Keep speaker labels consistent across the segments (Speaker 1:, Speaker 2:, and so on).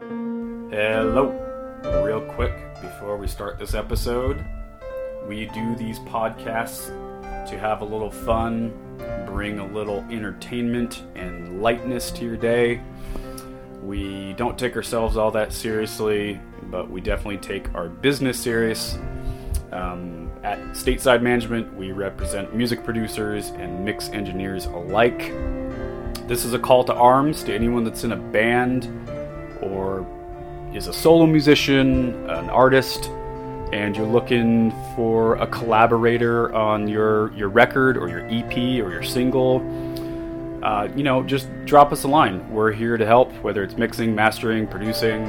Speaker 1: Hello. Real quick, before we start this episode, we do these podcasts to have a little fun, bring a little entertainment and lightness to your day. We don't take ourselves all that seriously, but we definitely take our business serious. Um, at Stateside Management, we represent music producers and mix engineers alike. This is a call to arms to anyone that's in a band or is a solo musician, an artist, and you're looking for a collaborator on your your record or your EP or your single, uh, you know, just drop us a line. We're here to help, whether it's mixing, mastering, producing,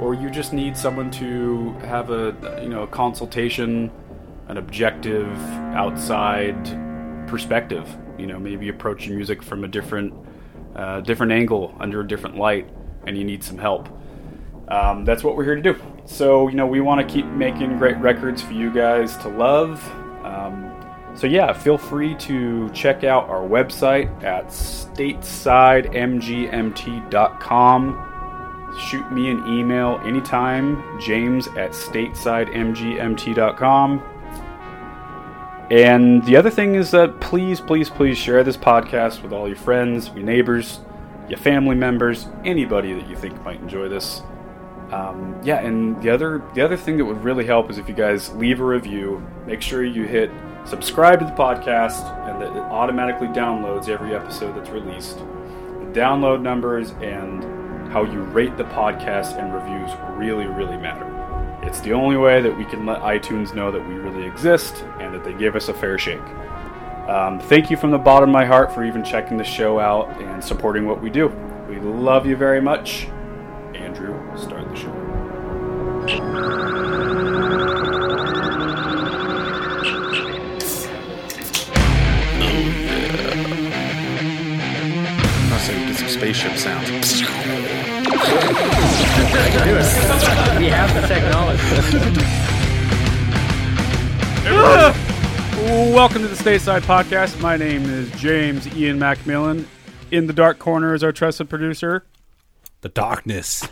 Speaker 1: or you just need someone to have a you know a consultation, an objective, outside perspective. You know, maybe approach your music from a different uh, different angle, under a different light, and you need some help um, that's what we're here to do. So, you know, we want to keep making great records for you guys to love. Um, so, yeah, feel free to check out our website at statesidemgmt.com. Shoot me an email anytime, james at statesidemgmt.com. And the other thing is that please, please, please share this podcast with all your friends, your neighbors, your family members, anybody that you think might enjoy this. Um, yeah, and the other the other thing that would really help is if you guys leave a review. Make sure you hit subscribe to the podcast, and that it automatically downloads every episode that's released. The download numbers and how you rate the podcast and reviews really, really matter. It's the only way that we can let iTunes know that we really exist and that they give us a fair shake. Um, thank you from the bottom of my heart for even checking the show out and supporting what we do. We love you very much. Andrew, start the show.
Speaker 2: So get some spaceship sounds.
Speaker 3: We have the technology.
Speaker 1: Welcome to the Stateside Podcast. My name is James Ian Macmillan. In the dark corner is our trusted producer,
Speaker 2: The darkness.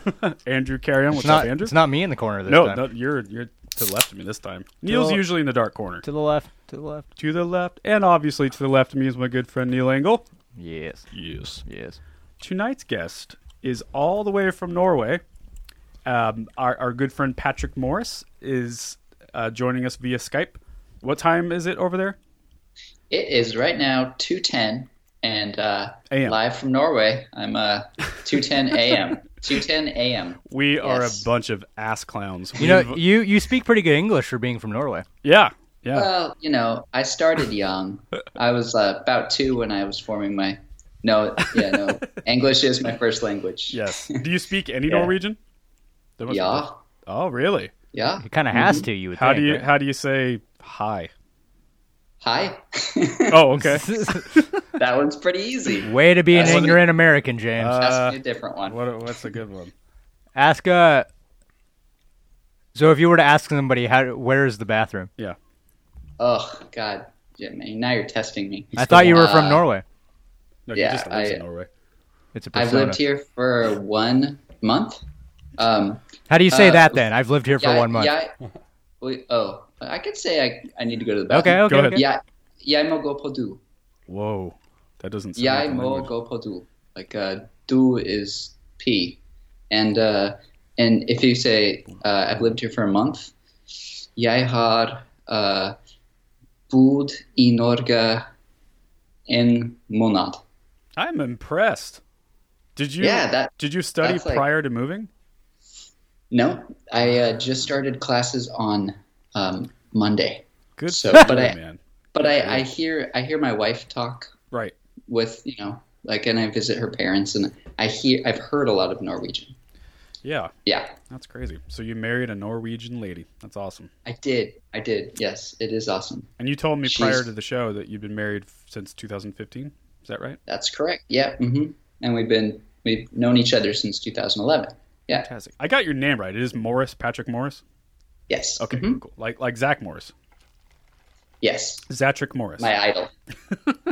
Speaker 1: Andrew Carrion. What's
Speaker 3: It's not,
Speaker 1: up, Andrew?
Speaker 3: it's not me in the corner this
Speaker 1: no,
Speaker 3: time.
Speaker 1: no, you're you're to the left of me this time. Neil's
Speaker 3: the-
Speaker 1: usually in the dark corner.
Speaker 3: To the left. To the left.
Speaker 1: To the left, and obviously to the left of me is my good friend Neil Engel.
Speaker 3: Yes.
Speaker 1: Yes.
Speaker 3: Yes.
Speaker 1: Tonight's guest is all the way from Norway. Um, our, our good friend Patrick Morris is uh, joining us via Skype. What time is it over there?
Speaker 4: It is right now 2:10 and uh,
Speaker 1: AM.
Speaker 4: live from Norway. I'm uh 2:10 a.m. 2:10 a.m.
Speaker 1: We are a
Speaker 4: Yes.
Speaker 1: bunch of ass clowns.
Speaker 3: You know,
Speaker 1: We've-
Speaker 3: you, you speak pretty good English for being from Norway.
Speaker 1: yeah, yeah.
Speaker 4: Well, you know, I started young. I was uh, about 2 when I was forming my No, yeah, no. English is my first language.
Speaker 1: Yes. Do you speak any
Speaker 4: Yeah.
Speaker 1: Norwegian? There must be-
Speaker 4: Yeah.
Speaker 1: Oh, really?
Speaker 4: Yeah.
Speaker 3: It kind of has to, you would
Speaker 1: How
Speaker 3: think.
Speaker 1: do you
Speaker 3: right?
Speaker 1: how do you say hi?
Speaker 4: Hi.
Speaker 1: Oh, okay.
Speaker 4: that one's pretty easy.
Speaker 3: Way to be an
Speaker 4: That's what-
Speaker 3: ignorant American, James.
Speaker 1: Uh,
Speaker 4: Ask me
Speaker 3: uh,
Speaker 4: a different one.
Speaker 1: what, what's a good one?
Speaker 3: ask uh So if you were to ask somebody how where is the bathroom?
Speaker 1: Yeah.
Speaker 4: Oh god. Yeah, man, now you're testing me.
Speaker 3: I thought you were from
Speaker 4: Uh,
Speaker 3: Norway.
Speaker 1: No,
Speaker 4: Yeah,
Speaker 1: he just lives
Speaker 4: I-
Speaker 1: in Norway.
Speaker 3: It's a persona.
Speaker 4: I've lived here for 1 month. Um
Speaker 3: How do you say
Speaker 4: uh,
Speaker 3: that then? I've lived here for
Speaker 4: yeah,
Speaker 3: one month.
Speaker 4: Yeah, we, oh, I could say I, I need to go to the
Speaker 3: okay,
Speaker 4: bathroom.
Speaker 3: okay.
Speaker 1: ahead.
Speaker 3: okay.
Speaker 4: Yeah, yeah, mo go på do.
Speaker 1: Whoa. That doesn't sound
Speaker 4: Yeah,
Speaker 1: like a
Speaker 4: mo
Speaker 1: language.
Speaker 4: go på do. Like uh, do is pee, and uh, and if you say uh, I've lived here for a month, jeg har uh, bodd i Norge en måned.
Speaker 1: I'm impressed. Did you?
Speaker 4: Yeah, that-
Speaker 1: did you study
Speaker 4: that's like-
Speaker 1: prior to moving?
Speaker 4: No, I uh, just started classes on um, Monday.
Speaker 1: Good.
Speaker 4: So,
Speaker 1: for
Speaker 4: but
Speaker 1: you,
Speaker 4: I-
Speaker 1: man.
Speaker 4: But I, I hear I hear my wife talk
Speaker 1: Right.
Speaker 4: with you know like and I visit her parents and I hear I've heard a lot of Norwegian.
Speaker 1: Yeah.
Speaker 4: Yeah,
Speaker 1: That's crazy. So you married a Norwegian lady. That's awesome.
Speaker 4: I did. I did. Yes, it is awesome.
Speaker 1: And you told me
Speaker 4: She's-
Speaker 1: prior to the show that you've been married f- since 2015. Is that right?
Speaker 4: That's correct. Yeah. hmm And we've been we've known each other since 2011. Yeah.
Speaker 1: Fantastic. I got your name right. It is Morris, Patrick Morris.
Speaker 4: Yes.
Speaker 1: Okay,
Speaker 4: Mhm.
Speaker 1: cool. Like like Zach Morris,
Speaker 4: Yes.
Speaker 1: Zatrick Morris.
Speaker 4: My idol.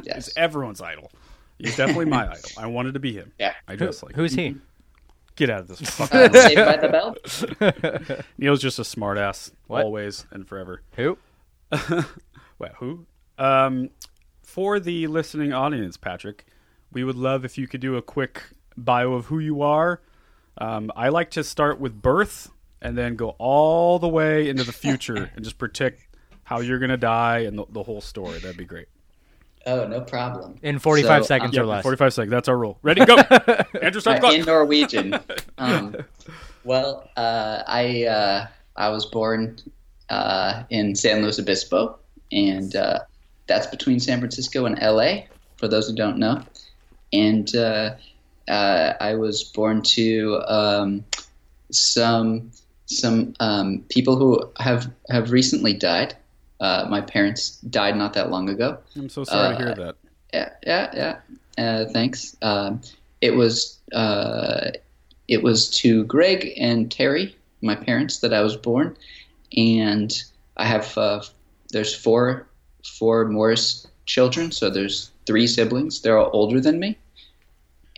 Speaker 4: yes.
Speaker 1: He's everyone's idol. He's definitely my idol. I wanted to be him.
Speaker 4: Yeah.
Speaker 1: I just like
Speaker 3: Who's he?
Speaker 1: get out of this. Fucking.
Speaker 4: Uh, Saved by the Bell.
Speaker 1: Neil's just a smartass
Speaker 3: What?
Speaker 1: always and forever.
Speaker 3: Who?
Speaker 1: Wait, who? Um, for the listening audience, Patrick, we would love if you could do a quick bio of who you are. Um, I like to start with birth and then go all the way into the future and just predict how you're going to die and the, the whole story. That'd be great.
Speaker 4: Oh, no problem.
Speaker 3: In 45
Speaker 4: So,
Speaker 3: seconds
Speaker 1: Yeah,
Speaker 3: or less.
Speaker 1: 45 seconds. That's our rule. Ready, go. Andrew, start the
Speaker 4: Uh, in
Speaker 1: clock.
Speaker 4: Norwegian. um, well, uh, I uh, I was born uh, in San Luis Obispo, and uh, that's between San Francisco and L.A. For those who don't know, and uh, uh, I was born to um, some some um, people who have have recently died. Uh, my parents died not that long ago.
Speaker 1: I'm so sorry to hear
Speaker 4: uh,
Speaker 1: that.
Speaker 4: Yeah, yeah, yeah. Uh, thanks. Um, it was uh, it was to Greg and Terry, my parents, that I was born, and I have uh, there's four four Morris children, so there's three siblings. They're all older than me,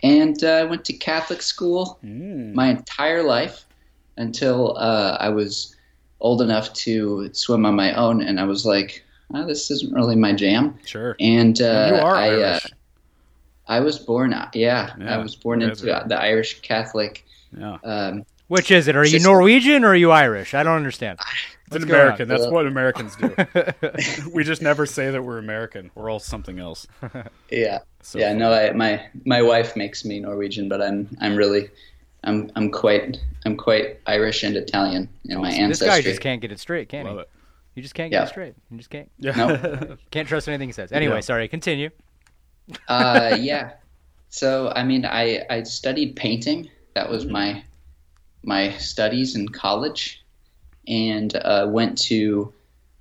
Speaker 4: and uh, I went to Catholic school my entire life until uh, I was old enough to swim on my own, and I was like, oh, this isn't really my jam.
Speaker 1: Sure.
Speaker 4: And uh,
Speaker 1: you are
Speaker 4: I, uh,
Speaker 1: Irish.
Speaker 4: I was born, uh, yeah,
Speaker 1: Yeah,
Speaker 4: I was born
Speaker 1: you
Speaker 4: into uh,
Speaker 1: guys are-
Speaker 4: the Irish Catholic.
Speaker 1: yeah.
Speaker 4: Um,
Speaker 3: Which is it? Are you
Speaker 4: Just-
Speaker 3: Norwegian or are you Irish? I don't understand.
Speaker 1: It's an
Speaker 3: going on?
Speaker 1: American. That's what Americans do. we just never say that we're American. We're all something else.
Speaker 4: yeah,
Speaker 1: So-
Speaker 4: yeah. No, I, my my wife makes me Norwegian, but I'm I'm really, I'm I'm quite I'm quite Irish and Italian in my
Speaker 3: This
Speaker 4: ancestry.
Speaker 3: guy just can't get it straight, can
Speaker 1: Love
Speaker 3: he?
Speaker 1: it.
Speaker 3: You just can't
Speaker 4: Yeah.
Speaker 3: get it straight. You just can't.
Speaker 1: Yeah.
Speaker 4: No.
Speaker 3: Can't trust anything he says. Anyway,
Speaker 1: Yeah.
Speaker 3: sorry. Continue.
Speaker 4: uh, yeah. So I mean, I I studied painting. That was my my studies in college, and uh, went to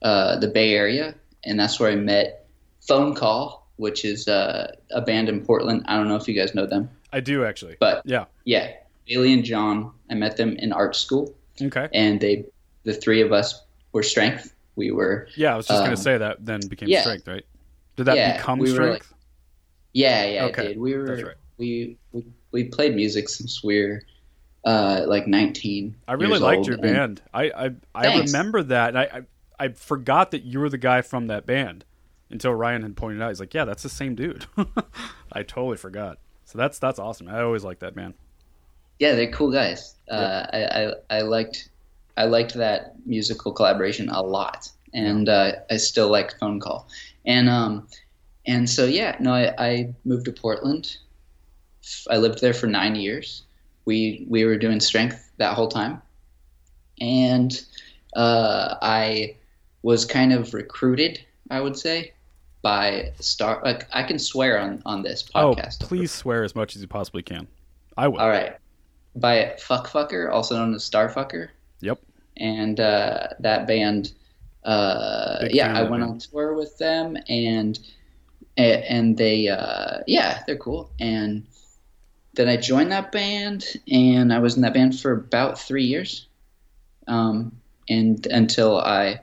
Speaker 4: uh, the Bay Area, and that's where I met Phone Call, which is uh, a band in Portland. I don't know if you guys know them,
Speaker 1: I do actually.
Speaker 4: but
Speaker 1: Yeah.
Speaker 4: yeah, Bailey and John. I met them in art school,
Speaker 1: Okay.
Speaker 4: and they the three of us were strength. We were
Speaker 1: Yeah, I was just
Speaker 4: Um,
Speaker 1: gonna say that then became
Speaker 4: yeah.
Speaker 1: strength, right? Did that
Speaker 4: Yeah,
Speaker 1: become
Speaker 4: we were like-
Speaker 1: strength?
Speaker 4: Yeah, yeah,
Speaker 1: Okay,
Speaker 4: I did. We were
Speaker 1: that's right.
Speaker 4: we, we we played music since we were uh, like nineteen.
Speaker 1: I really
Speaker 4: years
Speaker 1: liked
Speaker 4: old,
Speaker 1: your
Speaker 4: and-
Speaker 1: band. I I, I
Speaker 4: Thanks.
Speaker 1: remember that. And I, I I forgot that you were the guy from that band until Ryan had pointed out. He's like, yeah, that's the same dude. I totally forgot. So that's that's awesome. I always liked that man.
Speaker 4: Yeah, they're cool guys. Uh, I, I I liked I liked that musical collaboration a lot, and uh, I still like Phone Call, and um and so yeah, no, I, I moved to Portland. I lived there for nine years. We we were doing strength that whole time, and uh, I was kind of recruited, I would say, by Star. Like I can swear on on this podcast.
Speaker 1: Oh, please swear as much as you possibly can. I will.
Speaker 4: All right. By Fuckfucker, also known as Starfucker.
Speaker 1: Yep.
Speaker 4: And uh, that band, uh,
Speaker 1: Big fan
Speaker 4: yeah,
Speaker 1: of
Speaker 4: I
Speaker 1: that
Speaker 4: went
Speaker 1: band.
Speaker 4: on tour with them and a- and they, uh, yeah, they're cool. And then I joined that band and I was in that band for about three years. Um, and until I,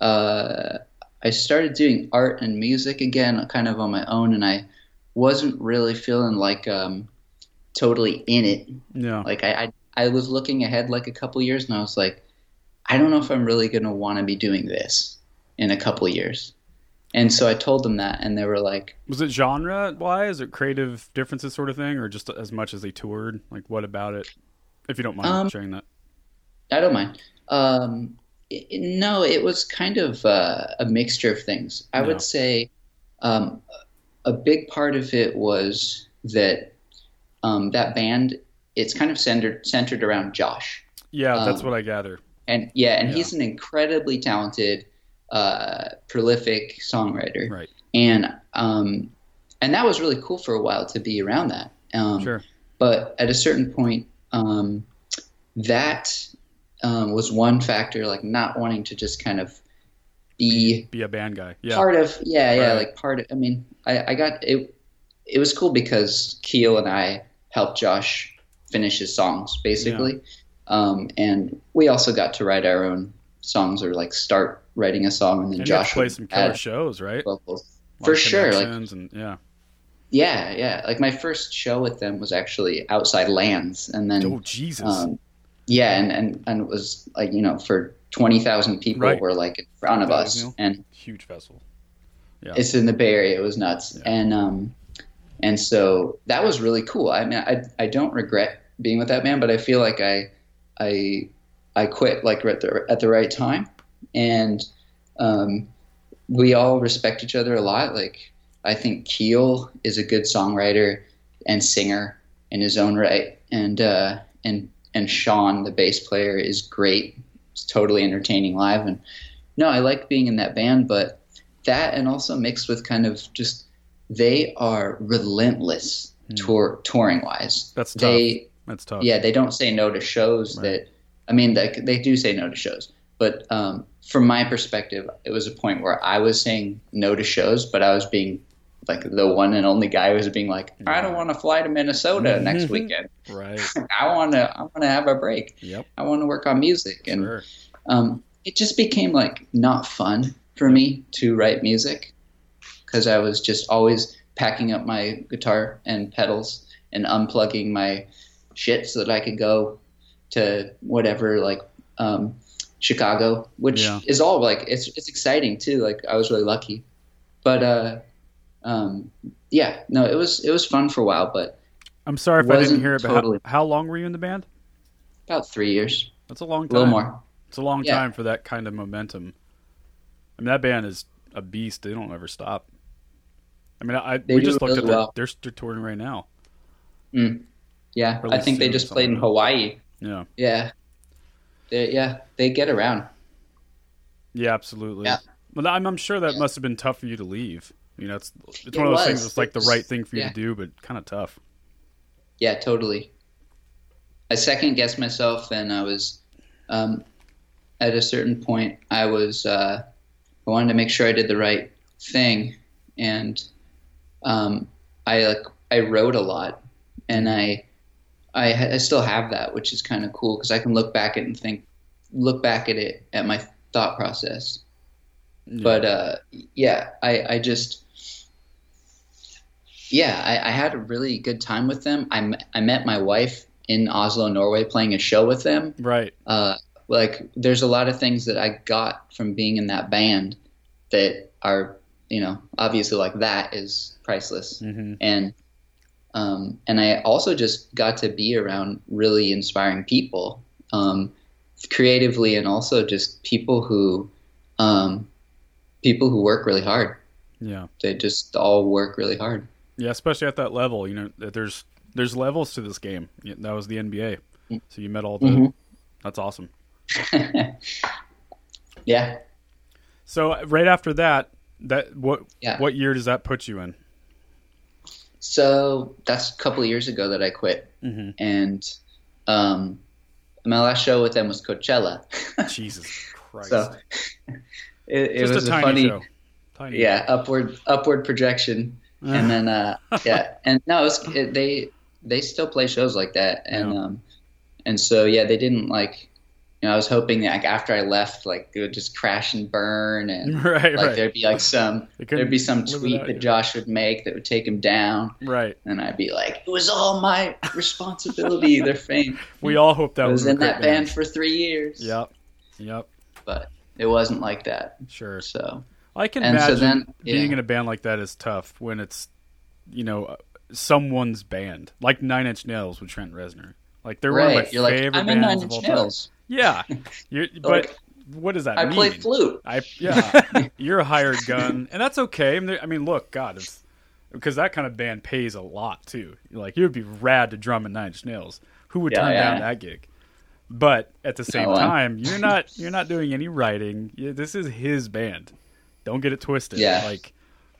Speaker 4: uh, I started doing art and music again, kind of on my own, and I wasn't really feeling like um, totally in it
Speaker 1: Yeah.
Speaker 4: like I, I I was looking ahead like a couple years and I was like, I don't know if I'm really gonna want to be doing this in a couple years. And so I told them that, and they were like,
Speaker 1: Was it genre wise or creative differences sort of thing, or just as much as they toured? Like, what about it? If you don't mind
Speaker 4: Um,
Speaker 1: sharing that.
Speaker 4: I don't mind. Um, i- i- no, it was kind of uh, a mixture of things. I
Speaker 1: No.
Speaker 4: would say um, a big part of it was that um, that band it's kind of centered centered around Josh.
Speaker 1: Yeah, that's
Speaker 4: Um,
Speaker 1: what I gather.
Speaker 4: And yeah, and he's an incredibly talented, uh, prolific songwriter.
Speaker 1: Right.
Speaker 4: And um, and that was really cool for a while to be around that. Um,
Speaker 1: Sure.
Speaker 4: But at a certain point, um, that um, was one factor, like not wanting to just kind of be
Speaker 1: Be a band guy. Yeah.
Speaker 4: part of yeah yeah
Speaker 1: Right.
Speaker 4: like part of i mean I, I got it it was cool because keel and i helped josh finish his songs basically um, and we also got to write our own songs or like start writing a song and then
Speaker 1: and you have
Speaker 4: josh
Speaker 1: to play
Speaker 4: would
Speaker 1: some killer
Speaker 4: add
Speaker 1: shows, right?
Speaker 4: vocals
Speaker 1: Like
Speaker 4: for sure like
Speaker 1: Connections and, yeah.
Speaker 4: yeah yeah like my first show with them was actually outside lands and then
Speaker 1: Oh Jesus.
Speaker 4: um, yeah, and, and, and it was like, you know, for 20,000 people
Speaker 1: Right.
Speaker 4: were like in front of
Speaker 1: That
Speaker 4: us.
Speaker 1: is new.
Speaker 4: And
Speaker 1: Huge vessel. Yeah.
Speaker 4: it's in the Bay Area. It was nuts. And, um, and so that was really cool. I mean, I, I don't regret being with that band, but I feel like I, I, I quit like at the, at the right time. And, um, we all respect each other a lot. Like I think Keel is a good songwriter and singer in his own right, and uh, and and Sean, the bass player, is great. It's totally entertaining live, and no, I like being in that band. But that and also mixed with kind of just they are relentless tour touring wise.
Speaker 1: Hmm. That's tough.
Speaker 4: they
Speaker 1: That's tough.
Speaker 4: yeah, they don't say no to shows that. I mean, they, they do say no to shows, but um, from my perspective, it was a point where I was saying no to shows, but I was being like the one and only guy who was being like, I don't want to fly to Minnesota next weekend.
Speaker 1: Right.
Speaker 4: I want to. I want to have a break.
Speaker 1: Yep.
Speaker 4: I want to work on music, and
Speaker 1: Sure.
Speaker 4: um, it just became like not fun for me to write music because I was just always packing up my guitar and pedals and unplugging my shit so that I could go to whatever like um, Chicago, which
Speaker 1: Yeah.
Speaker 4: is all like it's it's exciting too. Like I was really lucky, but uh, um, yeah, no, it was it was fun for a while, but
Speaker 1: I'm sorry if I didn't
Speaker 4: Wasn't
Speaker 1: hear it, but
Speaker 4: totally-
Speaker 1: how, how long were you in the band?
Speaker 4: about three years,
Speaker 1: That's a long
Speaker 4: a
Speaker 1: time.
Speaker 4: little more.
Speaker 1: It's a long
Speaker 4: Yeah.
Speaker 1: time for that kind of momentum. I mean, that band is a beast. They don't ever stop. I mean, I
Speaker 4: They
Speaker 1: we
Speaker 4: do
Speaker 1: just looked
Speaker 4: really
Speaker 1: at their,
Speaker 4: well.
Speaker 1: they're, they're touring right now.
Speaker 4: Yeah, I
Speaker 1: Release
Speaker 4: think they
Speaker 1: soon,
Speaker 4: just played in
Speaker 1: something.
Speaker 4: Hawaii.
Speaker 1: Yeah,
Speaker 4: Yeah. They, yeah, they get around.
Speaker 1: yeah, absolutely.
Speaker 4: Yeah.
Speaker 1: Well, I'm, I'm sure that must have been tough for you to leave. You know, it's it's
Speaker 4: It
Speaker 1: one of those
Speaker 4: was.
Speaker 1: things that's like the
Speaker 4: It's-
Speaker 1: right thing for you
Speaker 4: yeah.
Speaker 1: to do, but kind of tough.
Speaker 4: Yeah, totally. I second guessed myself, and I was um, at a certain point. I was uh, I wanted to make sure I did the right thing, and um, I like I wrote a lot, and I I, ha- I still have that, which is kind of cool because I can look back at it and think look back at it at my thought process. But uh, yeah, I I just yeah, I, I had a really good time with them. I, m- I met my wife in Oslo, Norway, playing a show with them.
Speaker 1: Right.
Speaker 4: Uh, like, there's a lot of things that I got from being in that band that are, you know, obviously like that is priceless.
Speaker 1: Mhm.
Speaker 4: And um, and I also just got to be around really inspiring people, um, creatively, and also just people who um, people who work really hard.
Speaker 1: Yeah.
Speaker 4: They just all work really hard.
Speaker 1: Yeah, especially at that level, you know, that there's there's levels to this game. Yeah, That was the NBA,
Speaker 4: Mm.
Speaker 1: so you met all the.
Speaker 4: Mm-hmm.
Speaker 1: That's awesome.
Speaker 4: Yeah.
Speaker 1: So uh, right after that, that what
Speaker 4: Yeah.
Speaker 1: what year does that put you in?
Speaker 4: So that's a couple of years ago that I quit,
Speaker 1: Mm-hmm.
Speaker 4: and um, my last show with them was Coachella.
Speaker 1: Jesus Christ!
Speaker 4: so it, it
Speaker 1: Just a
Speaker 4: was a,
Speaker 1: tiny
Speaker 4: funny,
Speaker 1: show. Tiny.
Speaker 4: yeah, upward upward projection,
Speaker 1: Uh-huh.
Speaker 4: and then uh, yeah, and no, it was, it, they they still play shows like that, and
Speaker 1: Yeah.
Speaker 4: um, and so yeah, they didn't like. You know, I was hoping like after I left, like it would just crash and burn, and
Speaker 1: Right,
Speaker 4: like
Speaker 1: right.
Speaker 4: there'd be like some
Speaker 1: They couldn't
Speaker 4: there'd be some
Speaker 1: live
Speaker 4: tweet
Speaker 1: without
Speaker 4: that
Speaker 1: you.
Speaker 4: Josh would make that would take him down.
Speaker 1: Right.
Speaker 4: And I'd be like, it was all my responsibility, their fame.
Speaker 1: We all hope that
Speaker 4: I was
Speaker 1: we
Speaker 4: in
Speaker 1: were
Speaker 4: that
Speaker 1: quick
Speaker 4: band for three years.
Speaker 1: Yep. Yep.
Speaker 4: But it wasn't like that.
Speaker 1: Sure.
Speaker 4: So,
Speaker 1: I can
Speaker 4: And so
Speaker 1: imagine
Speaker 4: then-
Speaker 1: being
Speaker 4: yeah.
Speaker 1: in a band like that is tough when it's, you know, someone's band, like Nine Inch Nails with Trent Reznor. Like they're one of my
Speaker 4: right. You're like,
Speaker 1: favorite
Speaker 4: I'm in
Speaker 1: bands
Speaker 4: Nine
Speaker 1: of all
Speaker 4: Inch
Speaker 1: time.
Speaker 4: Nails.
Speaker 1: Yeah. You're, but
Speaker 4: Like,
Speaker 1: what does that
Speaker 4: I
Speaker 1: mean?
Speaker 4: play flute.
Speaker 1: I yeah, you're a hired gun, and that's okay. I mean, there- I mean, look, God, if because that kind of band pays a lot too. Like it would be rad to drum in Nine Inch Nails. Who would
Speaker 4: Yeah,
Speaker 1: turn
Speaker 4: yeah.
Speaker 1: down that gig? But at the same
Speaker 4: Oh, wow.
Speaker 1: time, you're not you're not doing any writing. Yeah, This is his band. Don't get it twisted.
Speaker 4: Yeah.
Speaker 1: Like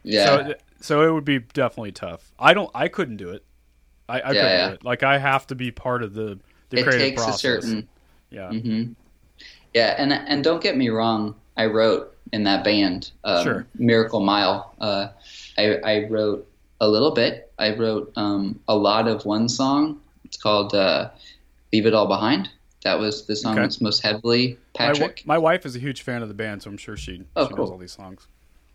Speaker 4: Yeah.
Speaker 1: so so it would be definitely tough. I don't I couldn't do it. I, I couldn't
Speaker 4: yeah.
Speaker 1: do it. Like I have to be part of the the
Speaker 4: it
Speaker 1: creative
Speaker 4: takes
Speaker 1: process.
Speaker 4: a certain
Speaker 1: yeah.
Speaker 4: yeah and and don't get me wrong i wrote in that band um,
Speaker 1: Sure.
Speaker 4: miracle mile uh, I, I wrote a little bit i wrote um, a lot of one song it's called uh, leave it all behind that was the song
Speaker 1: Okay.
Speaker 4: that's most heavily
Speaker 1: My, wi-
Speaker 4: patrick
Speaker 1: my wife is a huge fan of the band, so I'm sure she,
Speaker 4: Oh,
Speaker 1: she knows
Speaker 4: cool.
Speaker 1: all these songs.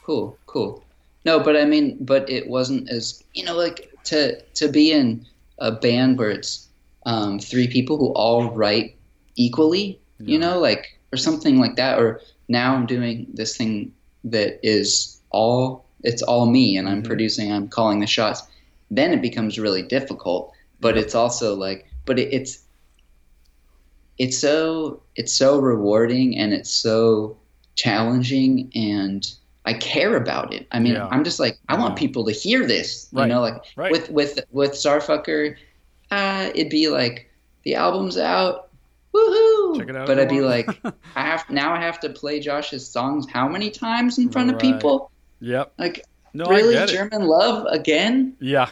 Speaker 4: cool cool no but i mean but it wasn't as you know like to to be in a band where it's um, three people who all write equally you know like or something like that or now i'm doing this thing that is all it's all me and i'm producing i'm calling the shots then it becomes really difficult but it's also like but it, it's it's so it's so rewarding and it's so challenging and I care about it. I mean,
Speaker 1: Yeah.
Speaker 4: I'm just like I want people to hear this.
Speaker 1: Right.
Speaker 4: You know, like
Speaker 1: Right.
Speaker 4: with with with Starfucker, uh, it'd be like the album's out, woohoo!
Speaker 1: Check it out
Speaker 4: but I'd be
Speaker 1: tomorrow.
Speaker 4: like, I have now I have to play Josh's songs how many times in front of
Speaker 1: Right.
Speaker 4: people?
Speaker 1: Yep.
Speaker 4: Like
Speaker 1: No,
Speaker 4: really,
Speaker 1: I get it.
Speaker 4: German love again?
Speaker 1: Yeah.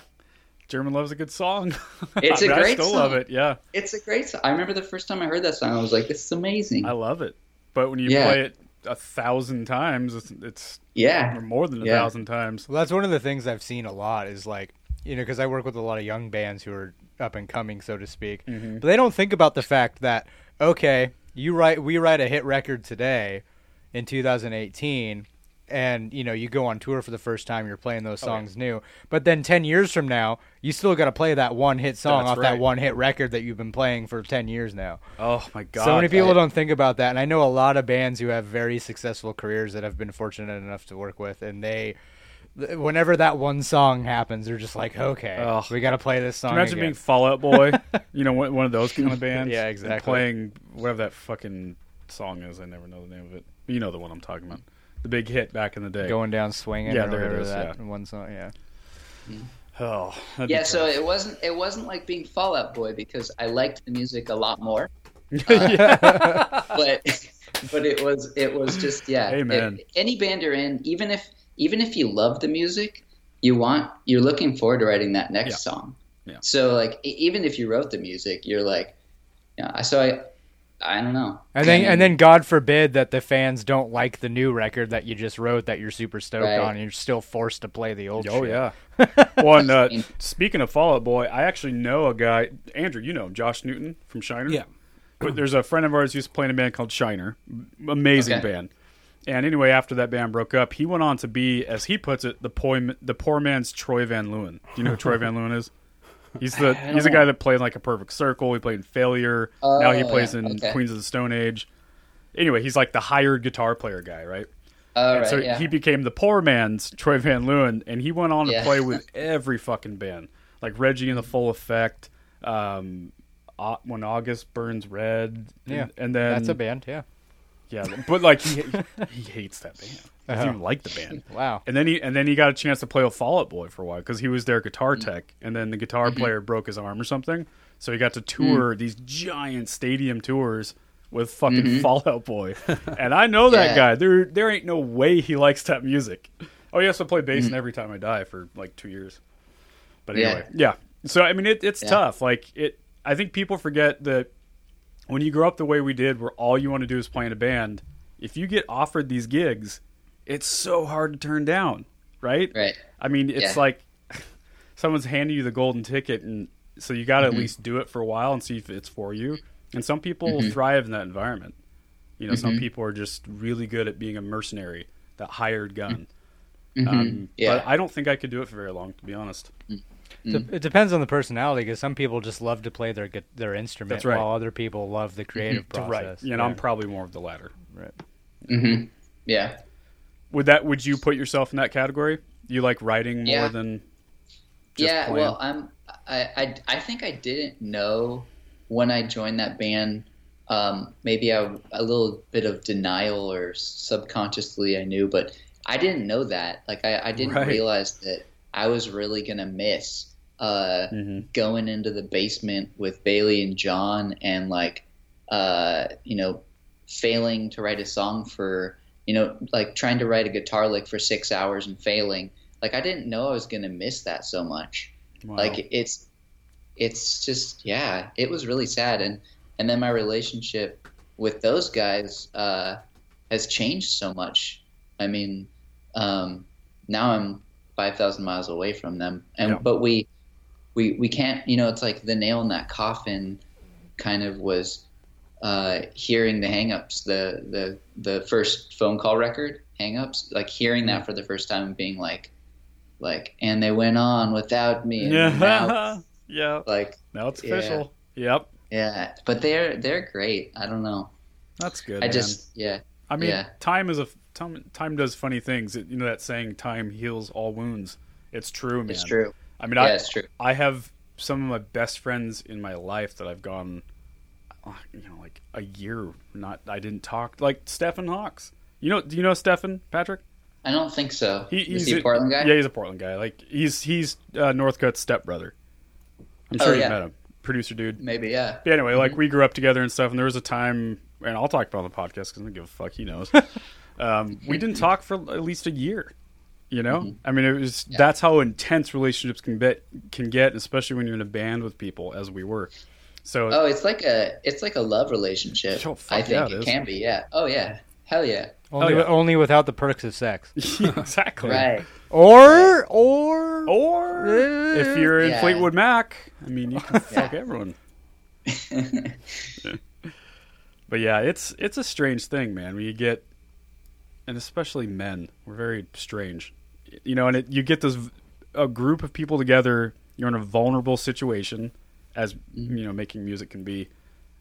Speaker 1: German Love's a good song.
Speaker 4: It's
Speaker 1: I
Speaker 4: a
Speaker 1: mean, I
Speaker 4: great
Speaker 1: still
Speaker 4: song.
Speaker 1: love it. Yeah.
Speaker 4: It's a great song. I remember the first time I heard that song, I was like, this is amazing.
Speaker 1: I love it. But when you
Speaker 4: Yeah.
Speaker 1: play it a thousand times, it's, it's
Speaker 4: yeah,
Speaker 1: or more than a
Speaker 4: Yeah.
Speaker 1: thousand times.
Speaker 3: Well, that's one of the things I've seen a lot is like, you know, because I work with a lot of young bands who are up and coming, so to speak. But they don't think about the fact that okay, you write, we write a hit record today, in 2018, and you know, you go on tour for the first time, you're playing those songs new. But then 10 years from now, you still got to play that one hit song
Speaker 1: That's
Speaker 3: off
Speaker 1: right.
Speaker 3: that one hit record that you've been playing for 10 years now.
Speaker 1: Oh my god.
Speaker 3: So many people don't think about that, and I know a lot of bands who have very successful careers that I've been fortunate enough to work with, and they, th- whenever that one song happens, they're just like, okay,
Speaker 1: Ugh.
Speaker 3: we got to play this song.
Speaker 1: Imagine
Speaker 3: again.
Speaker 1: being Fallout Boy, you know, one, one of those kind of bands.
Speaker 3: Yeah,
Speaker 1: and
Speaker 3: exactly.
Speaker 1: Playing whatever that fucking song is, I never know the name of it. You know the one I'm talking about, the big hit back in the day.
Speaker 3: going down swinging.
Speaker 1: Yeah,
Speaker 3: or
Speaker 1: there it
Speaker 3: whatever
Speaker 1: is,
Speaker 3: That
Speaker 1: yeah.
Speaker 3: one song. Yeah,
Speaker 1: Oh, that'd be
Speaker 4: yeah. So
Speaker 1: tough.
Speaker 4: it wasn't it wasn't like being Fallout Boy because I liked the music a lot more. Uh, but but it was it was just yeah.
Speaker 1: Hey, man.
Speaker 4: It- any band you're in, even if even if you love the music, you want you're looking forward to writing that next
Speaker 1: Yeah.
Speaker 4: song.
Speaker 1: Yeah.
Speaker 4: So like e- even if you wrote the music, you're like, yeah. So I I don't know.
Speaker 3: and then
Speaker 4: I mean,
Speaker 3: and then God forbid that the fans don't like the new record that you just wrote that you're super stoked
Speaker 4: Right.
Speaker 3: on, and you're still forced to play the old.
Speaker 1: Oh
Speaker 3: shit.
Speaker 1: yeah. well, and, uh,
Speaker 4: mean-
Speaker 1: speaking of Fallout Boy, I actually know a guy, Andrew. You know him, Josh Newton from Shiner.
Speaker 5: Yeah.
Speaker 1: But there's a friend of ours who's playing a band called Shiner. Amazing
Speaker 4: Okay.
Speaker 1: band. And anyway, after that band broke up, he went on to be, as he puts it, the poor, the poor man's Troy Van Leeuwen. Do you know who Troy Van Leeuwen is? He's the he's a guy that played in like a Perfect Circle. He played in Failure. now he
Speaker 4: Oh,
Speaker 1: plays
Speaker 4: yeah.
Speaker 1: in
Speaker 4: Okay.
Speaker 1: Queens of the Stone Age. Anyway, he's like the hired guitar player guy, right?
Speaker 4: all right,
Speaker 1: so
Speaker 4: yeah.
Speaker 1: he became the poor man's Troy Van Leeuwen, and he went on
Speaker 4: Yeah.
Speaker 1: to play with every fucking band, like Reggie and the Full Effect, um, Au- when August burns red,
Speaker 3: Yeah.
Speaker 1: and, and then
Speaker 3: that's a band. Yeah.
Speaker 1: yeah, but like he he hates that band. He doesn't even like the band.
Speaker 3: Wow.
Speaker 1: And then he and then he got a chance to play with Fall Out Boy for a while because he was their guitar
Speaker 4: Mm.
Speaker 1: tech, and then the guitar
Speaker 4: Mm-hmm.
Speaker 1: player broke his arm or something, so he got to
Speaker 4: Mm.
Speaker 1: tour these giant stadium tours with fucking Fall Out Boy. and I know that
Speaker 4: Mm-hmm. Yeah.
Speaker 1: guy. There there ain't no way he likes that music. Oh, he has to play bass in every time I die for like two years. But
Speaker 4: Mm-hmm. Yeah.
Speaker 1: anyway, yeah. So I mean, it, it's tough. Like it, I think people forget that when you grow up the way we did, where all you want to do is play in a band. If you get offered these gigs, it's so hard to turn down, right?
Speaker 4: Right.
Speaker 1: I mean, it's
Speaker 4: Yeah.
Speaker 1: like someone's handing you the golden ticket, and so you got to
Speaker 4: Mm-hmm.
Speaker 1: at least do it for a while and see if it's for you. And some people
Speaker 4: Mm-hmm.
Speaker 1: thrive in that environment. You know, some people are just really good at being a mercenary, that hired gun. Um,
Speaker 4: Mm-hmm. Yeah.
Speaker 1: But I don't think I could do it for very long, to be honest. Mm.
Speaker 3: Dep- It depends on the personality because some people just love to play their gu- their instrument,
Speaker 1: That's right.
Speaker 3: while other people love the creative
Speaker 1: Right.
Speaker 3: process.
Speaker 1: You know, I'm probably more of the latter.
Speaker 4: Mm-hmm. yeah.
Speaker 1: Would that? Would you put yourself in that category? You like writing more
Speaker 4: Yeah.
Speaker 1: than? just
Speaker 4: yeah
Speaker 1: playing?
Speaker 4: well i'm I, I i think i didn't know when i joined that band um maybe I, a little bit of denial or subconsciously i knew but i didn't know that like i, I didn't
Speaker 1: Right.
Speaker 4: realize that I was really gonna miss uh,
Speaker 1: Mm-hmm.
Speaker 4: going into the basement with Bailey and John and like uh, you know failing to write a song for you know like trying to write a guitar lick for six hours and failing. Like I didn't know I was gonna miss that so much. Like it's it's just yeah, it was really sad and and then my relationship with those guys uh, has changed so much. I mean, um, now I'm five thousand miles away from them, and
Speaker 1: Yeah.
Speaker 4: but we we we can't. You know, it's like the nail in that coffin. Kind of was uh, hearing the hangups, the the the first phone call record hangups, like hearing
Speaker 1: Mm-hmm.
Speaker 4: that for the first time and being like, like, and they went on without me. and now,
Speaker 1: Yeah. yeah.
Speaker 4: like
Speaker 1: Now it's
Speaker 4: Yeah.
Speaker 1: official. Yep.
Speaker 4: yeah, but they're they're great. I don't know.
Speaker 1: That's good.
Speaker 4: I
Speaker 1: man.
Speaker 4: just yeah.
Speaker 1: I mean,
Speaker 4: yeah.
Speaker 1: time is a time. Time does funny things. It, you know that saying, "Time heals all wounds." It's true, man.
Speaker 4: It's true.
Speaker 1: I mean,
Speaker 4: Yeah,
Speaker 1: I,
Speaker 4: it's true.
Speaker 1: I have some of my best friends in my life that I've gone, uh, you know, like a year not I didn't talk like Stephen Hawks. You know, do you know Stephen Patrick?
Speaker 4: I don't think so.
Speaker 1: He-
Speaker 4: Is he a Portland guy?
Speaker 1: Yeah, he's a Portland guy. Like he's he's uh, Northcote's stepbrother. I'm
Speaker 4: Oh,
Speaker 1: sure
Speaker 4: yeah. Mm-hmm.
Speaker 1: you've met him. Producer dude.
Speaker 4: Maybe, yeah.
Speaker 1: But anyway, like we grew up together and stuff, and there was a time, and I'll talk about it on the podcast because I don't give a fuck. He knows. um, we didn't talk for at least a year. You know,
Speaker 4: Mm-hmm.
Speaker 1: I mean, it was that's how intense relationships can get can get, especially when you're in a band with people, as we were. So
Speaker 4: Oh, it's like a it's like a love relationship.
Speaker 1: Oh, fuck
Speaker 4: I
Speaker 1: yeah,
Speaker 4: think
Speaker 1: it Oh,
Speaker 4: it,
Speaker 1: is.
Speaker 4: can be, yeah. Oh yeah. Hell yeah.
Speaker 3: Only,
Speaker 1: yeah.
Speaker 3: only without the perks of sex.
Speaker 1: exactly.
Speaker 4: Right.
Speaker 3: Or or
Speaker 1: Or if you're in
Speaker 4: Yeah.
Speaker 1: Fleetwood Mac, I mean, you can fuck everyone. but yeah, it's it's a strange thing, man. When you get, and especially men, we're very strange, you know. And it, you get this a group of people together. You're in a vulnerable situation, as you know, making music can be,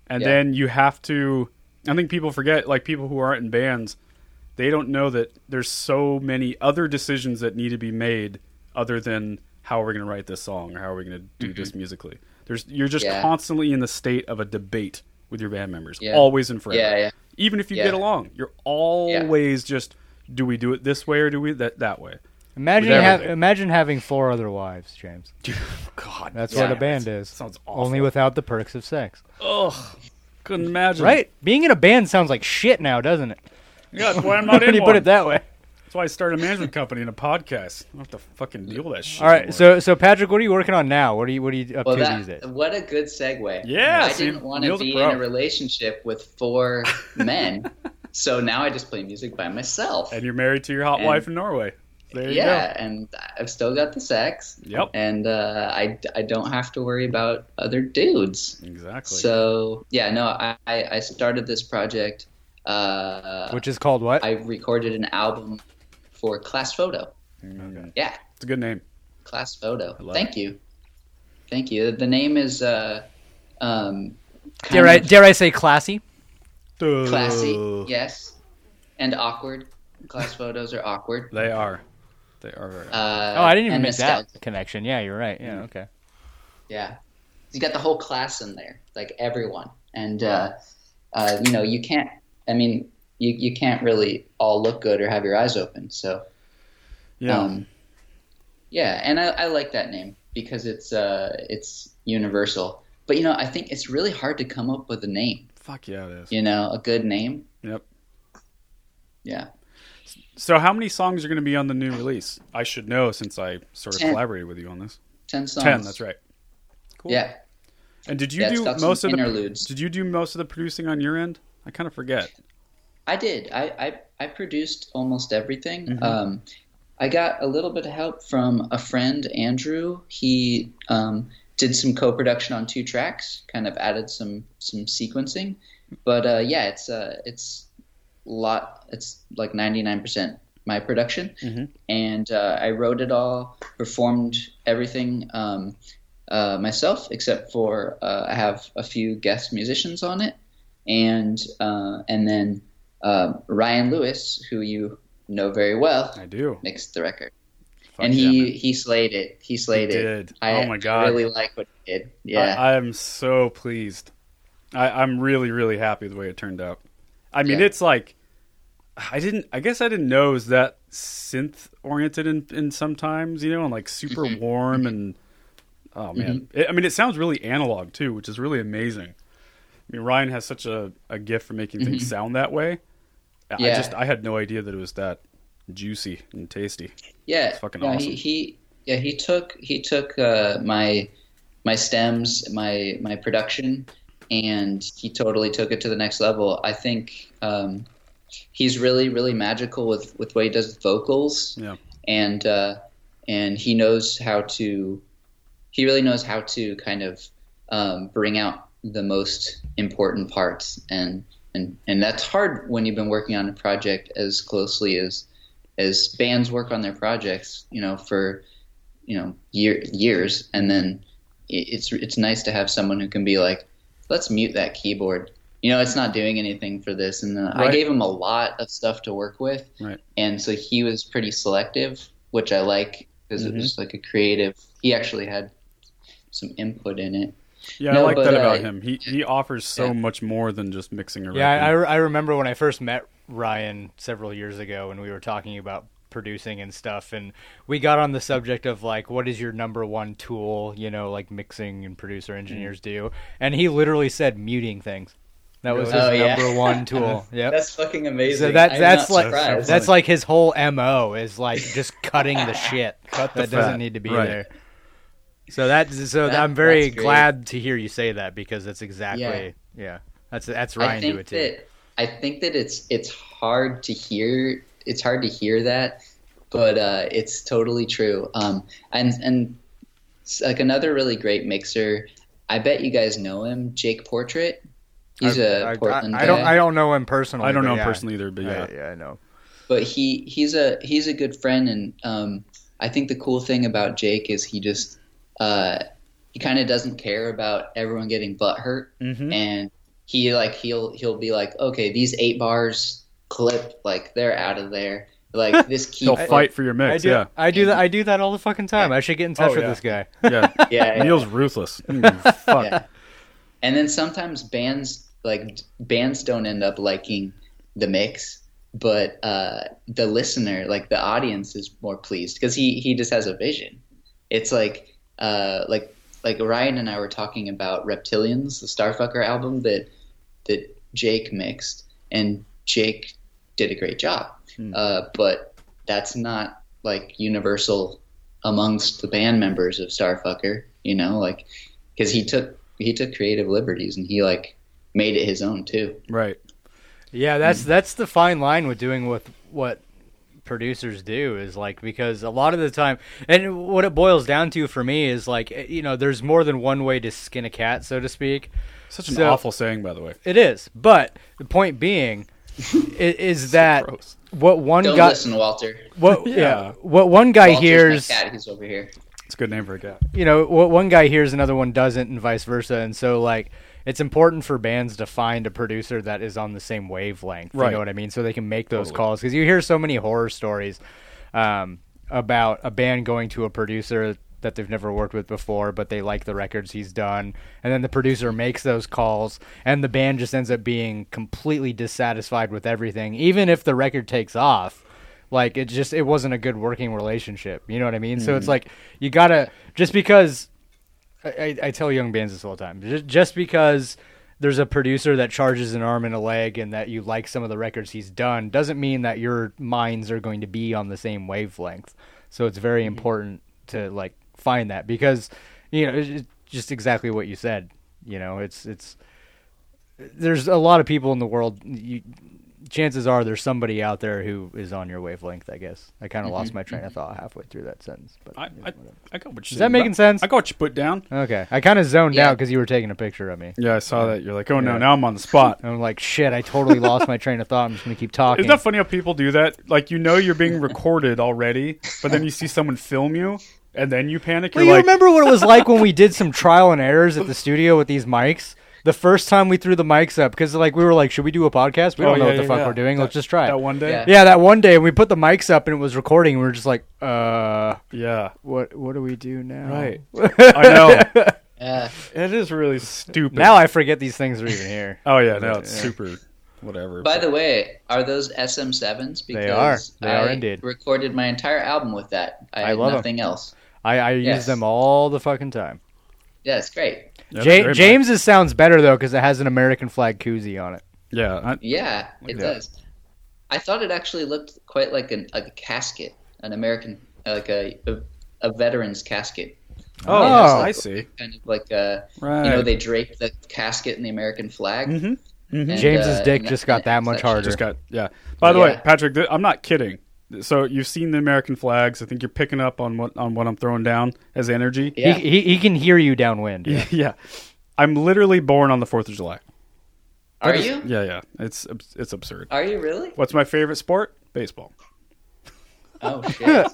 Speaker 1: and
Speaker 4: Mm-hmm. Yeah.
Speaker 1: then you have to. I think people forget, like people who aren't in bands, they don't know that there's so many other decisions that need to be made other than how are we going to write this song or how are we going to do this musically. There's you're just
Speaker 4: Mm-hmm. Yeah.
Speaker 1: constantly in the state of a debate with your band members,
Speaker 4: Yeah.
Speaker 1: always and forever.
Speaker 4: Yeah, yeah.
Speaker 1: Even if you
Speaker 4: Yeah.
Speaker 1: get along, you're always just do we do it this way or do we that that way?
Speaker 3: imagine
Speaker 1: With
Speaker 3: ha-
Speaker 1: everything.
Speaker 3: imagine having four other wives, James.
Speaker 1: God,
Speaker 3: That's
Speaker 1: damn
Speaker 3: what a
Speaker 1: it.
Speaker 3: band is.
Speaker 1: Sounds awful.
Speaker 3: only without the perks of sex.
Speaker 1: Couldn't imagine,
Speaker 3: Right? Being in a band sounds like shit now, doesn't it?
Speaker 1: Yeah, that's why I'm not
Speaker 3: When
Speaker 1: in
Speaker 3: you
Speaker 1: one.
Speaker 3: put it that way.
Speaker 1: That's why I started a management company and a podcast. I don't have to fucking deal with that shit.
Speaker 3: All right.
Speaker 1: anymore.
Speaker 3: So so Patrick, what are you working on now? What are you what are you up
Speaker 4: Well
Speaker 3: to these days?
Speaker 4: that uh, what a good segue.
Speaker 1: Yeah,
Speaker 4: I
Speaker 1: see,
Speaker 4: didn't want to
Speaker 1: Neil's a
Speaker 4: be
Speaker 1: pro.
Speaker 4: in a relationship with four men. So now I just play music by myself.
Speaker 1: and you're married to your hot
Speaker 4: And-
Speaker 1: wife in Norway. There you
Speaker 4: yeah, and I've still got the sex.
Speaker 1: Yep.
Speaker 4: And uh, I, I don't have to worry about other dudes.
Speaker 1: go. Exactly.
Speaker 4: So yeah, no, I, I I started this project. Uh,
Speaker 3: Which is called what?
Speaker 4: I recorded an album for Class Photo. Yeah,
Speaker 1: it's a good name.
Speaker 4: Class Photo.
Speaker 1: love
Speaker 4: Thank you, thank you. The name is uh, um, kind
Speaker 3: dare I
Speaker 4: of
Speaker 3: dare I say classy?
Speaker 4: classy,
Speaker 1: Ugh.
Speaker 4: yes, and awkward. Class photos are awkward.
Speaker 1: They are. They are very.
Speaker 4: Uh,
Speaker 3: Oh, I didn't even
Speaker 4: and
Speaker 3: make that
Speaker 4: nostalgic.
Speaker 3: connection. Yeah, you're right.
Speaker 4: Mm.
Speaker 3: Yeah, okay.
Speaker 4: Yeah, you got the whole class in there, like everyone, and uh, uh, you know you can't. I mean, you you can't really all look good or have your eyes open. So
Speaker 1: yeah.
Speaker 4: Um, yeah, and I, I like that name because it's uh, it's universal. But you know, I think it's really hard to come up with a name.
Speaker 1: Fuck yeah, it is.
Speaker 4: You know, a good name.
Speaker 1: Yep.
Speaker 4: Yeah,
Speaker 1: So, how many songs are going to be on the new release? I should know since I sort of
Speaker 4: Ten.
Speaker 1: collaborated with you on this.
Speaker 4: ten songs.
Speaker 1: Ten. That's right. Cool.
Speaker 4: Yeah,
Speaker 1: And did you
Speaker 4: Yeah, it's
Speaker 1: do
Speaker 4: got some
Speaker 1: most of
Speaker 4: interludes.
Speaker 1: the? Did you do most of the producing on your end? I kind of forget.
Speaker 4: I did. I I, I produced almost everything.
Speaker 1: Mm-hmm.
Speaker 4: Um, I got a little bit of help from a friend, Andrew. He um, did some co-production on two tracks, kind of added some some sequencing. But uh, yeah, it's uh, it's lot. It's like ninety nine percent my production, and uh, I wrote it all, performed everything um, uh, myself, except for uh, I have a few guest musicians on it, and uh, and then uh, Ryan Lewis, who you know very well,
Speaker 1: I do.
Speaker 4: mixed the record.
Speaker 1: Fuck
Speaker 4: and
Speaker 1: yeah,
Speaker 4: he,
Speaker 1: man.
Speaker 4: he slayed it. He slayed
Speaker 1: He
Speaker 4: it.
Speaker 1: did.
Speaker 4: I
Speaker 1: Oh my God.
Speaker 4: really like what he did. Yeah.
Speaker 1: I, I am so pleased. I, I'm really, really happy with the way it turned out. I mean,
Speaker 4: Yeah.
Speaker 1: it's like I didn't. I guess I didn't know it was that synth oriented in, in sometimes, you know, and like super
Speaker 4: Mm-hmm.
Speaker 1: warm and oh man, It- I mean, it sounds really analog too, which is really amazing. I mean, Ryan has such a, a gift for making things sound that way. I- I
Speaker 4: Mm-hmm. Yeah.
Speaker 1: just I had no idea that it was that juicy and tasty.
Speaker 4: Yeah,
Speaker 1: It's fucking
Speaker 4: no,
Speaker 1: awesome.
Speaker 4: He, he yeah he took he took uh, my my stems my my production and he totally took it to the next level. I think um, he's really really magical with with what he does with vocals
Speaker 1: Yeah.
Speaker 4: and uh, and he knows how to he really knows how to kind of um, bring out the most important parts and and and that's hard when you've been working on a project as closely as as bands work on their projects you know for you know year, years and then it- it's it's nice to have someone who can be like let's mute that keyboard you know it's not doing anything for this and uh,
Speaker 1: Right.
Speaker 4: i gave him a lot of stuff to work with
Speaker 1: Right.
Speaker 4: and so he was pretty selective which i like because
Speaker 3: Mm-hmm.
Speaker 4: it was like a creative he actually had some input in it
Speaker 1: Yeah, I
Speaker 4: No,
Speaker 1: like
Speaker 4: but,
Speaker 1: that
Speaker 4: uh,
Speaker 1: about him. He he offers so
Speaker 4: yeah.
Speaker 1: much more than just mixing a
Speaker 3: Yeah, I, I
Speaker 1: record.
Speaker 3: re- I remember when I first met Ryan several years ago, and we were talking about producing and stuff, and we got on the subject of like, what is your number one tool? You know, like mixing and producer engineers do, and he literally said muting things. That was his
Speaker 4: Really? Oh, yeah.
Speaker 3: number one tool. Yep.
Speaker 4: that's fucking amazing
Speaker 3: So that
Speaker 4: I'm
Speaker 3: that's
Speaker 4: not
Speaker 3: like
Speaker 4: surprised.
Speaker 3: that's like his whole mo is like just cutting the shit Cut that doesn't
Speaker 1: fat.
Speaker 3: need to be
Speaker 1: Right.
Speaker 3: there. So that's so
Speaker 4: That-
Speaker 3: I'm very
Speaker 4: that's great.
Speaker 3: glad to hear you say that because that's exactly yeah. That's that's Ryan
Speaker 4: I think
Speaker 3: do it too.
Speaker 4: that I think that it's it's hard to hear it's hard to hear that, but uh, it's totally true. Um, and and s- like another really great mixer, I bet you guys know him, Jake Portrait. He's a
Speaker 3: I- I-
Speaker 4: Portland
Speaker 3: I, don't.
Speaker 4: guy.
Speaker 3: I don't know him personally.
Speaker 1: I don't
Speaker 3: but
Speaker 1: know him
Speaker 3: yeah.
Speaker 1: personally either, but yeah.
Speaker 3: I, yeah, I know.
Speaker 4: but he he's a he's a good friend and um, I think the cool thing about Jake is he just uh, he kind of doesn't care about everyone getting butt hurt and he like he'll he'll be like okay these eight bars clip like they're out of there like this key
Speaker 1: They'll fight for your
Speaker 3: I
Speaker 1: mix.
Speaker 3: do.
Speaker 1: Yeah,
Speaker 3: I do that. I do that all the fucking time. I should get in touch
Speaker 1: Oh,
Speaker 3: with
Speaker 1: yeah.
Speaker 3: this guy.
Speaker 1: yeah.
Speaker 4: yeah, yeah.
Speaker 1: Neil's ruthless. Mm, fuck.
Speaker 4: Yeah. and then sometimes bands like bands don't end up liking the mix but uh, the listener like the audience is more pleased because he he just has a vision it's like uh like like ryan and i were talking about reptilians the starfucker album that that jake mixed and jake did a great job uh, but that's not like universal amongst the band members of starfucker you know like because he took he took creative liberties and he like made it his own too
Speaker 1: Right.
Speaker 3: Yeah, that's that's the fine line with doing with what producers do is like because a lot of the time and what it boils down to for me is like eh, you know there's more than one way to skin a cat so to speak
Speaker 1: Such an
Speaker 3: So-
Speaker 1: awful saying, by the way.
Speaker 3: it is but the point being i- is that
Speaker 1: gross.
Speaker 3: what one
Speaker 4: don't
Speaker 3: guy
Speaker 4: listen walter
Speaker 3: what yeah.
Speaker 1: Yeah.
Speaker 3: what one guy
Speaker 4: Walter's my
Speaker 3: hears
Speaker 4: cat, he's over here
Speaker 1: It's a good name for a cat.
Speaker 3: you know what one guy hears another one doesn't and vice versa and so like it's important for bands to find a producer that is on the same wavelength you
Speaker 1: Right.
Speaker 3: know what i mean so they can make those calls because you hear so many horror stories um, about a band going to a producer that they've never worked with before but they like the records he's done and then the producer makes those calls and the band just ends up being completely dissatisfied with everything even if the record takes off like it just it wasn't a good working relationship you know what i mean so it's like you gotta just because I, I, I tell young bands this all the time just, just because there's a producer that charges an arm and a leg and that you like some of the records he's done doesn't mean that your minds are going to be on the same wavelength so it's very
Speaker 1: Mm-hmm.
Speaker 3: important to like find that because you know it's it's just exactly what you said you know it's it's there's a lot of people in the world you chances are there's somebody out there who is on your wavelength i guess i kind of lost my train of thought halfway through that sentence but
Speaker 1: Mm-hmm. I, I, I got what you
Speaker 3: Is that making sense?
Speaker 1: I got what you put down.
Speaker 3: okay i kind of zoned
Speaker 4: Yeah.
Speaker 3: out because you were taking a picture of me
Speaker 1: Yeah, I saw that. You're like, oh
Speaker 3: Yeah.
Speaker 1: no, now I'm on the spot.
Speaker 3: and i'm like shit i totally lost my train of thought i'm just gonna keep talking
Speaker 1: Isn't that funny how people do that? Like, you know you're being recorded already, but then you see someone film you, and then you panic.
Speaker 3: well,
Speaker 1: You're
Speaker 3: you
Speaker 1: like,
Speaker 3: remember what it was like when we did some trial and errors at the studio with these mics the first time we threw the mics up because like we were like should we do a podcast we
Speaker 1: Oh,
Speaker 3: don't know
Speaker 1: yeah,
Speaker 3: what the
Speaker 1: yeah,
Speaker 3: fuck
Speaker 1: yeah.
Speaker 3: we're doing let's just try it
Speaker 1: that one day?
Speaker 4: Yeah.
Speaker 3: yeah that one day we put the mics up and it was recording and we were just like uh
Speaker 1: Yeah.
Speaker 3: what what do we do now
Speaker 1: Right. I know.
Speaker 4: yeah
Speaker 1: It is really stupid.
Speaker 3: now i forget these things are even here
Speaker 1: oh, yeah, no, it's super whatever.
Speaker 4: By the way, are those SM7s? Because
Speaker 3: They are. They
Speaker 4: I
Speaker 3: are indeed.
Speaker 4: recorded my entire album with that. I,
Speaker 3: I
Speaker 4: had
Speaker 3: love 'em.
Speaker 4: nothing else.
Speaker 3: I, I use
Speaker 4: Yes.
Speaker 3: them all the fucking time.
Speaker 4: Yeah, it's great.
Speaker 1: Yeah,
Speaker 3: Ja-
Speaker 1: very much.
Speaker 3: James's sounds better though because it has an American flag koozie on it.
Speaker 1: Yeah, I,
Speaker 4: Yeah, it does. I thought it actually looked quite like an, a casket, an American, like a, a, a veteran's casket.
Speaker 1: Oh,
Speaker 4: And it's
Speaker 3: Oh.
Speaker 4: like-
Speaker 1: I see.
Speaker 4: Kind of like uh
Speaker 1: Right.
Speaker 4: you know, they drape the casket in the American flag.
Speaker 1: Mhm.
Speaker 4: And,
Speaker 3: James's
Speaker 4: uh,
Speaker 3: dick
Speaker 4: and
Speaker 3: just got
Speaker 4: and
Speaker 3: that much
Speaker 4: actually-
Speaker 3: harder.
Speaker 1: Just got yeah. By the way,
Speaker 4: Yeah.
Speaker 1: Patrick, th- I'm not kidding. So you've seen the American flags. I think you're picking up on what on what I'm throwing down as energy.
Speaker 4: Yeah.
Speaker 3: He, he he can hear you downwind.
Speaker 1: Yeah. I'm literally born on the 4th of July.
Speaker 4: Are you?
Speaker 1: Yeah, yeah. It's abs- it's absurd.
Speaker 4: Are you really?
Speaker 1: What's my favorite sport? Baseball.
Speaker 4: Oh
Speaker 1: Um,
Speaker 4: shit!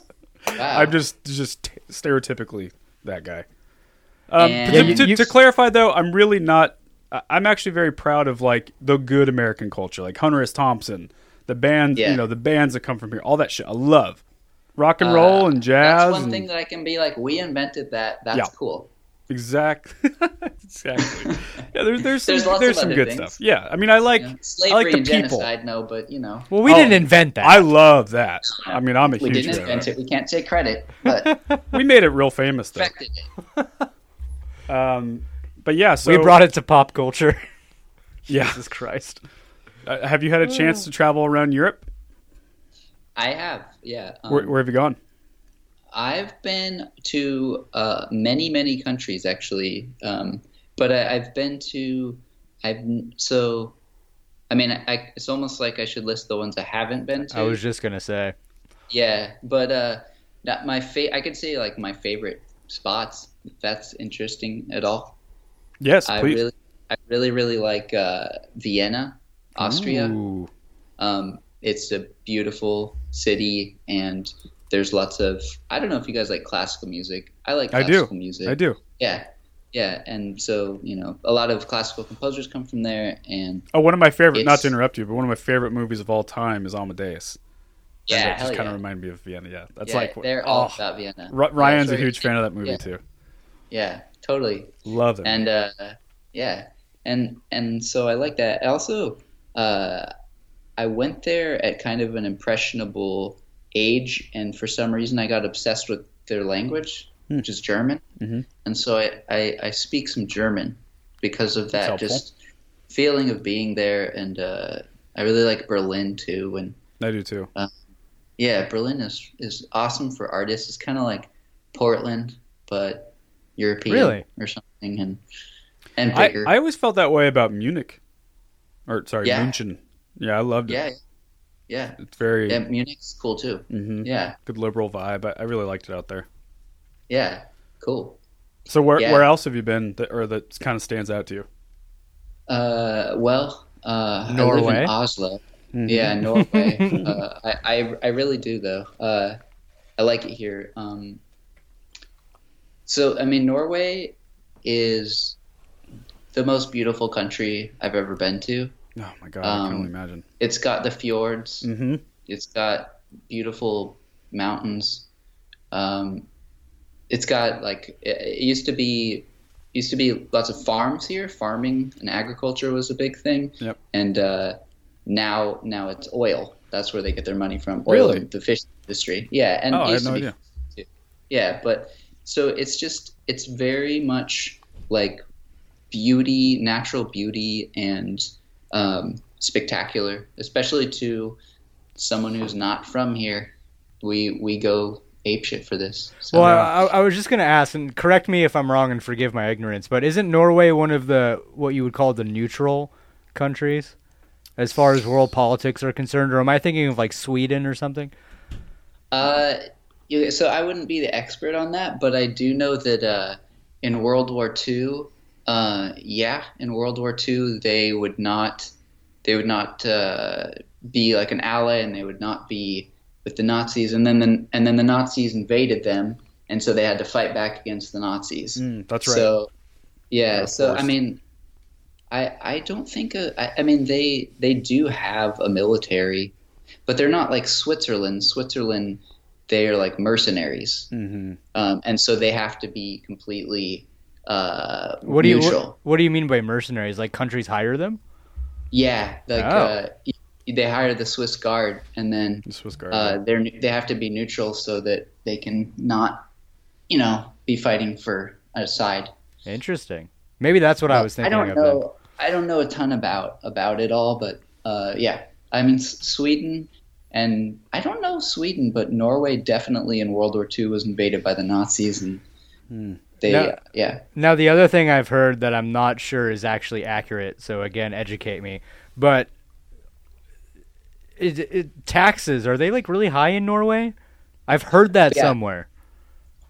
Speaker 4: Wow.
Speaker 1: I'm just just t- stereotypically that guy. Um,
Speaker 4: And-
Speaker 1: to,
Speaker 4: Yeah, you-
Speaker 1: to-
Speaker 3: you-
Speaker 1: to clarify, though, I'm really not. I- I'm actually very proud of like the good American culture, like Hunter S. Thompson, the band,
Speaker 4: Yeah. Uh,
Speaker 1: you know, the bands that come from here, all that shit. I love rock and roll and jazz.
Speaker 4: That's one
Speaker 1: and-
Speaker 4: thing that I can be like, we invented that. That's
Speaker 1: Yeah.
Speaker 4: cool.
Speaker 1: Exact, exactly. Yeah, there's there's some
Speaker 4: There's
Speaker 1: there's,
Speaker 4: lots of
Speaker 1: some
Speaker 4: other
Speaker 1: good
Speaker 4: things.
Speaker 1: stuff. Yeah, I mean, I like
Speaker 4: You know,
Speaker 1: I like
Speaker 4: slavery
Speaker 1: the
Speaker 4: and
Speaker 1: people.
Speaker 4: genocide, no, but you know,
Speaker 3: Well, we
Speaker 1: Oh,
Speaker 3: didn't invent that.
Speaker 1: I love that. I mean, I'm a
Speaker 4: we
Speaker 1: huge
Speaker 4: didn't
Speaker 1: fan.
Speaker 4: invent it. We can't take credit, but
Speaker 1: We made it real famous though.
Speaker 4: affected it.
Speaker 1: Um, but yeah, so
Speaker 3: we brought it to pop culture.
Speaker 1: Yeah,
Speaker 3: Jesus Christ.
Speaker 1: Uh, have you had a chance to travel around Europe?
Speaker 4: I have, yeah. Um,
Speaker 1: Where, where have you gone?
Speaker 4: I've been to uh, many, many countries actually, um, but I, I've been to, I've n- so, I mean, I, it's almost like I should list the ones I haven't been to.
Speaker 3: I was just gonna say.
Speaker 4: Yeah, but uh, not my fa- I could say like my favorite spots. If that's interesting at all.
Speaker 1: Yes,
Speaker 4: I
Speaker 1: please.
Speaker 4: really, I really, really like uh, Vienna, Austria.
Speaker 1: Ooh.
Speaker 4: Um, it's a beautiful city, and there's lots of. I don't know if you guys like classical music. I like
Speaker 1: I
Speaker 4: classical
Speaker 1: do.
Speaker 4: music.
Speaker 1: I do.
Speaker 4: Yeah, yeah, and so you know, a lot of classical composers come from there, and
Speaker 1: Oh, one of my favorite. Not
Speaker 4: It's-
Speaker 1: to interrupt you, but one of my favorite movies of all time is Amadeus.
Speaker 4: yeah,
Speaker 1: that
Speaker 4: hell
Speaker 1: just kind
Speaker 4: yeah.
Speaker 1: of reminded me of Vienna. Yeah, that's
Speaker 4: Yeah,
Speaker 1: like
Speaker 4: they're
Speaker 1: oh,
Speaker 4: all about Vienna.
Speaker 1: Ry- Ryan's
Speaker 4: Yeah,
Speaker 1: a
Speaker 4: sure.
Speaker 1: huge fan of that movie
Speaker 4: Yeah.
Speaker 1: too.
Speaker 4: Yeah, totally.
Speaker 1: Love it.
Speaker 4: and uh, yeah, and and so I like that. I also, uh, I went there at kind of an impressionable age, and for some reason I got obsessed with their language,
Speaker 1: Hmm.
Speaker 4: which is German,
Speaker 1: Mhm.
Speaker 4: and so I, I I speak some German because of that
Speaker 1: helpful.
Speaker 4: just feeling of being there, and uh, I really like Berlin too, and
Speaker 1: I do too.
Speaker 4: yeah, Berlin is is awesome for artists. It's kind of like Portland, but European
Speaker 3: Really?
Speaker 4: or something, and and
Speaker 1: I,
Speaker 4: bigger.
Speaker 1: I always felt that way about Munich, or sorry,
Speaker 4: Yeah.
Speaker 1: München. Yeah, I loved it.
Speaker 4: yeah, yeah,
Speaker 1: It's very
Speaker 4: yeah. Munich's cool too.
Speaker 1: mhm,
Speaker 4: Yeah,
Speaker 1: good liberal vibe. I, I really liked it out there.
Speaker 4: yeah, cool.
Speaker 1: So where
Speaker 4: Yeah.
Speaker 1: where else have you been that or that kind of stands out to you?
Speaker 4: Uh, well, uh, I live
Speaker 3: Norway?
Speaker 4: in Oslo. Yeah, Norway. uh, I, I I really do though. Uh, I like it here. Um, so I mean, Norway is the most beautiful country I've ever been to.
Speaker 1: Oh my god, I can
Speaker 4: Um,
Speaker 1: only imagine.
Speaker 4: It's got the fjords.
Speaker 1: Mm-hmm.
Speaker 4: It's got beautiful mountains. Um, it's got like it, it used to be used to be lots of farms here. Farming and agriculture was a big thing.
Speaker 1: Yep.
Speaker 4: And uh, now now it's oil. That's where they get their money from. Oil
Speaker 1: Really?
Speaker 4: and the fish industry. Yeah, and
Speaker 1: Oh,
Speaker 4: it
Speaker 1: I had
Speaker 4: used
Speaker 1: no
Speaker 4: to be
Speaker 1: idea.
Speaker 4: yeah, but so it's just it's very much like beauty, natural beauty, and um, spectacular, especially to someone who's not from here. We we go apeshit for this. So,
Speaker 3: Well, I, I I was just gonna ask, and correct me if I'm wrong, and forgive my ignorance, but isn't Norway one of the what you would call the neutral countries as far as world politics are concerned? Or am I thinking of like Sweden or something?
Speaker 4: uh, you- so I wouldn't be the expert on that, but I do know that uh, in World War II, uh, yeah, in World War II they would not they would not uh, be like an ally and they would not be with the Nazis and then the, and then the Nazis invaded them and so they had to fight back against the Nazis.
Speaker 1: Mm, that's right.
Speaker 4: So yeah,
Speaker 1: Of
Speaker 4: so
Speaker 1: course.
Speaker 4: I mean I I don't think uh, I I mean they they do have a military but they're not like Switzerland. Switzerland they're like mercenaries.
Speaker 1: Mhm.
Speaker 4: Um, and so they have to be completely uh
Speaker 3: What do you
Speaker 4: neutral.
Speaker 3: what, what do you mean by mercenaries? Like countries hire them?
Speaker 4: Yeah, like
Speaker 1: Oh.
Speaker 4: uh, y- they hire the Swiss Guard, and then
Speaker 1: The Swiss Guard.
Speaker 4: uh, they're they have to be neutral so that they can not, you know, be fighting for a side.
Speaker 3: Interesting. Maybe that's what I was thinking
Speaker 4: Oh, I don't
Speaker 3: of.
Speaker 4: know.
Speaker 3: Then.
Speaker 4: I don't know a ton about about it all, but uh, yeah, I mean S- Sweden, and I don't know Sweden, but Norway definitely in World War II was invaded by the Nazis, and they
Speaker 3: No.
Speaker 4: yeah
Speaker 3: Hmm. Now, the other thing I've heard that I'm not sure is actually accurate, so again, educate me. But it, it, taxes are they like really high in Norway? I've heard that
Speaker 4: Yeah.
Speaker 3: somewhere.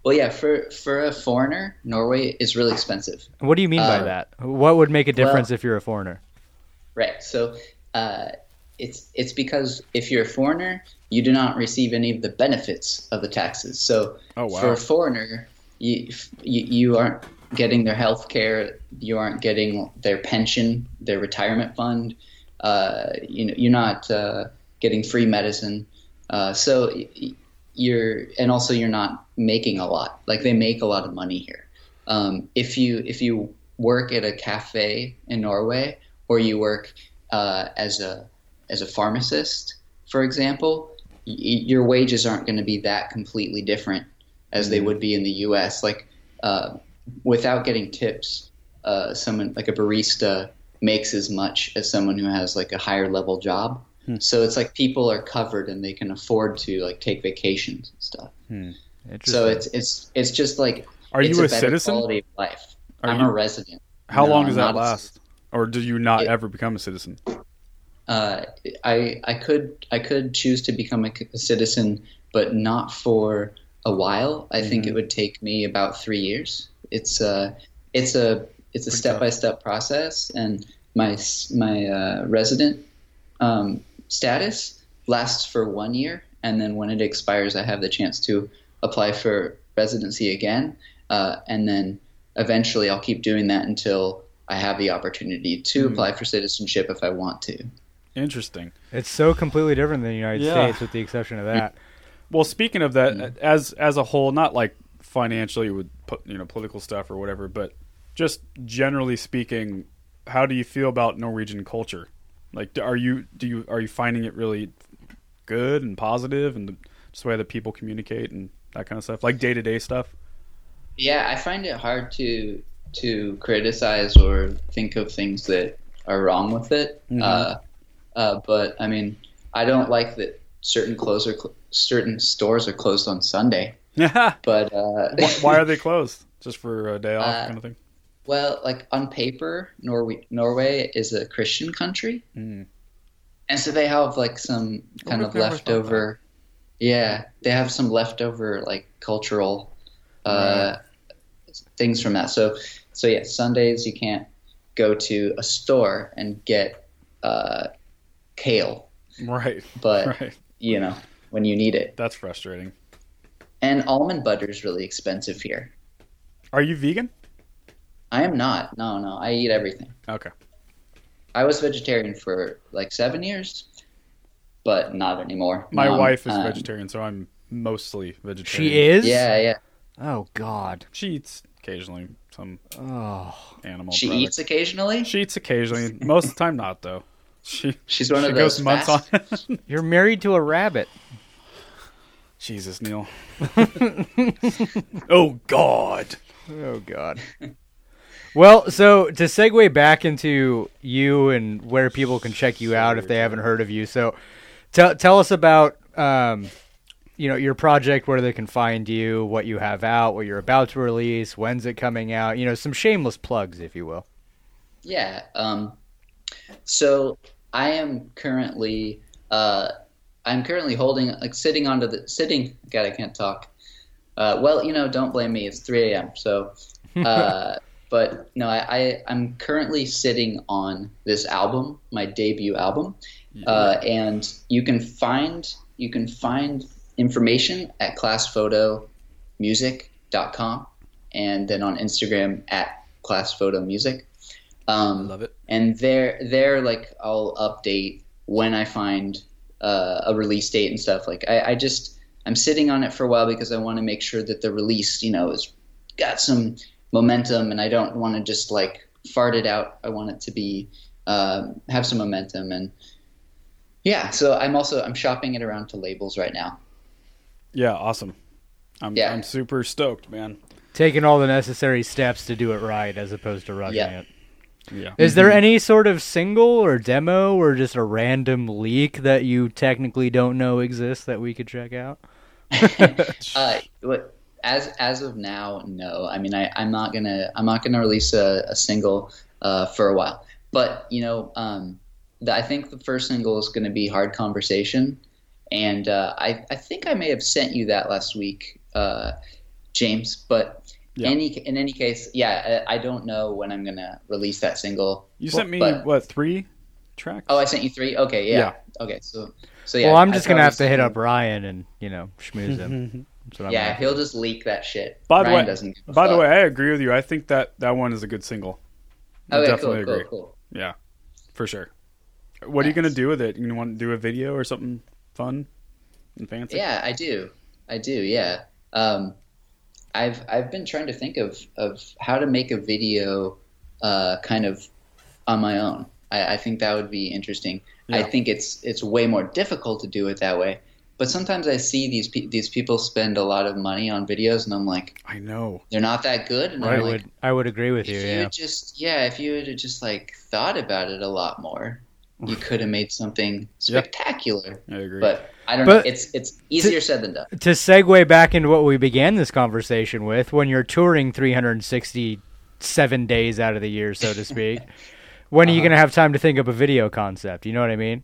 Speaker 4: well yeah for for a foreigner Norway is really expensive.
Speaker 3: What do you mean by
Speaker 4: Um,
Speaker 3: that? What would make a difference if you're a foreigner?
Speaker 4: Right. So uh, it's it's because if you're a foreigner, you do not receive any of the benefits of the taxes. So
Speaker 1: Oh, wow.
Speaker 4: for a foreigner, you, f- you you aren't getting their health care, you aren't getting their pension, their retirement fund. Uh, you know, you're not uh, getting free medicine. Uh, so y- y- you're and also you're not making a lot. Like they make a lot of money here. Um, if you if you work at a cafe in Norway or you work uh, as a as a pharmacist, for example, y- your wages aren't going to be that completely different as they would be in the U.S. Like uh, without getting tips, uh, someone like a barista makes as much as someone who has like a higher level job. So it's like people are covered and they can afford to like take vacations and stuff. So it's it's it's just like
Speaker 1: Are
Speaker 4: it's
Speaker 1: you a
Speaker 4: better
Speaker 1: citizen?
Speaker 4: Quality of life.
Speaker 1: Are
Speaker 4: I'm
Speaker 1: you-
Speaker 4: a resident.
Speaker 1: How
Speaker 4: No,
Speaker 1: long
Speaker 4: I'm
Speaker 1: does that
Speaker 4: not a
Speaker 1: last? Or do you not
Speaker 4: It-
Speaker 1: ever become a citizen?
Speaker 4: uh, I I could I could choose to become a, c- a citizen, but not for a while. I think it would take me about three years. It's a it's a it's a step by step process, and my s- my uh, resident um, status lasts for one year, and then when it expires, I have the chance to apply for residency again, uh, and then eventually I'll keep doing that until. I have the opportunity to apply for citizenship if I want to.
Speaker 1: Interesting.
Speaker 3: It's so completely different than the United
Speaker 1: Yeah.
Speaker 3: States, with the exception of that.
Speaker 1: Well, speaking of that,
Speaker 4: Hmm.
Speaker 1: as as a whole, not like financially with po- you know political stuff or whatever, but just generally speaking, how do you feel about Norwegian culture? Like, do- are you do you are you finding it really good and positive and the, just the way that people communicate and that kind of stuff, like day to day stuff?
Speaker 4: Yeah, I find it hard to to criticize or think of things that are wrong with it. Uh, uh, but I mean, I don't like that certain clothes are cl- certain stores are closed on Sunday.
Speaker 1: why,
Speaker 4: But uh,
Speaker 1: why are they closed? Just for a day off,
Speaker 4: Uh,
Speaker 1: kind of thing.
Speaker 4: Well, like on paper, Norway Norway is a Christian country, and so they have like some kind of leftover. Yeah, they have some leftover like cultural uh, things from that. So, so yeah, Sundays you can't go to a store and get uh, kale,
Speaker 1: Right,
Speaker 4: but
Speaker 1: right.
Speaker 4: you know when you need it.
Speaker 1: That's frustrating.
Speaker 4: And almond butter is really expensive here.
Speaker 1: Are you vegan?
Speaker 4: I am not. No, no, I eat everything.
Speaker 1: Okay.
Speaker 4: I was vegetarian for like seven years, but not anymore.
Speaker 1: My
Speaker 4: Mom,
Speaker 1: wife is
Speaker 4: um,
Speaker 1: vegetarian, so I'm mostly vegetarian.
Speaker 3: She is.
Speaker 4: Yeah, yeah.
Speaker 3: Oh God.
Speaker 1: She eats occasionally some
Speaker 3: Oh.
Speaker 1: animal.
Speaker 4: She
Speaker 1: product.
Speaker 4: eats occasionally.
Speaker 1: She eats occasionally. Most of the time, not though. She
Speaker 4: She's one
Speaker 1: she
Speaker 4: of
Speaker 1: goes
Speaker 4: those
Speaker 1: months
Speaker 4: fast-
Speaker 1: on.
Speaker 3: You're married to a rabbit.
Speaker 1: Jesus, Neil. oh God.
Speaker 3: Oh God. well, so to segue back into you and where people can check you out if they haven't heard of you, so tell tell us about um, you know your project, where they can find you, what you have out, what you're about to release, when's it coming out, you know, some shameless plugs, if you will.
Speaker 4: Yeah. Um, so I am currently, uh, I'm currently holding, like sitting onto the sitting. God, I can't talk. Uh, well, you know, don't blame me. It's 3 a.m. So, uh, but no, I, I I'm currently sitting on this album, my debut album, uh, and you can find you can find information at classphotomusic.com and then on Instagram at classphotomusic. Um,
Speaker 1: Love it.
Speaker 4: and there there like I'll update when I find uh, a release date and stuff. Like I, I just I'm sitting on it for a while because I want to make sure that the release you know is got some momentum and I don't want to just like fart it out. I want it to be uh, have some momentum and yeah. So I'm also I'm shopping it around to labels right now.
Speaker 1: Yeah, awesome. I'm
Speaker 4: Yeah.
Speaker 1: I'm super stoked, man.
Speaker 3: Taking all the necessary steps to do it right as opposed to rushing
Speaker 4: Yeah.
Speaker 3: it.
Speaker 1: Yeah.
Speaker 3: Is there any sort of single or demo or just a random leak that you technically don't know exists that we could check out?
Speaker 4: Uh, what- as as of now, no. I mean, I, I'm not gonna I'm not gonna release a, a single uh, for a while. But you know, um, the, I think the first single is gonna be "Hard Conversation," and uh, I I think I may have sent you that last week, uh, James. But any in any case, yeah, uh, I, I don't know when I'm gonna release that single.
Speaker 1: You sent me
Speaker 4: But-
Speaker 1: what three tracks?
Speaker 4: Oh, I sent you three. Okay, yeah.
Speaker 1: Yeah.
Speaker 4: Okay, so so yeah.
Speaker 3: well, I'm
Speaker 4: I
Speaker 3: just gonna have to
Speaker 4: probably-
Speaker 3: hit up Ryan and you know schmooze him. That's what I'm
Speaker 4: Yeah,
Speaker 3: gonna-
Speaker 4: he'll just leak that shit.
Speaker 1: by the
Speaker 4: Ryan
Speaker 1: way,
Speaker 4: doesn't give a
Speaker 1: by the
Speaker 4: fuck.
Speaker 1: way, I agree with you. I think that that one is a good single. I
Speaker 4: okay,
Speaker 1: definitely
Speaker 4: cool,
Speaker 1: agree.
Speaker 4: cool, cool.
Speaker 1: Yeah, for sure. What are you gonna do with it? You want to do a video or something fun and fancy?
Speaker 4: Yeah, I do. I do. Yeah. Um, I've I've been trying to think of of how to make a video, uh, kind of on my own. I, I think that would be interesting. I think it's it's way more difficult to do it that way. But sometimes I see these pe- these people spend a lot of money on videos, and I'm like,
Speaker 1: I know.
Speaker 4: they're not that good. And
Speaker 3: I
Speaker 4: I'm like,
Speaker 3: would I would agree with
Speaker 4: if
Speaker 3: you.
Speaker 4: you
Speaker 3: Yeah.
Speaker 4: had just yeah, if you would have just like thought about it a lot more, you could have made something spectacular.
Speaker 1: I agree.
Speaker 4: But I don't
Speaker 3: But-
Speaker 4: know. It's it's easier said than done.
Speaker 3: To segue back into what we began this conversation with, when you're touring 367 days out of the year, so to speak, when
Speaker 4: Uh-huh.
Speaker 3: are you gonna have time to think up a video concept? You know what I mean?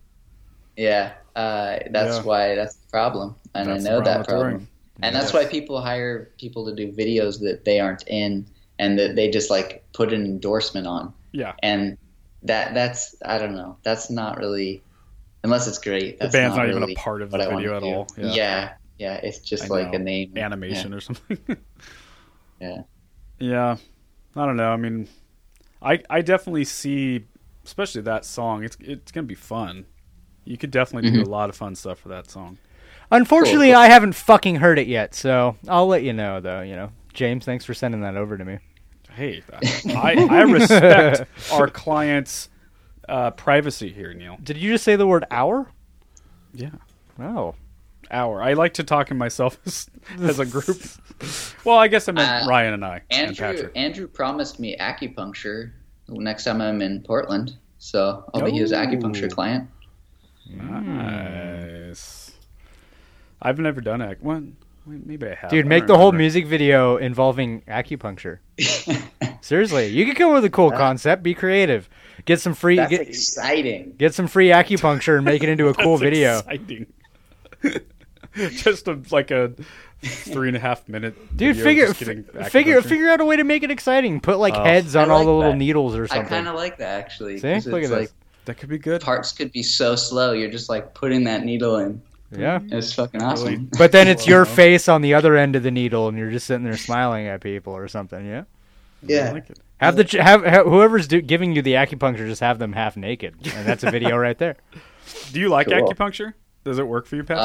Speaker 4: Yeah, uh, that's
Speaker 1: Yeah.
Speaker 4: why that's the problem, and
Speaker 1: That's
Speaker 4: I
Speaker 1: the
Speaker 4: know
Speaker 1: problem
Speaker 4: that
Speaker 1: with touring.
Speaker 4: problem, and that's why people hire people to do videos that they aren't in, and that they just like put an endorsement on,
Speaker 1: Yeah,
Speaker 4: and that that's I don't know, that's not really, unless it's great. That's
Speaker 1: band's not even a
Speaker 4: really
Speaker 1: part of
Speaker 4: what
Speaker 1: the
Speaker 4: I wanna
Speaker 1: video at
Speaker 4: do.
Speaker 1: all. Yeah.
Speaker 4: Yeah. yeah, it's just
Speaker 1: I
Speaker 4: like
Speaker 1: know.
Speaker 4: a name
Speaker 1: animation or something.
Speaker 4: Yeah, yeah.
Speaker 1: yeah, I don't know. I mean, I I definitely see, especially that song. It's it's gonna be fun. You could definitely
Speaker 4: Mm-hmm.
Speaker 1: do a lot of fun stuff for that song.
Speaker 3: Unfortunately,
Speaker 4: Cool.
Speaker 3: I haven't fucking heard it yet, so I'll let you know though. You know, James, thanks for sending that over to me.
Speaker 1: Hey, I, I respect our clients' uh, privacy here, Neil.
Speaker 3: Did you just say the word hour? Oh.
Speaker 1: Yeah.
Speaker 3: No.
Speaker 1: Hour. I like to talk in myself as, as a group. Well, I guess I meant
Speaker 4: Uh,
Speaker 1: Ryan and I and
Speaker 4: Andrew
Speaker 1: Patrick.
Speaker 4: Andrew promised me acupuncture next time I'm in Portland, so I'll be his
Speaker 3: Oh.
Speaker 1: Ooh.
Speaker 4: acupuncture client.
Speaker 1: Nice. I've never done act. One. Wait, maybe I have.
Speaker 3: Dude,
Speaker 1: I
Speaker 3: make
Speaker 1: don't
Speaker 3: the whole
Speaker 1: remember.
Speaker 3: music video involving acupuncture. Seriously, you could come up with a cool concept. Be creative. Get some free
Speaker 4: That's
Speaker 3: get,
Speaker 4: exciting.
Speaker 3: get some free acupuncture and make it into a cool
Speaker 1: That's
Speaker 3: video.
Speaker 1: Exciting. Just a, like a three and a half minute.
Speaker 3: Dude,
Speaker 1: video
Speaker 3: figure
Speaker 1: just getting
Speaker 3: f- figure
Speaker 1: acupuncture. Oh.
Speaker 3: figure out a way to make it exciting. Put like heads on
Speaker 4: I
Speaker 3: all
Speaker 4: like
Speaker 3: the little
Speaker 4: that.
Speaker 3: needles or
Speaker 4: I
Speaker 3: something.
Speaker 4: kind of like that actually.
Speaker 3: See?
Speaker 4: 'cause
Speaker 3: Look
Speaker 4: it's
Speaker 3: at
Speaker 4: like,
Speaker 3: this.
Speaker 1: That could be good.
Speaker 4: Parts could be so slow. You're just like putting that needle in.
Speaker 3: yeah.
Speaker 4: It's fucking awesome.
Speaker 3: But then it's your face on the other end of the needle, and you're just sitting there smiling at people or something. Yeah.
Speaker 4: yeah.
Speaker 3: Have the ch- have, have whoever's do, giving you the acupuncture just have them half naked, and that's a video right there.
Speaker 1: Do you like
Speaker 4: Cool.
Speaker 1: acupuncture? Does it work for you, Patrick?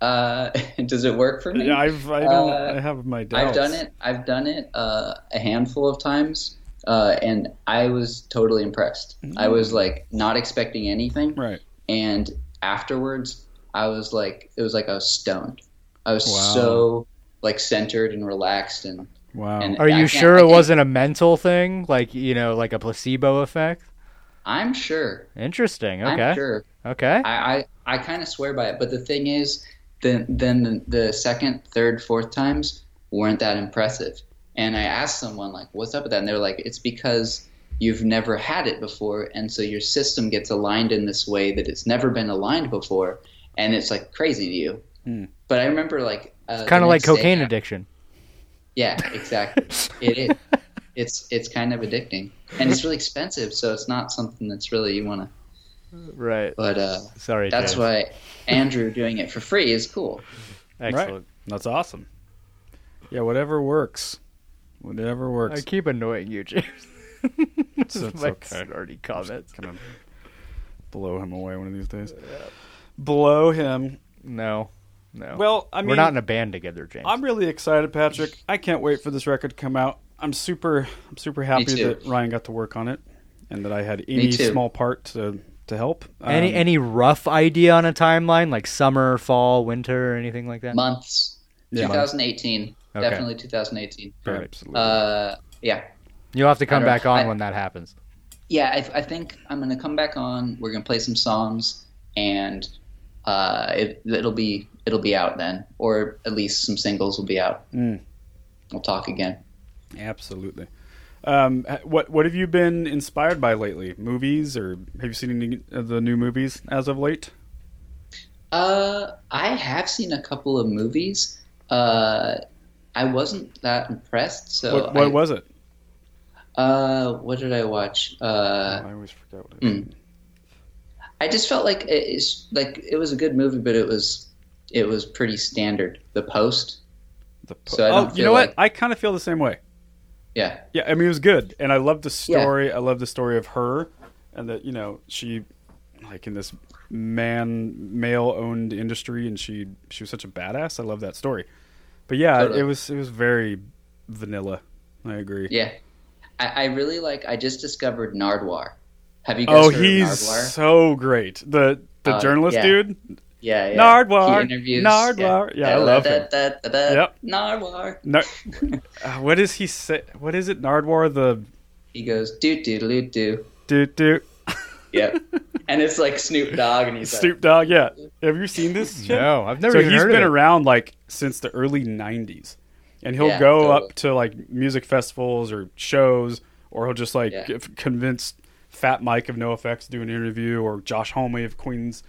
Speaker 4: Uh, uh, does it work for me?
Speaker 1: Yeah, I've I don't
Speaker 4: Uh,
Speaker 1: I have my doubts.
Speaker 4: I've done it. I've done it uh, a handful of times, uh, and I was totally impressed.
Speaker 3: Mm-hmm.
Speaker 4: I was like not expecting anything,
Speaker 1: Right.
Speaker 4: and afterwards, I was like, it was like I was stoned. I was so like centered and relaxed, and,
Speaker 1: Wow.
Speaker 4: and
Speaker 3: Are
Speaker 4: I
Speaker 3: you
Speaker 4: can't-
Speaker 3: sure
Speaker 4: I
Speaker 3: it
Speaker 4: can't-
Speaker 3: wasn't a mental thing, like you know, like a placebo effect?
Speaker 4: I'm sure.
Speaker 3: Interesting. Okay.
Speaker 4: I'm sure.
Speaker 3: Okay.
Speaker 4: I, I, I kind of swear by it. But the thing is, then then the, the second, third, fourth times weren't that impressive. And I asked someone like, "What's up with that?" And they're like, "It's because you've never had it before, and so your system gets aligned in this way that it's never been aligned before, and it's like crazy to you." But I remember like uh,
Speaker 3: Kind of Hmm.
Speaker 4: the
Speaker 3: like
Speaker 4: next day-
Speaker 3: cocaine addiction.
Speaker 4: Yeah, exactly. it is. It's it's kind of addicting, and it's really expensive, so it's not something that's really you want to.
Speaker 3: Right.
Speaker 4: But uh,
Speaker 3: Sorry.
Speaker 4: that's
Speaker 3: James.
Speaker 4: why Andrew doing it for free is cool.
Speaker 3: Excellent.
Speaker 1: That's awesome. Yeah, whatever works. Whatever works.
Speaker 3: I keep annoying you, James. This is
Speaker 1: It's
Speaker 3: my
Speaker 1: okay.
Speaker 3: snarty comments.
Speaker 1: Gonna blow him away one of these days. Blow him.
Speaker 3: No. No.
Speaker 1: Well, I mean,
Speaker 3: we're not in a band together, James.
Speaker 1: I'm really excited, Patrick. I can't wait for this record to come out. I'm super, I'm super happy
Speaker 4: too.
Speaker 1: that Ryan got to work on it. and that I had any
Speaker 4: too.
Speaker 1: small part to to help.
Speaker 3: any
Speaker 1: Um,
Speaker 3: any rough idea on a timeline like summer, fall, winter, or anything like that?
Speaker 4: months.
Speaker 1: Yeah.
Speaker 4: 2018,
Speaker 3: Okay.
Speaker 4: definitely 2018.
Speaker 1: absolutely.
Speaker 4: Uh, yeah,
Speaker 3: You'll have to come
Speaker 4: I don't-
Speaker 3: back on
Speaker 4: I-
Speaker 3: when that happens.
Speaker 4: yeah. I, I think I'm gonna come back on. We're gonna play some songs, and uh, it, it'll be it'll be out then, or at least some singles will be out. We'll talk again.
Speaker 1: Absolutely. Um, h- what what have you been inspired by lately? Movies, or have you seen any of the new movies as of late?
Speaker 4: Uh, I have seen a couple of movies. Uh, I wasn't that impressed. So
Speaker 1: what what
Speaker 4: I-
Speaker 1: was it?
Speaker 4: Uh, what did I watch? Uh,
Speaker 1: I always forget what it is.
Speaker 4: I just felt like it- it's like it was a good movie, but it was it was pretty standard. The Post.
Speaker 1: The po-
Speaker 4: So I don't
Speaker 1: oh, you
Speaker 4: feel
Speaker 1: know what?
Speaker 4: like-
Speaker 1: I kind of feel the same way.
Speaker 4: Yeah,
Speaker 1: Yeah, I mean it was good, and I love the
Speaker 4: Yeah.
Speaker 1: story. I love the story of her, and that you know she, like in this man male owned industry, and she she was such a badass. I love that story. But yeah,
Speaker 4: Totally.
Speaker 1: it was it was very vanilla. I agree.
Speaker 4: yeah. I, I really like. I just discovered Nardwar. Have you guys
Speaker 1: Oh,
Speaker 4: heard
Speaker 1: he's
Speaker 4: of Nardwar?
Speaker 1: so great. The the
Speaker 4: Uh,
Speaker 1: journalist
Speaker 4: yeah.
Speaker 1: dude.
Speaker 4: yeah, yeah.
Speaker 1: Nardwar,
Speaker 4: He interviews,
Speaker 1: Nardwar. Yeah, I love him.
Speaker 4: Da, da, da,
Speaker 1: Yep.
Speaker 4: Nardwar.
Speaker 1: Nar- uh, what does he say? What is it? Nardwar the
Speaker 4: He goes do do do do.
Speaker 1: dude dude
Speaker 4: Yep. and it's like Snoop Dogg, and he's
Speaker 1: Snoop Dogg. Yeah, have you seen this? shit?
Speaker 3: No, I've never
Speaker 1: So
Speaker 3: even
Speaker 1: he's
Speaker 3: heard
Speaker 1: been
Speaker 3: of it.
Speaker 1: around like since the early '90s, and he'll
Speaker 4: Yeah,
Speaker 1: go
Speaker 4: totally.
Speaker 1: up to like music festivals or shows, or he'll just like
Speaker 4: Yeah.
Speaker 1: if- convince Fat Mike of NoFX to do an interview, or Josh Homme of Queens.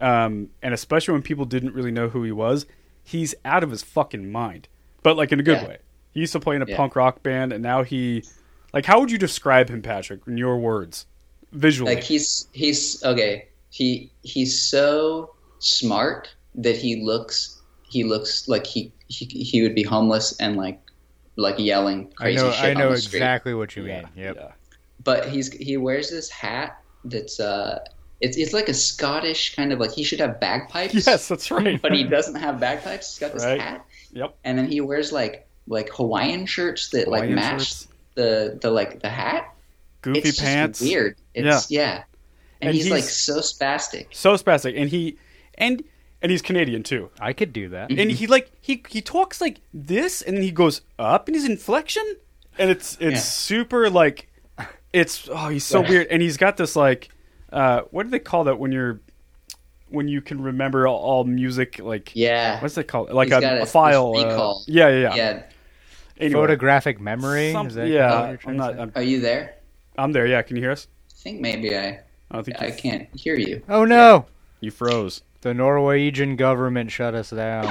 Speaker 1: Um, and especially when people didn't really know who he was, he's out of his fucking mind, but like in a good
Speaker 4: Yeah.
Speaker 1: way. He used to play in a
Speaker 4: Yeah.
Speaker 1: punk rock band, and now he, like, how would you describe him, Patrick, in your words, visually?
Speaker 4: like he's he's okay he he's so smart that he looks he looks like he he, he would be homeless and like like yelling
Speaker 3: I
Speaker 4: crazy
Speaker 3: know,
Speaker 4: shit
Speaker 3: I know
Speaker 4: on the street.
Speaker 3: exactly what you
Speaker 1: Yeah,
Speaker 3: mean. Yep.
Speaker 1: yeah.
Speaker 4: but he's he wears this hat that's uh it's it's like a Scottish kind of like he should have bagpipes
Speaker 1: Yes, that's right.
Speaker 4: but he doesn't have bagpipes he's got this
Speaker 1: Right.
Speaker 4: hat
Speaker 1: Yep.
Speaker 4: and then he wears like like Hawaiian shirts that like
Speaker 1: Hawaiian
Speaker 4: match
Speaker 1: shirts.
Speaker 4: the the like the hat
Speaker 1: Goofy
Speaker 4: it's
Speaker 1: pants.
Speaker 4: just weird it's yeah, And,
Speaker 1: And
Speaker 4: he's, like
Speaker 1: he's-
Speaker 4: so spastic
Speaker 1: so spastic and he and and he's canadian too
Speaker 3: I could do that.
Speaker 4: Mm-hmm.
Speaker 1: and he like he he talks like this and he goes up in his inflection and it's it's
Speaker 4: Yeah.
Speaker 1: super like it's oh he's so weird and he's got this like uh what do they call that when you're when you can remember all, all music like
Speaker 4: yeah
Speaker 1: what's it called like
Speaker 4: He's
Speaker 1: a,
Speaker 4: got
Speaker 1: a
Speaker 4: a-
Speaker 1: file uh,
Speaker 4: recall.
Speaker 1: yeah yeah yeah,
Speaker 4: yeah
Speaker 1: Anyway,
Speaker 3: Photographic memory.
Speaker 1: some-
Speaker 3: is that what
Speaker 1: yeah
Speaker 3: you're
Speaker 1: i'm
Speaker 3: trying to
Speaker 1: not
Speaker 3: say?
Speaker 1: I'm,
Speaker 4: Are you there?
Speaker 1: I'm there yeah can you hear us
Speaker 4: I think maybe I
Speaker 1: i don't think
Speaker 4: I
Speaker 1: you,
Speaker 4: can't hear you.
Speaker 3: oh no!
Speaker 1: you froze
Speaker 3: The Norwegian government shut us down.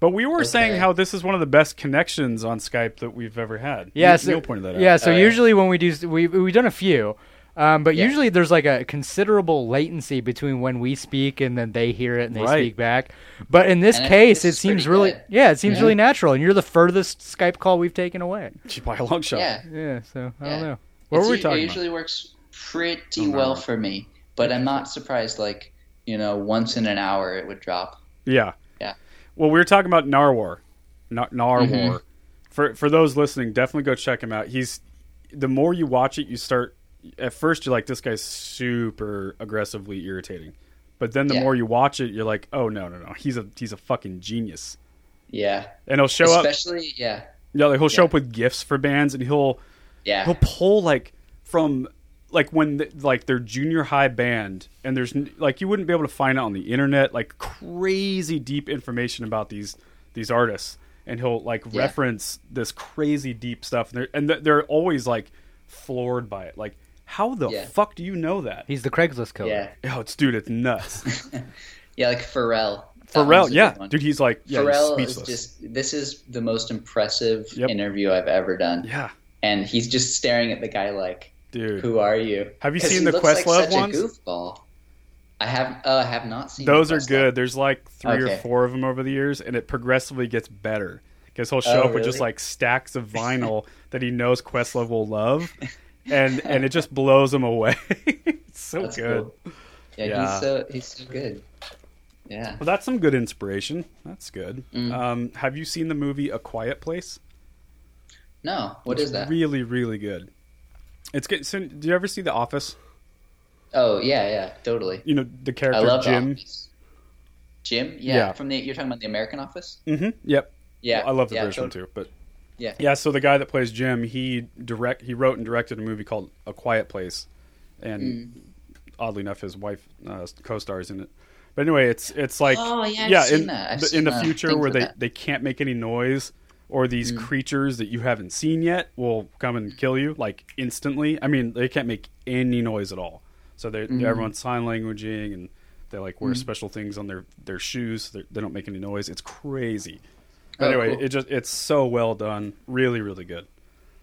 Speaker 1: but we were saying
Speaker 4: Okay.
Speaker 1: how this is one of the best connections on skype that we've ever had
Speaker 3: Yeah,
Speaker 1: Neil-
Speaker 3: so,
Speaker 1: Neil pointed that out
Speaker 3: Yeah, so
Speaker 4: Oh, yeah.
Speaker 3: usually when we do, we we've done a few, um, but
Speaker 4: Yeah.
Speaker 3: usually there's like a considerable latency between when we speak and then they hear it and they
Speaker 1: Right.
Speaker 3: speak back. But in this
Speaker 4: And I think
Speaker 3: case, it
Speaker 4: this is
Speaker 3: seems
Speaker 4: pretty
Speaker 3: really,
Speaker 4: good.
Speaker 3: yeah, it seems really natural. And you're the furthest Skype call we've taken away.
Speaker 1: by a long shot.
Speaker 4: Yeah.
Speaker 3: Yeah, so I
Speaker 4: Yeah.
Speaker 3: don't know.
Speaker 1: What
Speaker 4: It's
Speaker 1: were we
Speaker 4: u-
Speaker 1: talking
Speaker 4: It usually works pretty well for me, but I'm not surprised. Like you know, once in an hour it would drop.
Speaker 1: Yeah.
Speaker 4: Yeah.
Speaker 1: Well, we were talking about Narwar. Nar- Narwar.
Speaker 4: Mm-hmm.
Speaker 1: For for those listening, definitely go check him out. He's the more you watch it, you start at first you're like this guy's super aggressively irritating. But then the
Speaker 4: Yeah.
Speaker 1: more you watch it, you're like, "Oh no, no, no. He's a he's a fucking genius."
Speaker 4: Yeah.
Speaker 1: And he'll show up
Speaker 4: Especially yeah,
Speaker 1: Yeah, like he'll show up with gifts for bands and he'll
Speaker 4: yeah.
Speaker 1: he'll pull like from like when the, like their junior high band and there's n- like you wouldn't be able to find out on the internet like crazy deep information about these these artists and he'll like
Speaker 4: Yeah.
Speaker 1: reference this crazy deep stuff and they're and th- they're always like floored by it like how the
Speaker 4: Yeah.
Speaker 1: fuck do you know that
Speaker 3: He's the Craigslist killer.
Speaker 4: yeah,
Speaker 1: oh it's dude it's nuts
Speaker 4: yeah. Like Pharrell. That
Speaker 1: Pharrell
Speaker 4: one's a
Speaker 1: yeah
Speaker 4: good one.
Speaker 1: dude he's like yeah, he's
Speaker 4: Pharrell is
Speaker 1: speechless
Speaker 4: just. This is the most impressive
Speaker 1: Yep.
Speaker 4: interview I've ever done.
Speaker 1: yeah
Speaker 4: And he's just staring at the guy like,
Speaker 1: dude
Speaker 4: "Who are you?"
Speaker 1: Have you
Speaker 4: 'Cause
Speaker 1: seen
Speaker 4: he
Speaker 1: the
Speaker 4: looks like
Speaker 1: Questlove
Speaker 4: such
Speaker 1: ones?
Speaker 4: A goofball. I have. Uh, I have not seen the
Speaker 1: Those are
Speaker 4: Questlove.
Speaker 1: good. There's like three or
Speaker 4: Okay.
Speaker 1: four of them over the years, and it progressively gets better because he'll show
Speaker 4: Oh,
Speaker 1: up with just
Speaker 4: really?
Speaker 1: like stacks of vinyl that he knows Questlove will love, and and it just blows him away. it's so
Speaker 4: That's
Speaker 1: good.
Speaker 4: cool. Yeah,
Speaker 1: Yeah.
Speaker 4: he's so he's so good. Yeah.
Speaker 1: Well, that's some good
Speaker 4: Mm.
Speaker 1: inspiration. That's good. Um, have you seen the movie A Quiet Place?
Speaker 4: No, what is that?
Speaker 1: Really, really good. It's good. So, do you ever see The Office?
Speaker 4: Oh yeah, yeah, totally.
Speaker 1: You know the character
Speaker 4: I love
Speaker 1: Jim.
Speaker 4: The office. Jim, yeah,
Speaker 1: Yeah.
Speaker 4: From the you're talking about the American Office.
Speaker 1: Mm-hmm. Yep.
Speaker 4: Yeah,
Speaker 1: I love the
Speaker 4: yeah,
Speaker 1: British one
Speaker 4: tot-
Speaker 1: too. But
Speaker 4: Yeah.
Speaker 1: yeah. So the guy that plays Jim, he direct, he wrote and directed a movie called A Quiet Place, and
Speaker 4: Hmm.
Speaker 1: oddly enough, his wife uh, co-stars in it. But anyway, it's it's like
Speaker 4: Oh, yeah, I've seen
Speaker 1: in,
Speaker 4: that. I've
Speaker 1: the, in
Speaker 4: seen
Speaker 1: the
Speaker 4: that
Speaker 1: future
Speaker 4: thing
Speaker 1: where
Speaker 4: for
Speaker 1: they,
Speaker 4: that. Hmm.
Speaker 1: they can't make any noise or these creatures that you haven't seen yet will come and kill you like instantly. I mean, they can't make any noise at all. So they
Speaker 4: Hmm.
Speaker 1: everyone's sign languaging and they like
Speaker 4: Mm-hmm.
Speaker 1: wear special things on their their shoes. They're, they don't make any noise. It's crazy. But
Speaker 4: Oh,
Speaker 1: anyway,
Speaker 4: cool.
Speaker 1: it just it's so well done. Really, really good.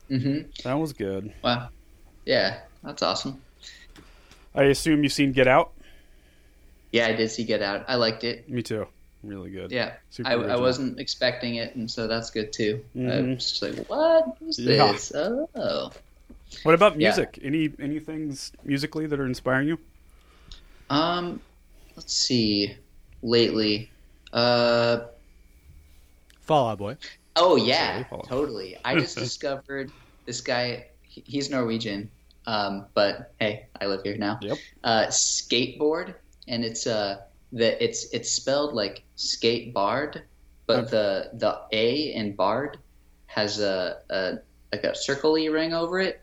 Speaker 4: Mhm.
Speaker 1: That was good.
Speaker 4: Wow. Yeah, that's awesome.
Speaker 1: I assume you've seen Get Out.
Speaker 4: Yeah, I did see Get Out. I liked it.
Speaker 1: Me too. Really good.
Speaker 4: Yeah,
Speaker 1: Super
Speaker 4: I, I
Speaker 1: original.
Speaker 4: wasn't expecting it, and so that's good too. I
Speaker 1: Mhm.
Speaker 4: was just like, what is
Speaker 1: Yeah.
Speaker 4: this? Oh,
Speaker 1: What about
Speaker 4: Yeah.
Speaker 1: music? Any any things musically that are inspiring you?
Speaker 4: um, let's see. Lately, uh,
Speaker 3: Fallout Boy.
Speaker 4: oh yeah,
Speaker 1: Sorry, Paul.
Speaker 4: totally. I just discovered this guy. he- He's Norwegian, um, but hey, I live here now.
Speaker 1: Yep.
Speaker 4: Uh, skateboard, and it's uh, the it's it's spelled like skate bard, but the the a in bard has a, a like a circle ring over it.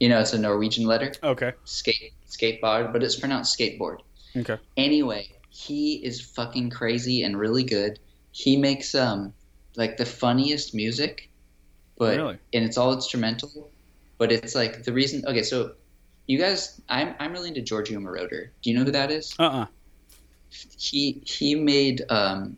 Speaker 4: You know, it's a Norwegian letter.
Speaker 1: Okay.
Speaker 4: skate skateboard, but it's pronounced skateboard.
Speaker 1: Okay.
Speaker 4: Anyway, he is fucking crazy and really good. He makes um like the funniest music, but
Speaker 1: Really?
Speaker 4: and it's all instrumental. But it's like the reason. Okay, so you guys, I'm I'm really into Giorgio Moroder. Do you know who that is?
Speaker 1: Uh uh
Speaker 4: He he made um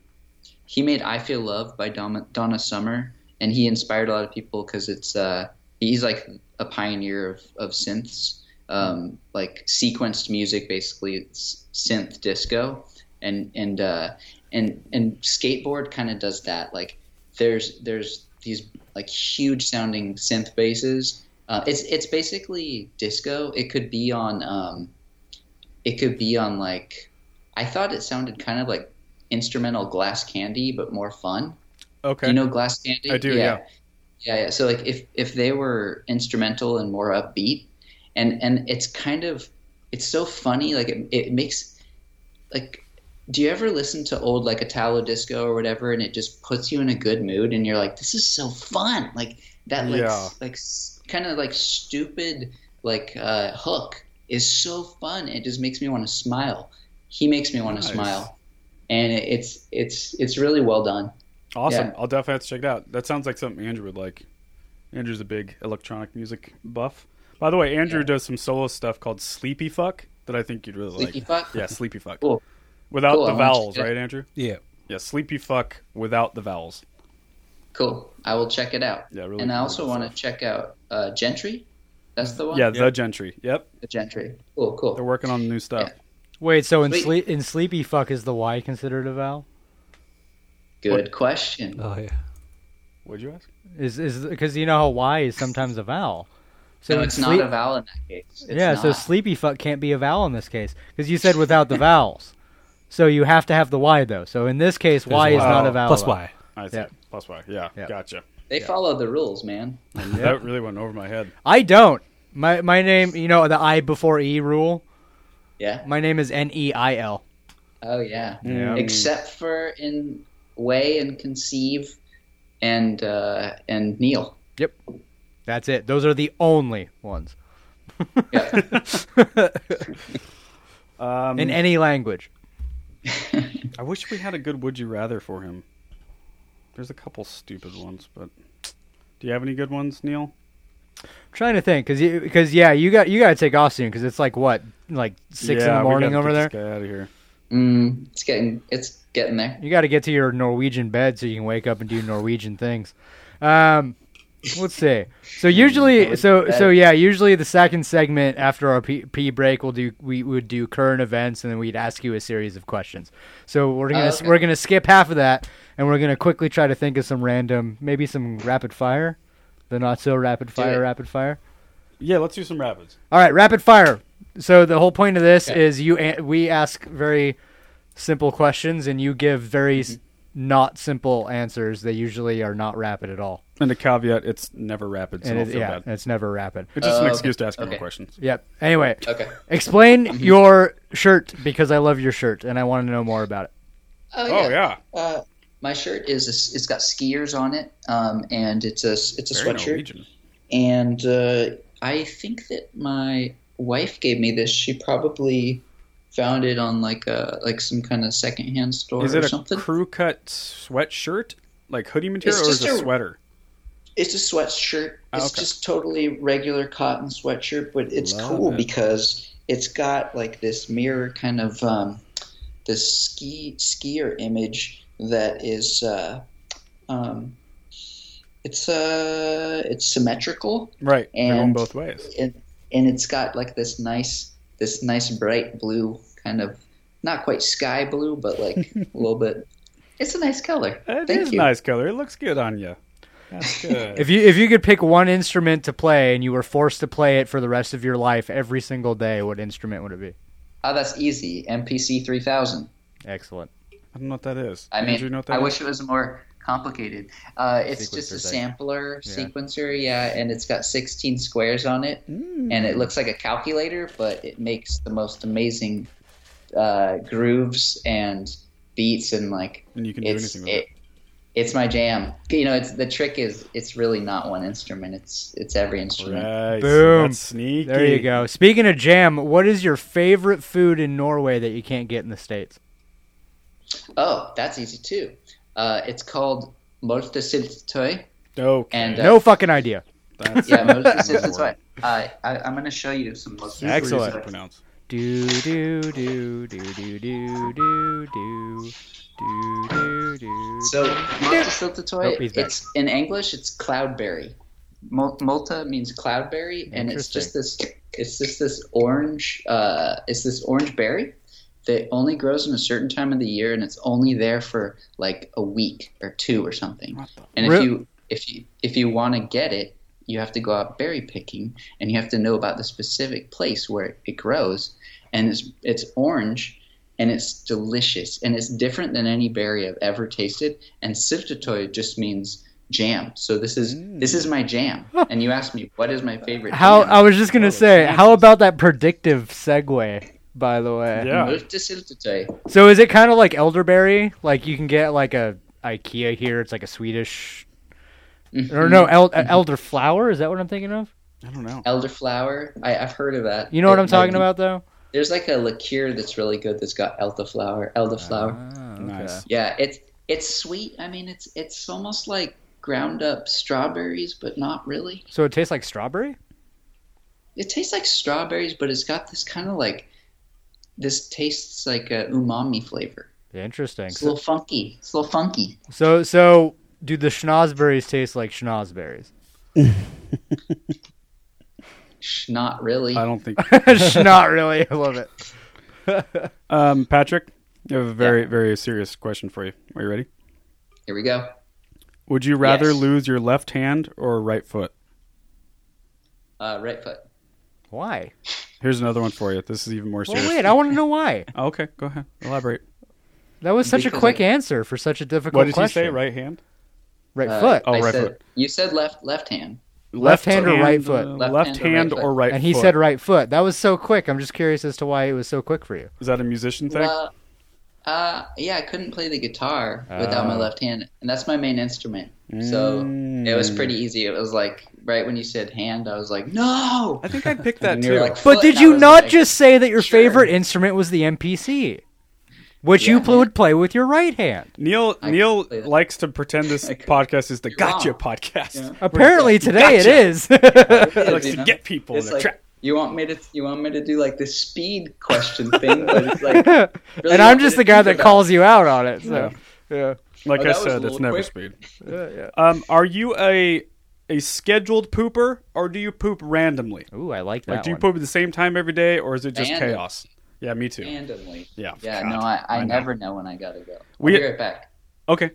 Speaker 4: he made I Feel Love by Donna, Donna Summer, and he inspired a lot of people because it's uh he's like a pioneer of of synths, um like sequenced music basically it's synth disco, and and uh and and skateboard kind of does that like there's there's these like huge sounding synth basses. Uh, it's it's basically disco. It could be on um, it could be on like I thought it sounded kind of like instrumental glass candy, but more fun.
Speaker 1: Okay.
Speaker 4: You know glass candy?
Speaker 1: I do, yeah.
Speaker 4: yeah. Yeah, yeah. So like if if they were instrumental and more upbeat and and it's kind of it's so funny, like it it makes like do you ever listen to old like Italo disco or whatever and it just puts you in a good mood and you're like, This is so fun. Like that like
Speaker 1: Yeah.
Speaker 4: s- like kind of like stupid like uh, hook is so fun. It just makes me want to smile. He makes me want
Speaker 1: Nice.
Speaker 4: to smile, and it- it's it's it's really well done.
Speaker 1: awesome.
Speaker 4: yeah.
Speaker 1: I'll definitely have to check it out. That sounds like something Andrew would like. Andrew's a big electronic music buff. By the way, Andrew does some solo stuff called Sleepy Fuck that I think you'd really
Speaker 4: Sleepy
Speaker 1: like.
Speaker 4: Fuck?
Speaker 1: Yeah, Sleepy Fuck.
Speaker 4: Cool.
Speaker 1: Without
Speaker 4: Cool,
Speaker 1: the
Speaker 4: I wanna
Speaker 1: vowels,
Speaker 4: check it
Speaker 1: right, Andrew?
Speaker 5: Yeah.
Speaker 1: Yeah, Sleepy Fuck without the vowels.
Speaker 4: Cool. I will check it out.
Speaker 1: Yeah, really
Speaker 4: and I
Speaker 1: cool
Speaker 4: also want to check out uh, Gentry. That's the one.
Speaker 1: Yeah, the Gentry. Yep.
Speaker 4: the Gentry. Cool, cool.
Speaker 1: They're working on new stuff.
Speaker 3: Wait, so in
Speaker 4: Wait.
Speaker 3: sleep in sleepy fuck is the Y considered a vowel?
Speaker 4: Good question.
Speaker 1: Uh,
Speaker 5: Oh yeah.
Speaker 1: What'd you ask?
Speaker 3: Is is because you know how Y is sometimes a vowel. So
Speaker 4: no,
Speaker 3: in
Speaker 4: it's
Speaker 3: sleep-
Speaker 4: not a vowel in that case. It's
Speaker 3: yeah, so
Speaker 4: not.
Speaker 3: sleepy fuck can't be a vowel in this case because you said without the vowels. So you have to have the Y though. So in this case, Y is
Speaker 5: There's a
Speaker 3: not
Speaker 5: Y.
Speaker 3: a vowel.
Speaker 5: Plus Y.
Speaker 1: I see.
Speaker 3: Yeah.
Speaker 1: Plus why. Yeah,
Speaker 3: Yeah.
Speaker 1: gotcha.
Speaker 4: they follow the rules, man.
Speaker 1: That really went over my head.
Speaker 3: I don't. My my name, you know, the I before E rule.
Speaker 4: Yeah.
Speaker 3: My name is N E I L.
Speaker 4: Oh yeah.
Speaker 1: Yeah.
Speaker 4: Except for in way and conceive, and uh, and Neil.
Speaker 3: That's it. Those are the only ones
Speaker 4: Yeah.
Speaker 1: Um,
Speaker 3: in any language.
Speaker 1: I wish we had a good would you rather for him. There's a couple stupid ones, but do you have any good ones, Neil?
Speaker 3: trying to think, cause you, cause yeah, you got you got to take off soon, cause it's like what, like six in the morning over there.
Speaker 1: out of here.
Speaker 4: mm, it's getting it's getting there.
Speaker 3: You got to get to your Norwegian bed so you can wake up and do Norwegian things. Um, let's see. So usually, so so yeah, usually the second segment after our P, P break, we'll do we would do current events and then we'd ask you a series of questions. So we're gonna
Speaker 4: Oh, okay.
Speaker 3: we're gonna skip half of that and we're gonna quickly try to think of some random, maybe some rapid fire, the not so rapid
Speaker 4: it.
Speaker 3: fire, rapid fire.
Speaker 1: Yeah, let's do some rapids.
Speaker 3: All right, rapid fire. So the whole point of this is you a- we ask very simple
Speaker 1: Mm-hmm.
Speaker 3: questions and you give very s not simple answers. They usually are not rapid at all.
Speaker 1: And the caveat, it's never rapid, so
Speaker 3: and
Speaker 1: don't
Speaker 3: it,
Speaker 1: feel
Speaker 3: yeah,
Speaker 1: bad.
Speaker 3: it's never rapid.
Speaker 1: It's just an
Speaker 4: Oh,
Speaker 1: excuse to ask more
Speaker 4: okay.
Speaker 1: questions.
Speaker 3: Yep. Anyway,
Speaker 4: Okay.
Speaker 3: explain
Speaker 1: Mm-hmm.
Speaker 3: your shirt because I love your shirt and I want to know more about it.
Speaker 4: Oh
Speaker 1: Oh yeah,
Speaker 4: Uh, my shirt is a, it's got skiers on it, um, and it's a it's a
Speaker 1: very
Speaker 4: sweatshirt.
Speaker 1: Norwegian.
Speaker 4: And uh, I think that my wife gave me this. She probably found it on like a like some kind of secondhand store
Speaker 1: Is
Speaker 4: or
Speaker 1: it a
Speaker 4: something.
Speaker 1: crew cut sweatshirt, like hoodie material,
Speaker 4: It's
Speaker 1: or is
Speaker 4: just
Speaker 1: it a
Speaker 4: a-
Speaker 1: sweater?
Speaker 4: it's a sweatshirt.
Speaker 1: Oh,
Speaker 4: It's
Speaker 1: okay.
Speaker 4: just totally regular cotton sweatshirt, but it's
Speaker 1: Love
Speaker 4: cool
Speaker 1: it.
Speaker 4: because it's got like this mirror kind of um, this ski skier image that is uh, um, it's uh, it's symmetrical
Speaker 1: Right, they're going
Speaker 4: And-
Speaker 1: both ways.
Speaker 4: and and it's got like this nice this nice bright blue kind of not quite sky blue but like a little bit. It's a nice color.
Speaker 1: It
Speaker 4: Thank
Speaker 1: is
Speaker 4: you.
Speaker 1: nice color. It looks good on you. That's good.
Speaker 3: If you if you could pick one instrument to play and you were forced to play it for the rest of your life every single day, what instrument would it be?
Speaker 4: Oh, that's easy. MPC three thousand.
Speaker 3: Excellent.
Speaker 1: I don't know what that is.
Speaker 4: I
Speaker 1: Andrew, you know
Speaker 4: mean,
Speaker 1: what that
Speaker 4: I
Speaker 1: is?
Speaker 4: wish it was more complicated. Uh, it's just
Speaker 3: Sequencer
Speaker 4: a
Speaker 3: type.
Speaker 4: sampler
Speaker 3: Yeah.
Speaker 4: sequencer, yeah, and it's got 16 squares on it,
Speaker 1: Mm.
Speaker 4: and it looks like a calculator, but it makes the most amazing uh, grooves and beats, and like
Speaker 1: And you can do
Speaker 4: it's
Speaker 1: anything with
Speaker 4: it, it's my jam. You know, it's the trick is it's really not one instrument; it's it's every instrument.
Speaker 1: Right.
Speaker 3: Boom.
Speaker 1: That's sneaky.
Speaker 3: There you go. Speaking of jam, what is your favorite food in Norway that you can't get in the states?
Speaker 4: Oh, that's easy too. Uh, it's called Moltesyltetøy,
Speaker 1: Dope.
Speaker 4: and uh,
Speaker 3: No fucking idea.
Speaker 1: That's
Speaker 4: yeah,
Speaker 1: not
Speaker 4: Moses
Speaker 1: the
Speaker 4: is that's
Speaker 1: word.
Speaker 4: right. Uh, I, I'm going to show you some Moses.
Speaker 1: Super easy to
Speaker 3: Excellent.
Speaker 1: pronounce.
Speaker 3: Do do do do do do do do do do do.
Speaker 4: So Multisiltatoy,
Speaker 3: Nope, he's back.
Speaker 4: it's in English, it's cloudberry. Mul- Multa means cloudberry, and it's
Speaker 3: Interesting.
Speaker 4: just this. It's just this orange. Uh, it's this orange berry that only grows in a certain time of the year, and it's only there for like a week or two or something. And if
Speaker 3: Re-
Speaker 4: you if you if you want to get it, you have to go out berry picking, and you have to know about the specific place where it grows. And it's it's orange, and it's delicious, and it's different than any berry I've ever tasted. And siftotoy just means jam. So this is this is my jam. and you asked me what is my favorite
Speaker 3: Mm. How
Speaker 4: jam?
Speaker 3: I was just gonna say, how about that predictive segue? By the way,
Speaker 1: Yeah.
Speaker 4: Multisiltatoy.
Speaker 3: so is it kind of like elderberry? Like you can get like a IKEA here. It's like a Swedish,
Speaker 4: Mm-hmm.
Speaker 3: or no, el- elderflower. Is that what I'm thinking of?
Speaker 1: I don't know.
Speaker 4: Elderflower. I, I've heard of that.
Speaker 3: Oh. You know what
Speaker 4: It
Speaker 3: I'm talking
Speaker 4: might be-
Speaker 3: about, though.
Speaker 4: There's like a liqueur that's really good that's got elderflower. Elderflower.
Speaker 3: Ah,
Speaker 1: Nice.
Speaker 4: Yeah, it's it's sweet. I mean, it's it's almost like ground up strawberries, but not really.
Speaker 3: So it tastes like strawberry.
Speaker 4: It tastes like strawberries, but it's got this kind of like this tastes like a umami flavor.
Speaker 3: Interesting.
Speaker 4: It's a
Speaker 3: So
Speaker 4: little funky. It's a little funky.
Speaker 3: so, so do the schnozberries taste like schnozberries?
Speaker 4: Sh, Not really.
Speaker 1: I don't think.
Speaker 3: Not really. I love it.
Speaker 1: Um, Patrick, I have a very, very serious question for you. Are you ready?
Speaker 4: Here we go.
Speaker 1: Would you rather
Speaker 4: Yes.
Speaker 1: lose your left hand or right foot?
Speaker 4: Uh, right foot.
Speaker 3: Why?
Speaker 1: Here's another one for you. This is even more serious.
Speaker 3: Well, wait. I want to know why.
Speaker 1: Oh, okay, go ahead. Elaborate.
Speaker 3: That was such a
Speaker 4: Because
Speaker 3: quick
Speaker 4: I-
Speaker 3: answer for such a difficult
Speaker 1: What did you
Speaker 3: question.
Speaker 1: say? Right hand?
Speaker 3: Right
Speaker 4: Uh,
Speaker 3: foot.
Speaker 1: Oh,
Speaker 4: I
Speaker 1: right
Speaker 4: said-
Speaker 1: foot.
Speaker 4: You said left left hand.
Speaker 3: Left hand or right foot?
Speaker 1: uh,
Speaker 4: Left
Speaker 1: left hand
Speaker 4: hand or right
Speaker 1: or right
Speaker 3: and he
Speaker 1: foot.
Speaker 3: said right foot. That was so quick. I'm just curious as to why it was so quick for you.
Speaker 1: Is that a musician thing?
Speaker 4: Well, uh, yeah, I couldn't play the guitar without
Speaker 3: Oh.
Speaker 4: my left hand, and that's my main instrument. So it was
Speaker 3: Mm.
Speaker 4: pretty easy. It was like right when you said hand, I was like, no.
Speaker 1: I think I'd pick that
Speaker 4: And you were
Speaker 1: too.
Speaker 4: like,
Speaker 3: But
Speaker 4: foot,
Speaker 3: did
Speaker 4: and I
Speaker 3: you
Speaker 4: was
Speaker 3: not
Speaker 4: like,
Speaker 3: just say that your
Speaker 4: sure.
Speaker 3: favorite instrument was the MPC, which you
Speaker 4: Yeah.
Speaker 3: pl- would play with your right hand?
Speaker 1: Neil
Speaker 4: I-
Speaker 1: Neil
Speaker 4: I-
Speaker 1: likes to pretend this
Speaker 4: I-
Speaker 1: podcast is the gotcha
Speaker 4: wrong.
Speaker 1: podcast.
Speaker 3: Apparently today it is.
Speaker 1: He likes
Speaker 4: you
Speaker 1: to
Speaker 4: know?
Speaker 1: get people in
Speaker 4: It's
Speaker 1: the
Speaker 4: like,
Speaker 1: trap.
Speaker 4: You want me to you want me to do like this speed question thing, but it's like really
Speaker 3: and
Speaker 4: want
Speaker 3: I'm
Speaker 4: me
Speaker 3: just
Speaker 4: to
Speaker 3: the guy
Speaker 4: think
Speaker 3: that
Speaker 4: about
Speaker 3: calls you out on it. So yeah.
Speaker 1: Like
Speaker 4: Oh,
Speaker 1: I
Speaker 4: that was a
Speaker 1: said,
Speaker 4: little
Speaker 1: it's never
Speaker 4: quick.
Speaker 1: speed.
Speaker 3: Yeah,
Speaker 1: Um, are you a a scheduled pooper or do you poop randomly?
Speaker 3: Ooh, I like that.
Speaker 1: Like, do you
Speaker 3: one.
Speaker 1: poop at the same time every day, or is it just
Speaker 4: Random.
Speaker 1: chaos? Yeah, me too.
Speaker 4: it randomly.
Speaker 1: Yeah,
Speaker 4: Yeah,
Speaker 1: God,
Speaker 4: no, I, I,
Speaker 1: I know.
Speaker 4: never know when I gotta go.
Speaker 1: We-
Speaker 4: I'll be right back.
Speaker 1: Okay,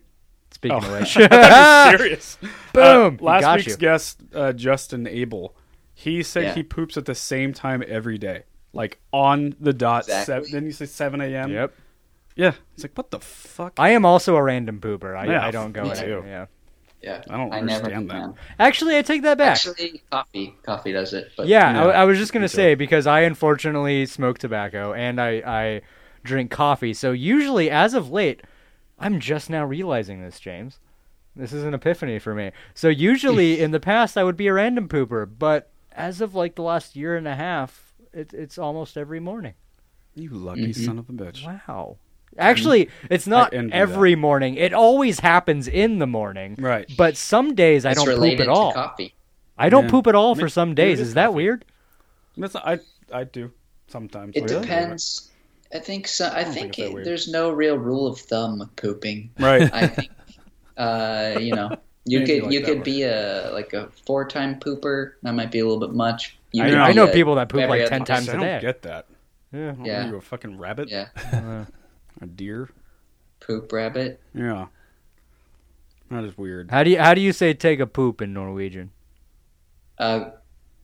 Speaker 3: Speaking
Speaker 1: Oh.
Speaker 3: of which,
Speaker 1: I'm serious.
Speaker 3: Boom.
Speaker 1: Uh, last
Speaker 3: Got
Speaker 1: week's
Speaker 3: you.
Speaker 1: guest, uh, Justin Abel, he said
Speaker 4: Yeah.
Speaker 1: he poops at the same time every day, like on the dot.
Speaker 4: Exactly.
Speaker 1: Seven, then you say seven a.m.
Speaker 3: yep.
Speaker 1: Yeah, it's like what the fuck?
Speaker 3: I am also a random pooper. I,
Speaker 1: Yeah,
Speaker 3: I don't go
Speaker 1: me
Speaker 3: in it.
Speaker 1: too.
Speaker 3: Yeah.
Speaker 4: Yeah,
Speaker 1: I don't understand that.
Speaker 4: can.
Speaker 3: Actually, I take that back.
Speaker 4: Actually, coffee, coffee does it. But
Speaker 3: yeah,
Speaker 1: Yeah,
Speaker 3: I, I was just gonna
Speaker 1: me too.
Speaker 3: say because I unfortunately smoke tobacco and I I drink coffee, so usually as of late, I'm just now realizing this, James. This is an epiphany for me. So usually in the past I would be a random pooper, but as of like the last year and a half, it, it's almost every morning.
Speaker 1: You lucky
Speaker 4: Mm-hmm.
Speaker 1: son of a bitch.
Speaker 3: Wow. Actually, it's not
Speaker 1: envy
Speaker 3: every morning. It always happens in the morning.
Speaker 1: Right.
Speaker 3: But some days I
Speaker 4: it's
Speaker 3: don't poop
Speaker 4: related
Speaker 3: at all.
Speaker 4: to coffee.
Speaker 3: I don't
Speaker 1: Yeah.
Speaker 3: poop at all
Speaker 1: Ma-
Speaker 3: for some
Speaker 1: maybe it
Speaker 3: days.
Speaker 1: is
Speaker 3: Is that
Speaker 1: coffee.
Speaker 3: weird?
Speaker 1: That's I I do sometimes.
Speaker 4: It
Speaker 1: Like, I do
Speaker 4: depends. I think so. I,
Speaker 1: don't think
Speaker 4: think,
Speaker 1: it's that
Speaker 4: it-
Speaker 1: weird.
Speaker 4: there's no real rule of thumb with pooping.
Speaker 1: Right.
Speaker 4: I think, uh, you know, you
Speaker 1: Maybe
Speaker 4: could
Speaker 1: like
Speaker 4: you
Speaker 1: that
Speaker 4: could
Speaker 1: one.
Speaker 4: be a like a four time pooper. That might be a little bit much. You
Speaker 1: I
Speaker 4: could
Speaker 1: know.
Speaker 4: be
Speaker 1: I
Speaker 3: know
Speaker 4: a-
Speaker 3: people that poop
Speaker 4: every
Speaker 3: like 10
Speaker 4: other-
Speaker 3: times.
Speaker 1: I
Speaker 3: a day.
Speaker 1: don't get that.
Speaker 3: Yeah.
Speaker 4: Yeah.
Speaker 1: Are you a fucking rabbit?
Speaker 4: Yeah,
Speaker 1: A deer?
Speaker 4: poop rabbit.
Speaker 1: Yeah. That is weird.
Speaker 3: How do you how do you say take a poop in Norwegian?
Speaker 4: Uh,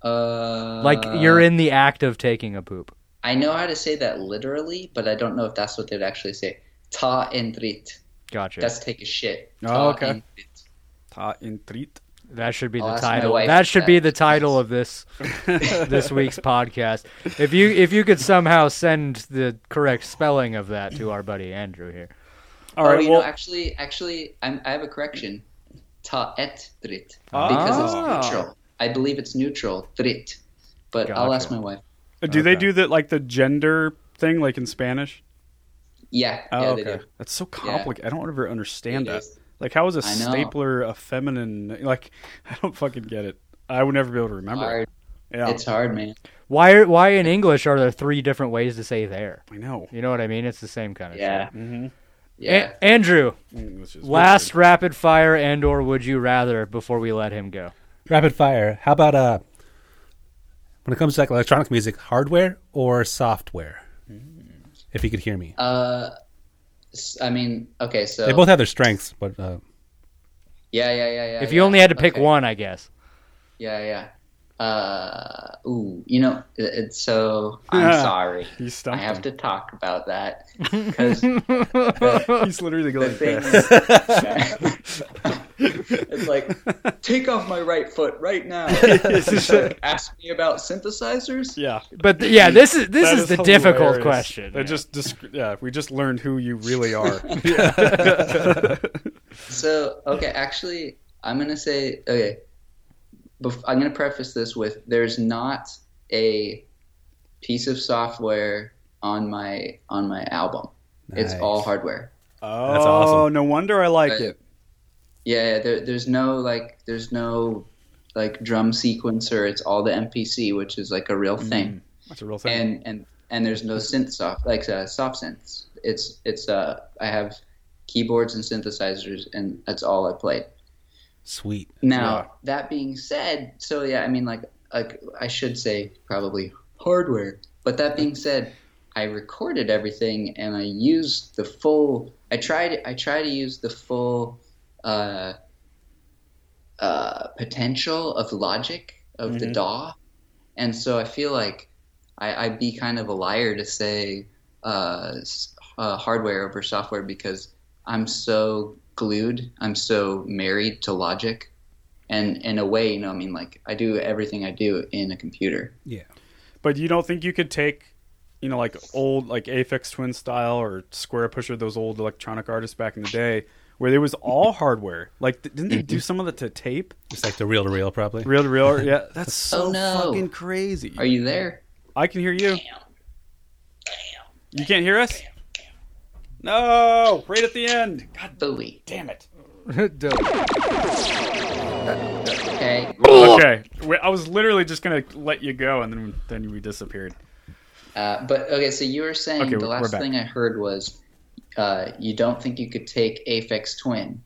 Speaker 4: uh,
Speaker 3: Like you're in the act of taking a poop.
Speaker 4: I know how to say that literally, but I don't know if that's what they'd actually say. Ta en drit.
Speaker 3: Gotcha.
Speaker 4: That's take a shit.
Speaker 1: Oh,
Speaker 4: Ta
Speaker 1: okay.
Speaker 4: en drit.
Speaker 1: Ta in treat.
Speaker 3: that should be
Speaker 4: I'll
Speaker 3: the
Speaker 4: ask my
Speaker 3: title.
Speaker 4: wife
Speaker 3: That
Speaker 4: if
Speaker 3: should
Speaker 4: that
Speaker 3: be the
Speaker 4: exists.
Speaker 3: title of this this week's podcast. If you if you could somehow send the correct spelling of that to our buddy Andrew here.
Speaker 1: All
Speaker 4: oh,
Speaker 1: right.
Speaker 4: you
Speaker 1: well,
Speaker 4: know, actually, actually, I'm, I have a correction. Ta et drit because
Speaker 1: Ah.
Speaker 4: it's neutral. I believe it's neutral drit, but I'll
Speaker 3: Gotcha.
Speaker 4: ask my wife.
Speaker 1: do they
Speaker 3: okay.
Speaker 1: do that like the gender thing like in Spanish?
Speaker 4: Yeah,
Speaker 1: Oh,
Speaker 4: yeah,
Speaker 1: okay.
Speaker 4: they do.
Speaker 1: That's so complicated. I don't ever understand
Speaker 4: It
Speaker 1: that.
Speaker 4: is.
Speaker 1: Like, how is a
Speaker 4: I know.
Speaker 1: stapler a feminine? Like, I don't fucking get it. I would never be able to remember. it.
Speaker 4: Hard.
Speaker 1: Yeah,
Speaker 4: It's hard, man.
Speaker 3: Why are, why in English are there three different ways to say there?
Speaker 1: I know.
Speaker 3: You know what I mean? It's the same kind of
Speaker 4: Yeah,
Speaker 3: shit.
Speaker 1: Mm-hmm. Eh.
Speaker 4: yeah.
Speaker 3: A- Andrew,
Speaker 1: English is
Speaker 3: last rapid fire and or would you rather before we let him go.
Speaker 2: Rapid fire. How about uh, when it comes to like electronic music, hardware or software? If you could hear me,
Speaker 4: Uh, s- I mean, okay, so
Speaker 2: they both have their strengths, but uh,
Speaker 4: yeah, yeah, yeah, yeah.
Speaker 3: If you
Speaker 4: yeah.
Speaker 3: only had to pick
Speaker 4: Okay.
Speaker 3: one, I guess.
Speaker 4: yeah, yeah. Uh, ooh, you know, it- it's so I'm sorry.
Speaker 1: You
Speaker 4: I
Speaker 1: stumped
Speaker 4: have
Speaker 1: him.
Speaker 4: to talk about that because
Speaker 1: He's literally
Speaker 4: the
Speaker 1: going.
Speaker 4: thing
Speaker 1: Like
Speaker 4: is, it's like take off my right foot right now. It's like, ask me about synthesizers.
Speaker 1: yeah,
Speaker 3: But th- yeah, this is this
Speaker 1: That
Speaker 3: is, the
Speaker 1: hilarious.
Speaker 3: difficult question.
Speaker 1: That
Speaker 3: Yeah.
Speaker 1: just disc- yeah, we just learned who you really are.
Speaker 4: So okay, actually, I'm gonna say okay. Bef- I'm gonna preface this with there's not a piece of software on my on my album. It's all
Speaker 2: Nice.
Speaker 4: hardware.
Speaker 1: oh,
Speaker 2: awesome.
Speaker 1: no wonder I like
Speaker 4: Right.
Speaker 1: it.
Speaker 4: Yeah, there, there's no like there's no like drum sequencer. It's all the MPC, which is like a real
Speaker 1: Mm-hmm.
Speaker 4: thing,
Speaker 1: That's a real thing.
Speaker 4: and and and there's no synth soft like uh, soft synths. It's it's uh I have keyboards and synthesizers, and that's all I played.
Speaker 2: sweet.
Speaker 4: Now that being said, so yeah, I mean like like I should say probably hardware. But that being said, I recorded everything and I used the full. I tried I try to use the full uh, uh, potential of logic of the DAW, and so I feel like I, I'd be kind of a liar to say uh, s- uh, hardware over software because I'm so glued, I'm so married to logic, and in a way, you know, I mean, like I do everything I do in a computer.
Speaker 2: Yeah,
Speaker 1: But you don't think you could take, you know, like old like Aphex Twin style or Square Pusher, those old electronic artists back in the day, where it was all hardware. Like, th- didn't they do some of it to tape,
Speaker 2: it's like the reel to reel, probably.
Speaker 1: reel to reel? Yeah, that's so
Speaker 4: Oh, no.
Speaker 1: fucking crazy.
Speaker 4: Are you there?
Speaker 1: I can hear you. You can't hear us? No, right at the end. God
Speaker 4: Bowie.
Speaker 1: damn it.
Speaker 4: Okay.
Speaker 1: Okay, Wait, I was literally just gonna let you go, and then then we disappeared.
Speaker 4: Uh, but okay, so you were saying
Speaker 1: Okay,
Speaker 4: the
Speaker 1: we're
Speaker 4: last
Speaker 1: back.
Speaker 4: thing I heard was uh, you don't think you could take Aphex Twin.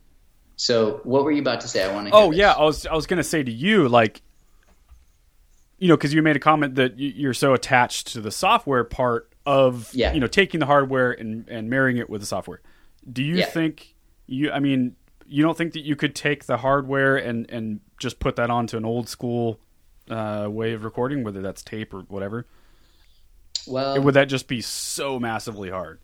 Speaker 4: So what were you about to say? I want to.
Speaker 1: Oh yeah, I was I was gonna say to you like, you know, because you made a comment that y- you're so attached to the software part of
Speaker 4: Yeah.
Speaker 1: you know taking the hardware and and marrying it with the software. Do you
Speaker 4: Yeah.
Speaker 1: think you? I mean, you don't think that you could take the hardware and and just put that onto an old school uh, way of recording, whether that's tape or whatever? uh,
Speaker 4: Well,
Speaker 1: Would that just be so massively hard?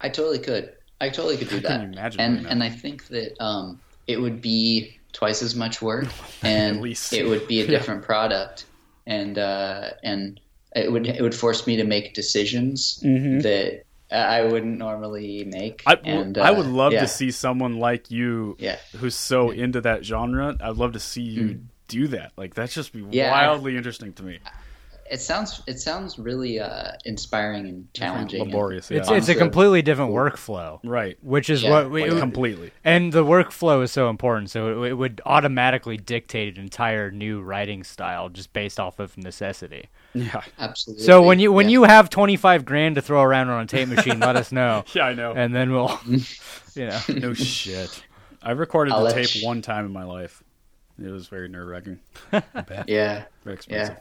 Speaker 4: I totally could. I totally could do that.
Speaker 1: you imagine
Speaker 4: and
Speaker 1: doing that?
Speaker 4: and I think that um, it would be twice as much work, and
Speaker 1: least.
Speaker 4: it would be a different product, and uh, and it would it would force me to make decisions that I wouldn't normally make.
Speaker 1: Mm-hmm. I,
Speaker 4: and,
Speaker 1: I
Speaker 4: uh,
Speaker 1: would love
Speaker 4: yeah.
Speaker 1: to see someone like you
Speaker 4: Yeah. Hmm.
Speaker 1: who's so into that genre. I'd love to see you do that. Like that's just be
Speaker 4: Yeah, I-
Speaker 1: wildly interesting to me.
Speaker 4: It sounds it sounds really uh, inspiring and challenging. and-
Speaker 1: Laborious.
Speaker 3: It's
Speaker 1: yeah.
Speaker 3: it's a completely different workflow,
Speaker 1: right.
Speaker 3: which is
Speaker 4: Yeah,
Speaker 3: what we
Speaker 4: like
Speaker 3: it-
Speaker 1: Completely.
Speaker 3: and the workflow is so important. So it, it would automatically dictate an entire new writing style just based off of necessity.
Speaker 1: Yeah.
Speaker 4: Absolutely.
Speaker 3: So when you when
Speaker 4: Yeah.
Speaker 3: you have twenty five grand to throw around on a tape machine, let us know,
Speaker 1: Yeah, Mm-hmm. I know.
Speaker 3: and then we'll, you know,
Speaker 1: no shit. I recorded
Speaker 4: I'll
Speaker 1: the
Speaker 4: let
Speaker 1: tape
Speaker 4: you-
Speaker 1: one time in my life. It was very nerve wracking.
Speaker 4: yeah.
Speaker 1: Very expensive.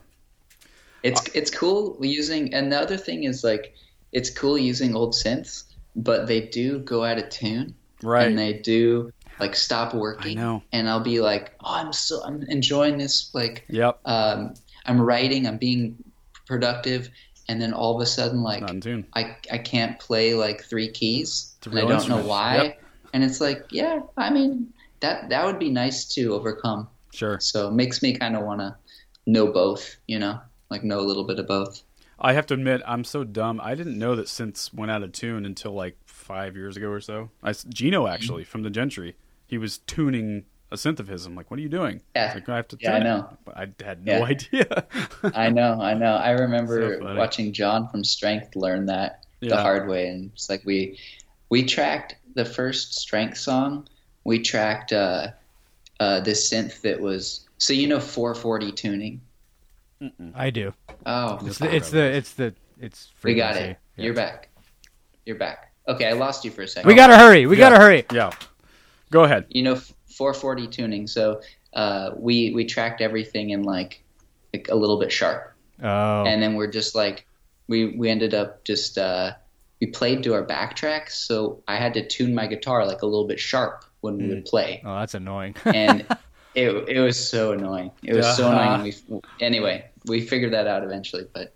Speaker 4: It's it's cool using, and the other thing is like, it's cool using old synths, but they do go out of tune,
Speaker 1: Right.
Speaker 4: And they do like stop working.
Speaker 1: I know.
Speaker 4: And I'll be like, oh, I'm so I'm enjoying this. Like,
Speaker 1: Yep.
Speaker 4: um, I'm writing, I'm being productive, and then all of a sudden, like,
Speaker 1: Not in tune.
Speaker 4: I I can't play like three keys,
Speaker 1: a
Speaker 4: and I
Speaker 1: real
Speaker 4: don't
Speaker 1: instrument.
Speaker 4: know why.
Speaker 1: Yep.
Speaker 4: And it's like, yeah, I mean, that that would be nice to overcome.
Speaker 1: Sure.
Speaker 4: So it makes me kind of want to know both, you know, like know a little bit of both.
Speaker 1: I have to admit, I'm so dumb. I didn't know that synths went out of tune until like five years ago or so. I, s- Gino, actually,
Speaker 4: Mm-hmm.
Speaker 1: from the Gentry, he was tuning a synth of his. I'm like, what are you doing?
Speaker 4: Yeah.
Speaker 1: He's Like, I have to
Speaker 4: Yeah, I
Speaker 1: tune it."
Speaker 4: know.
Speaker 1: But I had no
Speaker 4: Yeah.
Speaker 1: idea.
Speaker 4: I know, I know. I remember
Speaker 1: So funny.
Speaker 4: watching John from Strength learn that
Speaker 1: Yeah.
Speaker 4: the hard way, and it's like we we tracked the first Strength song. We tracked uh, uh, this synth that was so you know 440 tuning.
Speaker 3: I do.
Speaker 4: Oh,
Speaker 3: It's the it's the it's the it's.
Speaker 4: we got
Speaker 3: frequency.
Speaker 4: it. You're back. You're back. Okay, I lost you for a second.
Speaker 3: We gotta hurry. We gotta hurry.
Speaker 1: yeah. Go ahead.
Speaker 4: you know 440 tuning. So uh, we we tracked everything in like like a little bit sharp.
Speaker 3: Oh,
Speaker 4: and then we're just like we we ended up just uh we played to our backtracks so i had to tune my guitar like a little bit sharp when we
Speaker 1: Mm.
Speaker 4: would play
Speaker 3: oh, that's annoying.
Speaker 4: and it it was so annoying it was so
Speaker 1: Uh-huh.
Speaker 4: annoying we, anyway we figured that out eventually but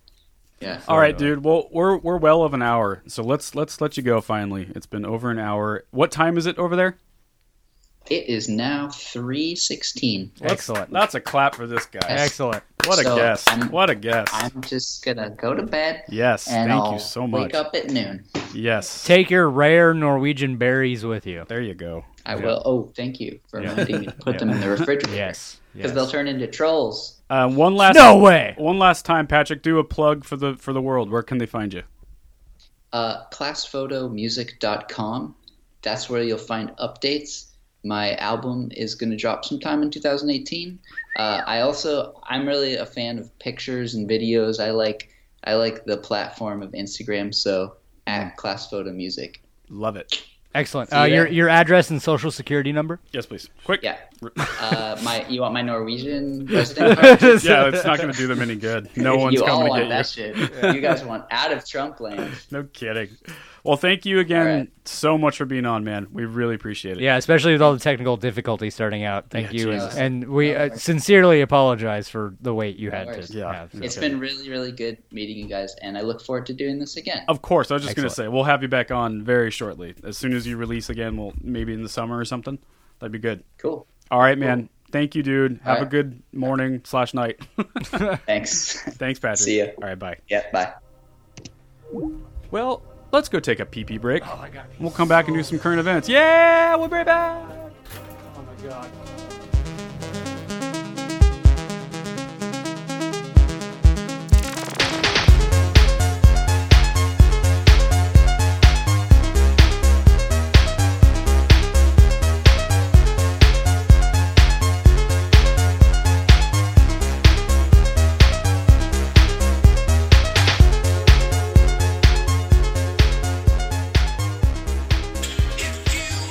Speaker 4: yeah
Speaker 1: All right, dude. Well, we're we're well of an hour, so let's let's let you go. Finally, it's been over an hour. What time is it over there?
Speaker 4: it is now 316
Speaker 3: Excellent.
Speaker 1: That's a clap for this guy.
Speaker 3: Excellent.
Speaker 1: What a
Speaker 4: So,
Speaker 1: guess.
Speaker 4: I'm-
Speaker 1: what a guess.
Speaker 4: i'm just gonna go to bed
Speaker 1: yes.
Speaker 4: and
Speaker 1: Thank
Speaker 4: I'll
Speaker 1: you so
Speaker 4: wake
Speaker 1: much.
Speaker 4: up at noon
Speaker 1: Yes.
Speaker 3: Take your rare Norwegian berries with you.
Speaker 1: there you go.
Speaker 4: i will oh thank you for reminding me to put them in the refrigerator
Speaker 3: Yes.
Speaker 4: because they'll turn into trolls
Speaker 1: Uh, one last.
Speaker 3: No way.
Speaker 1: One last time, Patrick. Do a plug for the for the world. Where can they find you?
Speaker 4: uh, classphotomusic.com. That's where you'll find updates. My album is going to drop sometime in 2018. Uh, I also I'm really a fan of pictures and videos. I like I like the platform of Instagram. So at classphotomusic.
Speaker 1: Love it.
Speaker 3: Excellent.
Speaker 4: See
Speaker 3: Uh,
Speaker 4: ya.
Speaker 3: your your address and social security number.
Speaker 1: Yes, please. Quick.
Speaker 4: Yeah. Uh, my you want my Norwegian resident card?
Speaker 1: Yeah, it's not going to do them any good. No one's
Speaker 4: you all
Speaker 1: coming to
Speaker 4: want
Speaker 1: get you.
Speaker 4: that shit. You guys want out of Trump land.
Speaker 1: No kidding. Well, thank you again
Speaker 4: All right.
Speaker 1: so much for being on, man. We really appreciate it.
Speaker 3: Yeah, especially with all the technical difficulties starting out. Thank
Speaker 1: Yeah,
Speaker 3: you, and,
Speaker 1: Jesus.
Speaker 3: and we uh, sincerely apologize for the wait you had
Speaker 4: worries.
Speaker 3: to
Speaker 1: Yeah.
Speaker 3: have.
Speaker 4: It's been really really good meeting you guys, and I look forward to doing this again.
Speaker 1: Of course. I was just going to say we'll have you back on very shortly. As soon as you release again, we'll maybe in the summer or something. That'd be good.
Speaker 4: Cool.
Speaker 1: All right, man. Thank you, dude. Have a
Speaker 4: right.
Speaker 1: good morning slash night.
Speaker 4: Thanks.
Speaker 1: Thanks, Patrick.
Speaker 4: See ya.
Speaker 1: All right, bye.
Speaker 4: yeah. Bye.
Speaker 1: Well, let's go take a pee pee break.
Speaker 2: Oh,
Speaker 1: we'll come back and do some current events. Yeah, we'll be right back.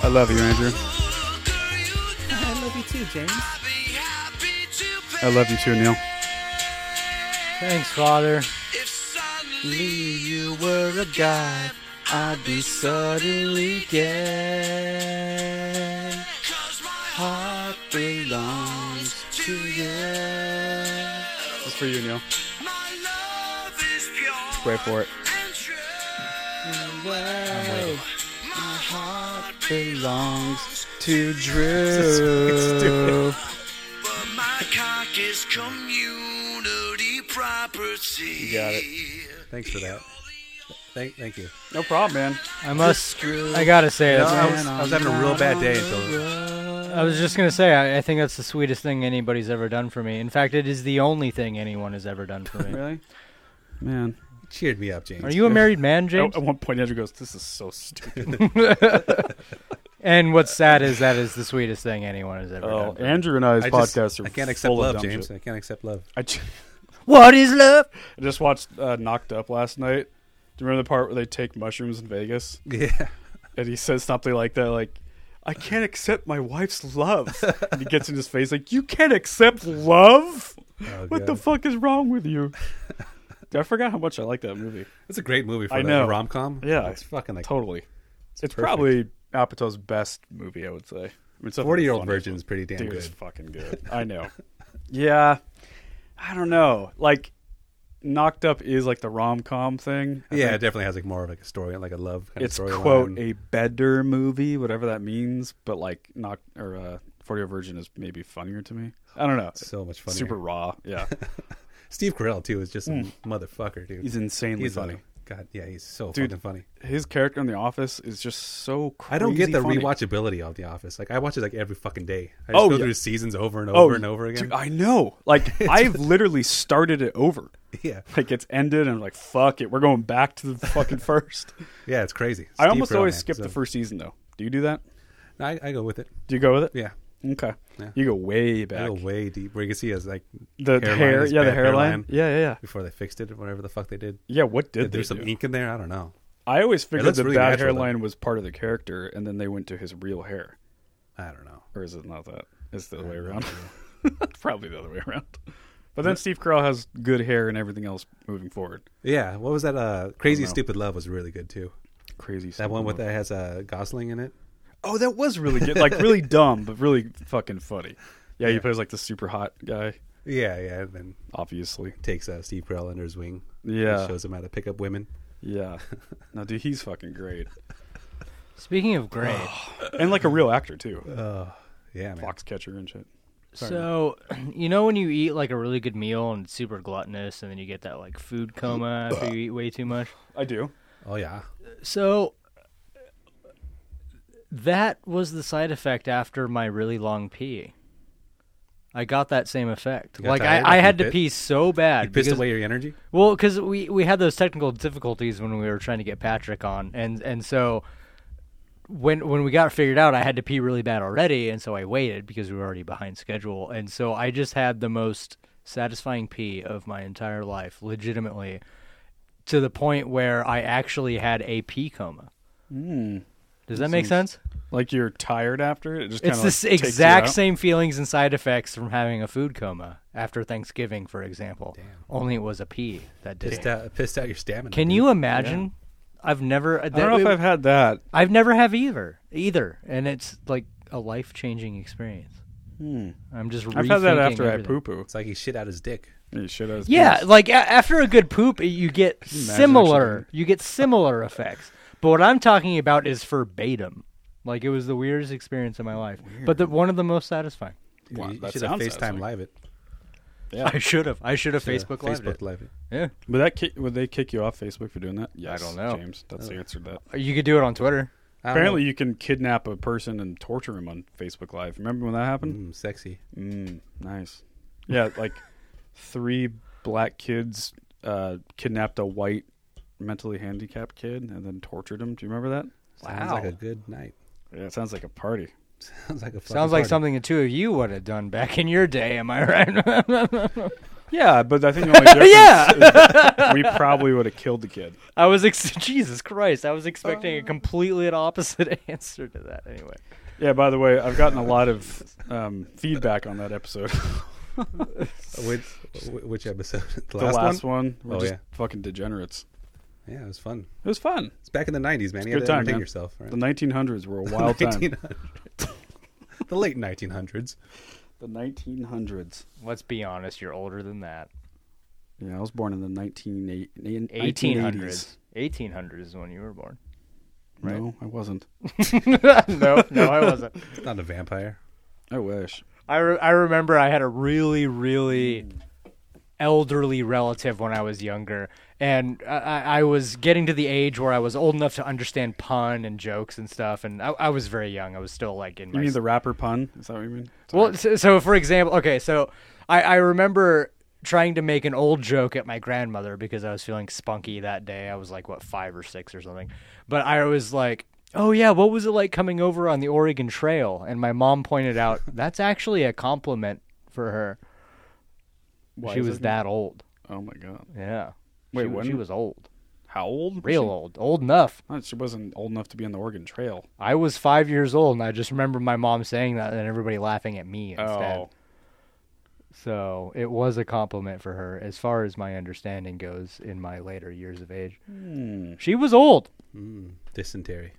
Speaker 1: I love you, Andrew. I love you too, James. I love you too, Neil.
Speaker 3: Thanks, Father.
Speaker 1: This is for you, Neil. Pray for it.
Speaker 3: to Drew.
Speaker 2: You got it. Thanks for that. Thank, thank you.
Speaker 1: No problem, man.
Speaker 3: I must. I gotta say,
Speaker 2: No,
Speaker 3: that's
Speaker 2: I, was, I was having a real bad day until
Speaker 3: I was just gonna say, I, I think that's the sweetest thing anybody's ever done for me. In fact, it is the only thing anyone has ever done for me.
Speaker 1: Really? Man.
Speaker 2: cheered me up, James.
Speaker 3: Are you a married man, James?
Speaker 1: At at one point, Andrew goes, "This is so stupid."
Speaker 3: And what's sad is that is the sweetest thing anyone has ever
Speaker 1: Oh,
Speaker 3: done. For me.
Speaker 1: Andrew and I's
Speaker 2: I,
Speaker 1: podcast
Speaker 2: just,
Speaker 1: are
Speaker 2: I can't accept
Speaker 1: full of
Speaker 2: love,
Speaker 1: dumb
Speaker 2: James.
Speaker 1: shit.
Speaker 2: I can't accept love.
Speaker 1: I ju-
Speaker 3: What is love?
Speaker 1: I just watched uh, Knocked Up last night. Do you remember the part where they take mushrooms in Vegas?
Speaker 2: Yeah.
Speaker 1: And he says something like that, like, "I can't accept my wife's love." and he gets in his face, like, "You can't accept love?
Speaker 2: Oh,
Speaker 1: What the
Speaker 2: God.
Speaker 1: fuck is wrong with you?" Dude, I forgot how much I like that movie.
Speaker 2: That's a great movie for
Speaker 1: I
Speaker 2: like,
Speaker 1: know.
Speaker 2: a rom com.
Speaker 1: Yeah.
Speaker 2: It's fucking like
Speaker 1: Totally, it's,
Speaker 2: perfect.
Speaker 1: probably Apatow's best movie. I would say. I mean, it's up there with
Speaker 2: 40 year old
Speaker 1: Funny.
Speaker 2: virgin is pretty damn
Speaker 1: Dude,
Speaker 2: good.
Speaker 1: it's fucking good. I know. yeah, I don't know. Like, Knocked Up is like the rom com thing. I
Speaker 2: yeah, it
Speaker 1: think
Speaker 2: definitely has like more of like a story, like a love kind
Speaker 1: it's
Speaker 2: of story.
Speaker 1: quote a better movie, whatever that means. But like, Knock or uh, Forty Year Virgin is maybe funnier to me. I don't know.
Speaker 2: so much funny.
Speaker 1: Super raw. Yeah,
Speaker 2: Steve Carell too is just a motherfucker, dude.
Speaker 1: he's insanely
Speaker 2: He's
Speaker 1: funny.
Speaker 2: funny. God, yeah, he's so
Speaker 1: Dude,
Speaker 2: fucking funny.
Speaker 1: His character in The Office is just so. Crazy
Speaker 2: I don't get the
Speaker 1: funny.
Speaker 2: rewatchability of The Office. Like I watch it like every fucking day. I just
Speaker 1: Oh,
Speaker 2: go
Speaker 1: yeah.
Speaker 2: through seasons over and
Speaker 1: Oh,
Speaker 2: over and over again.
Speaker 1: dude, I know. Like I've literally started it over.
Speaker 2: yeah,
Speaker 1: Like it's ended, and I'm like, fuck it, we're going back to the fucking first.
Speaker 2: yeah, it's crazy.
Speaker 1: I
Speaker 2: Steve
Speaker 1: almost
Speaker 2: Carell,
Speaker 1: always
Speaker 2: man,
Speaker 1: skip
Speaker 2: so-
Speaker 1: the first season though. Do you do that?
Speaker 2: I, I go with it.
Speaker 1: Do you go with it?
Speaker 2: Yeah,
Speaker 1: Okay.
Speaker 2: Yeah.
Speaker 1: You go way back.
Speaker 2: I go way deep where you can see his like
Speaker 1: the
Speaker 2: hairline,
Speaker 1: hair,
Speaker 2: his
Speaker 1: yeah, the
Speaker 2: ba-
Speaker 1: hairline. Yeah, yeah, yeah.
Speaker 2: before they fixed it or whatever the fuck they did.
Speaker 1: Yeah, what did they
Speaker 2: There's some
Speaker 1: do?
Speaker 2: ink in there. I don't know.
Speaker 1: I always figured
Speaker 2: looks
Speaker 1: the
Speaker 2: really
Speaker 1: bad
Speaker 2: natural,
Speaker 1: hairline was part of the character, and then they went to his real hair.
Speaker 2: I don't know.
Speaker 1: Or is it not that? It's the other way around. Probably the other way around. But then Steve Carell has good hair and everything else moving forward.
Speaker 2: Yeah, what was that? Uh, Crazy Stupid Love was really good too.
Speaker 1: Crazy.
Speaker 2: That one with that has uh, Gosling in it.
Speaker 1: Oh, that was really good. Like really dumb, but really fucking funny. Yeah, he plays like the super hot guy,
Speaker 2: Yeah, yeah, and then
Speaker 1: obviously.
Speaker 2: takes uh, Steve Carell under his wing.
Speaker 1: Yeah.
Speaker 2: and shows him how to pick up women.
Speaker 1: Yeah. No, dude, he's fucking great.
Speaker 3: Speaking of great,
Speaker 1: And like a real actor too.
Speaker 2: Uh. Yeah, man.
Speaker 1: Foxcatcher and shit.
Speaker 3: so you know when you eat like a really good meal and it's super gluttonous, and then you get that like food coma after you eat way too much.
Speaker 1: I do.
Speaker 2: Oh yeah,
Speaker 3: So that was the side effect after my really long pee. I got that same effect.
Speaker 2: got
Speaker 3: Like
Speaker 2: tired
Speaker 3: I, I
Speaker 2: after
Speaker 3: had to
Speaker 2: you pissed?
Speaker 3: pee so bad.
Speaker 2: you pissed
Speaker 3: because-
Speaker 2: away your energy.
Speaker 3: Well, because we we had those technical difficulties when we were trying to get Patrick on, and and so when when we got it figured out, I had to pee really bad already, and so I waited because we were already behind schedule, and so I just had the most satisfying pee of my entire life, legitimately, to the point where I actually had a pee coma.
Speaker 1: Mm.
Speaker 3: Does that, make sense?
Speaker 1: Like you're tired after it. it just
Speaker 3: It's
Speaker 1: kinda,
Speaker 3: this
Speaker 1: like, takes you
Speaker 3: exact
Speaker 1: out.
Speaker 3: same feelings and side effects from having a food coma after Thanksgiving, for example. Only it was a pee that did
Speaker 2: Pissed
Speaker 3: it.
Speaker 2: out, pissed out your stamina.
Speaker 3: Can
Speaker 2: dude.
Speaker 3: you imagine? I've never.
Speaker 1: Mm-hmm.
Speaker 3: uh,
Speaker 1: I don't know if I've had that.
Speaker 3: I've never have either. Either, and it's like a life changing experience. I'm just.
Speaker 1: Hmm. I've had that
Speaker 3: rethinking
Speaker 1: after
Speaker 3: everything.
Speaker 1: I poo poo.
Speaker 2: It's like he shit out his dick.
Speaker 1: You shit out his
Speaker 3: Yeah,
Speaker 1: pants.
Speaker 3: like a- after a good poop, you get
Speaker 1: imagine
Speaker 3: similar.
Speaker 1: actually-
Speaker 3: You get similar effects. But what I'm talking about is verbatim. Like it was the weirdest experience of my life, but the, one of the most satisfying.
Speaker 1: Wow,
Speaker 2: you you
Speaker 1: that
Speaker 2: should have
Speaker 1: sounds
Speaker 2: FaceTime
Speaker 1: satisfying.
Speaker 2: live it.
Speaker 3: I should have. I should have Facebook
Speaker 2: Yeah,
Speaker 3: Live.
Speaker 2: Facebook
Speaker 3: it.
Speaker 2: live it.
Speaker 3: Yeah,
Speaker 1: Would that kick, would they kick you off Facebook for doing that? Yes,
Speaker 3: don't know.
Speaker 1: James, that's the answer to that.
Speaker 3: you could do it on Twitter.
Speaker 2: I don't
Speaker 1: Apparently, you can kidnap a person and torture him on Facebook Live. Remember when that
Speaker 2: know.
Speaker 1: happened?
Speaker 2: Mm, sexy.
Speaker 1: Mm, nice. Yeah, like three black kids uh, kidnapped a white mentally handicapped kid and then tortured him. Do you remember that?
Speaker 2: Sounds like a good night.
Speaker 1: Yeah, it sounds like a party.
Speaker 2: Sounds like a fucking
Speaker 3: Sounds like
Speaker 2: party.
Speaker 3: something the two of you would have done back in your day. Am I right?
Speaker 1: Yeah, but I think the only difference
Speaker 3: Yeah.
Speaker 1: is that we probably would have killed the kid.
Speaker 3: I was ex- Jesus Christ. I was expecting a completely opposite answer to that. Anyway,
Speaker 1: Yeah. By the way, I've gotten a lot of um, feedback on that episode.
Speaker 2: Which, wh- which episode? The,
Speaker 1: the last, one. we're
Speaker 2: Oh,
Speaker 1: just
Speaker 2: yeah.
Speaker 1: fucking degenerates.
Speaker 2: Yeah, it was fun.
Speaker 1: It was fun.
Speaker 2: It's back in the '90s, man. You
Speaker 1: Good
Speaker 2: had to
Speaker 1: time,
Speaker 2: entertain
Speaker 1: man.
Speaker 2: yourself. Right?
Speaker 1: The 1900s were a wild time.
Speaker 2: 1900s. the late 1900s.
Speaker 1: The 1900s.
Speaker 3: let's be honest. You're older than that.
Speaker 1: Yeah, I was born in the 1980s.
Speaker 3: 1800s. 1800s is when you were born. right?
Speaker 1: No, I wasn't.
Speaker 3: no, no, I wasn't.
Speaker 2: Not a vampire.
Speaker 1: I wish.
Speaker 3: I, re- I remember I had a really, really elderly relative when I was younger. And I, I I was getting to the age where I was old enough to understand pun and jokes and stuff. And I, I was very young. I was still like in
Speaker 1: You
Speaker 3: my
Speaker 1: mean the rapper pun? Is that what you mean?
Speaker 3: Well, so, so for example, okay, so I, I remember trying to make an old joke at my grandmother because I was feeling spunky that day. I was like, what, five or six or something. But I was like, oh, yeah, what was it like coming over on the Oregon Trail? And my mom pointed out, that's actually a compliment for her. she
Speaker 1: is
Speaker 3: was
Speaker 1: it?
Speaker 3: that old.
Speaker 1: Oh my god.
Speaker 3: Yeah.
Speaker 1: Wait,
Speaker 3: she,
Speaker 1: when?
Speaker 3: She was old.
Speaker 1: How old? was
Speaker 3: Real
Speaker 1: she?
Speaker 3: old. Old enough.
Speaker 1: Oh, She wasn't old enough to be on the Oregon Trail.
Speaker 3: I was five years old, and I just remember my mom saying that and everybody laughing at me instead.
Speaker 1: Oh,
Speaker 3: So it was a compliment for her, as far as my understanding goes, in my later years of age. She was old.
Speaker 2: Dysentery.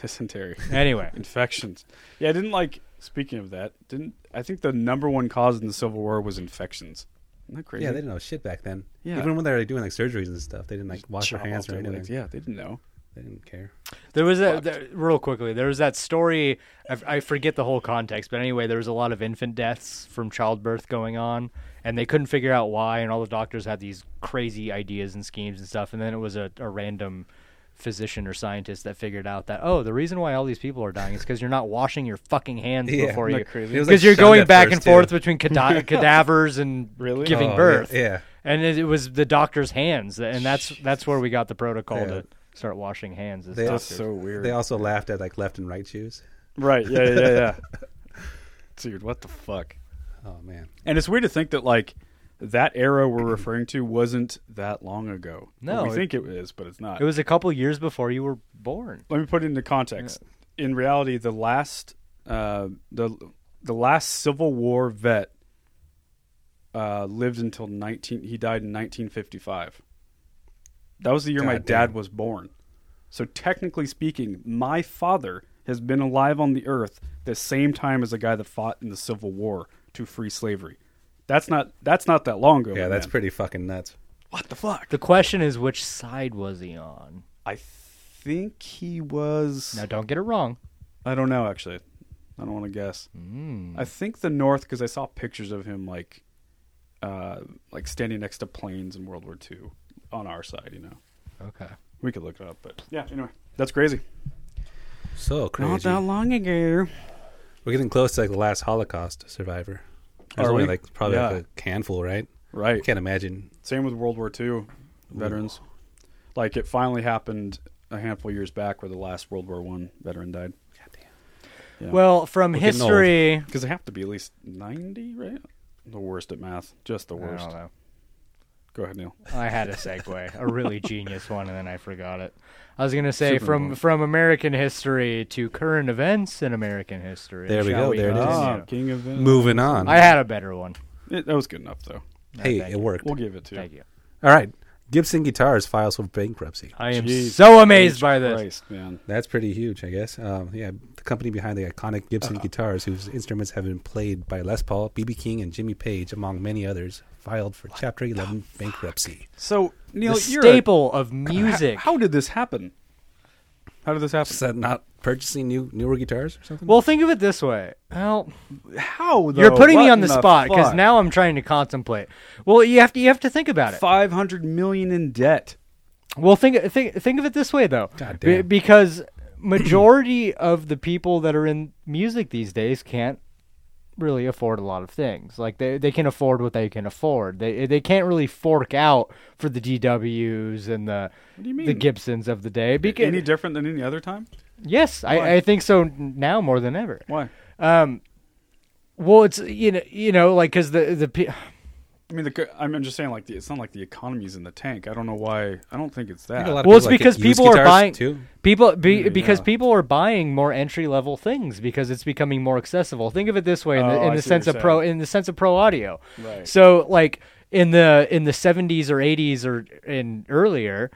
Speaker 1: dysentery,
Speaker 3: Anyway,
Speaker 1: infections. Yeah, I didn't like. Speaking of that, didn't I think the number one cause in the Civil War was infections? Isn't that crazy?
Speaker 2: Yeah, they didn't know shit back then.
Speaker 1: Yeah.
Speaker 2: Even when they were like, doing like surgeries and stuff, they didn't like wash their
Speaker 1: Chop
Speaker 2: hands
Speaker 1: off
Speaker 2: or anything.
Speaker 1: legs. Yeah, they didn't know.
Speaker 2: They didn't care.
Speaker 3: there was a there, real quickly. There was that story. I, f- I forget the whole context, but anyway, there was a lot of infant deaths from childbirth going on, and they couldn't figure out why. And all the doctors had these crazy ideas and schemes and stuff. And then it was a, a random physician or scientist that figured out that oh, the reason why all these people are dying is because you're not washing your fucking hands
Speaker 2: Yeah,
Speaker 3: before
Speaker 2: isn't
Speaker 3: you.
Speaker 2: that crazy? It was,
Speaker 3: Because
Speaker 2: like,
Speaker 3: you're
Speaker 2: shunned
Speaker 3: going
Speaker 2: at
Speaker 3: back
Speaker 2: first,
Speaker 3: and forth
Speaker 2: too.
Speaker 3: between cada- cadavers and
Speaker 1: Really?
Speaker 3: giving
Speaker 2: Oh,
Speaker 3: birth.
Speaker 2: yeah, yeah.
Speaker 3: and it, it was the doctor's hands, th- and that's that's where we got the protocol
Speaker 2: Yeah.
Speaker 3: to start washing hands. As
Speaker 2: They
Speaker 3: doctors.
Speaker 1: That's so weird.
Speaker 2: They also laughed at like left and right shoes.
Speaker 1: right? Yeah, yeah, yeah. yeah. Dude, what the fuck?
Speaker 2: Oh man.
Speaker 1: And it's weird to think that like that era we're referring to wasn't that long ago.
Speaker 3: No,
Speaker 1: we
Speaker 3: it-
Speaker 1: think it is, but it's not.
Speaker 3: it was a couple years before you were born.
Speaker 1: Let me put it into context. In reality, the last uh, the the last Civil War vet uh, lived until nineteen. He died in nineteen fifty five. That was the year my
Speaker 2: God damn.
Speaker 1: dad was born. So technically speaking, my father has been alive on the earth the same time as the guy that fought in the Civil War to free slavery. That's not that's not that long ago.
Speaker 2: Yeah, that's
Speaker 1: man.
Speaker 2: pretty fucking nuts.
Speaker 1: what the fuck.
Speaker 3: The question is, which side was he on?
Speaker 1: I think he was.
Speaker 3: Now, don't get it wrong.
Speaker 1: I don't know actually. I don't want to guess. I think the North because I saw pictures of him like, uh, like standing next to planes in World War II on our side. You know,
Speaker 3: Okay.
Speaker 1: we could look it up, but yeah. Anyway, that's crazy.
Speaker 2: So crazy.
Speaker 1: long ago.
Speaker 2: We're getting close to like the last Holocaust survivor. There's
Speaker 1: Are
Speaker 2: only
Speaker 1: we?
Speaker 2: like probably
Speaker 1: Yeah.
Speaker 2: like a handful, right? I
Speaker 1: Right.
Speaker 2: can't imagine.
Speaker 1: Same with World War II veterans. Like it finally happened a handful of years back where the last World War One veteran died. Yeah.
Speaker 3: Well, from
Speaker 2: getting old.
Speaker 3: history,
Speaker 1: Because they have to be at least ninety, right? The worst at math. Just the
Speaker 3: I
Speaker 1: worst.
Speaker 3: don't know.
Speaker 1: Go ahead, Neil.
Speaker 3: I had a segue, a really genius one, and then I forgot it. I was gonna say
Speaker 1: Super
Speaker 3: from
Speaker 1: important.
Speaker 3: from American history to current events in American history.
Speaker 2: There we
Speaker 3: Shall
Speaker 2: go, there it is.
Speaker 3: continue?
Speaker 1: Ah, King of Venice.
Speaker 2: Moving on.
Speaker 3: I had a better one.
Speaker 1: It, that was good enough, though.
Speaker 2: hey,
Speaker 3: thank
Speaker 2: it
Speaker 3: you.
Speaker 2: worked.
Speaker 1: We'll give it to
Speaker 3: Thank you.
Speaker 2: All right. Gibson Guitars files for bankruptcy.
Speaker 3: I am
Speaker 1: Jeez.
Speaker 3: so amazed
Speaker 1: Jesus
Speaker 3: by this.
Speaker 1: Christ, man.
Speaker 2: That's pretty huge, I guess. Um, yeah, the company behind the iconic Gibson guitars, whose instruments have been played by Les Paul, B.B. King, and Jimmy Page, among many others, filed for Chapter 11 bankruptcy.
Speaker 1: So Neil,
Speaker 3: the
Speaker 1: you're
Speaker 3: staple of
Speaker 1: a, Ho-
Speaker 3: music.
Speaker 1: How, did this happen? How did this happen?
Speaker 2: Is that not purchasing new newer guitars or something?
Speaker 3: well, think of it this way. Well,
Speaker 1: How though?
Speaker 3: you're putting me
Speaker 1: What
Speaker 3: on the,
Speaker 1: in
Speaker 3: spot because
Speaker 1: fuck?
Speaker 3: now I'm trying to contemplate. Well, you have to you have to think about it.
Speaker 1: five hundred million in debt.
Speaker 3: Well, think think think of it this way though,
Speaker 2: God damn.
Speaker 3: because majority of the people that are in music these days can't really afford a lot of things. Like they they can afford what they can afford. They they can't really fork out for the DWs and the
Speaker 1: do you
Speaker 3: the
Speaker 1: mean?
Speaker 3: Gibsons of the day. Because
Speaker 1: Any different than any other time?
Speaker 3: yes,
Speaker 1: Why?
Speaker 3: I, I think so now more than ever.
Speaker 1: Why?
Speaker 3: Um, well, it's you know you know like because the the pe-
Speaker 1: I mean, the, co- I'm just saying, like, the, it's not like the economy's in the tank. I don't know why. I don't think it's that.
Speaker 2: a lot of
Speaker 3: well, it's
Speaker 2: people like
Speaker 3: because
Speaker 2: it. Used
Speaker 3: people are
Speaker 2: guitars,
Speaker 3: buying
Speaker 2: too.
Speaker 3: people be,
Speaker 1: Mm,
Speaker 3: because
Speaker 1: yeah.
Speaker 3: people are buying more entry level things because it's becoming more accessible. Think of it this way in
Speaker 1: Oh,
Speaker 3: the,
Speaker 1: I
Speaker 3: in the
Speaker 1: see what
Speaker 3: sense
Speaker 1: you're
Speaker 3: of pro
Speaker 1: saying.
Speaker 3: in the sense of pro audio.
Speaker 1: Right.
Speaker 3: So like in the in the 70s or 80s or in earlier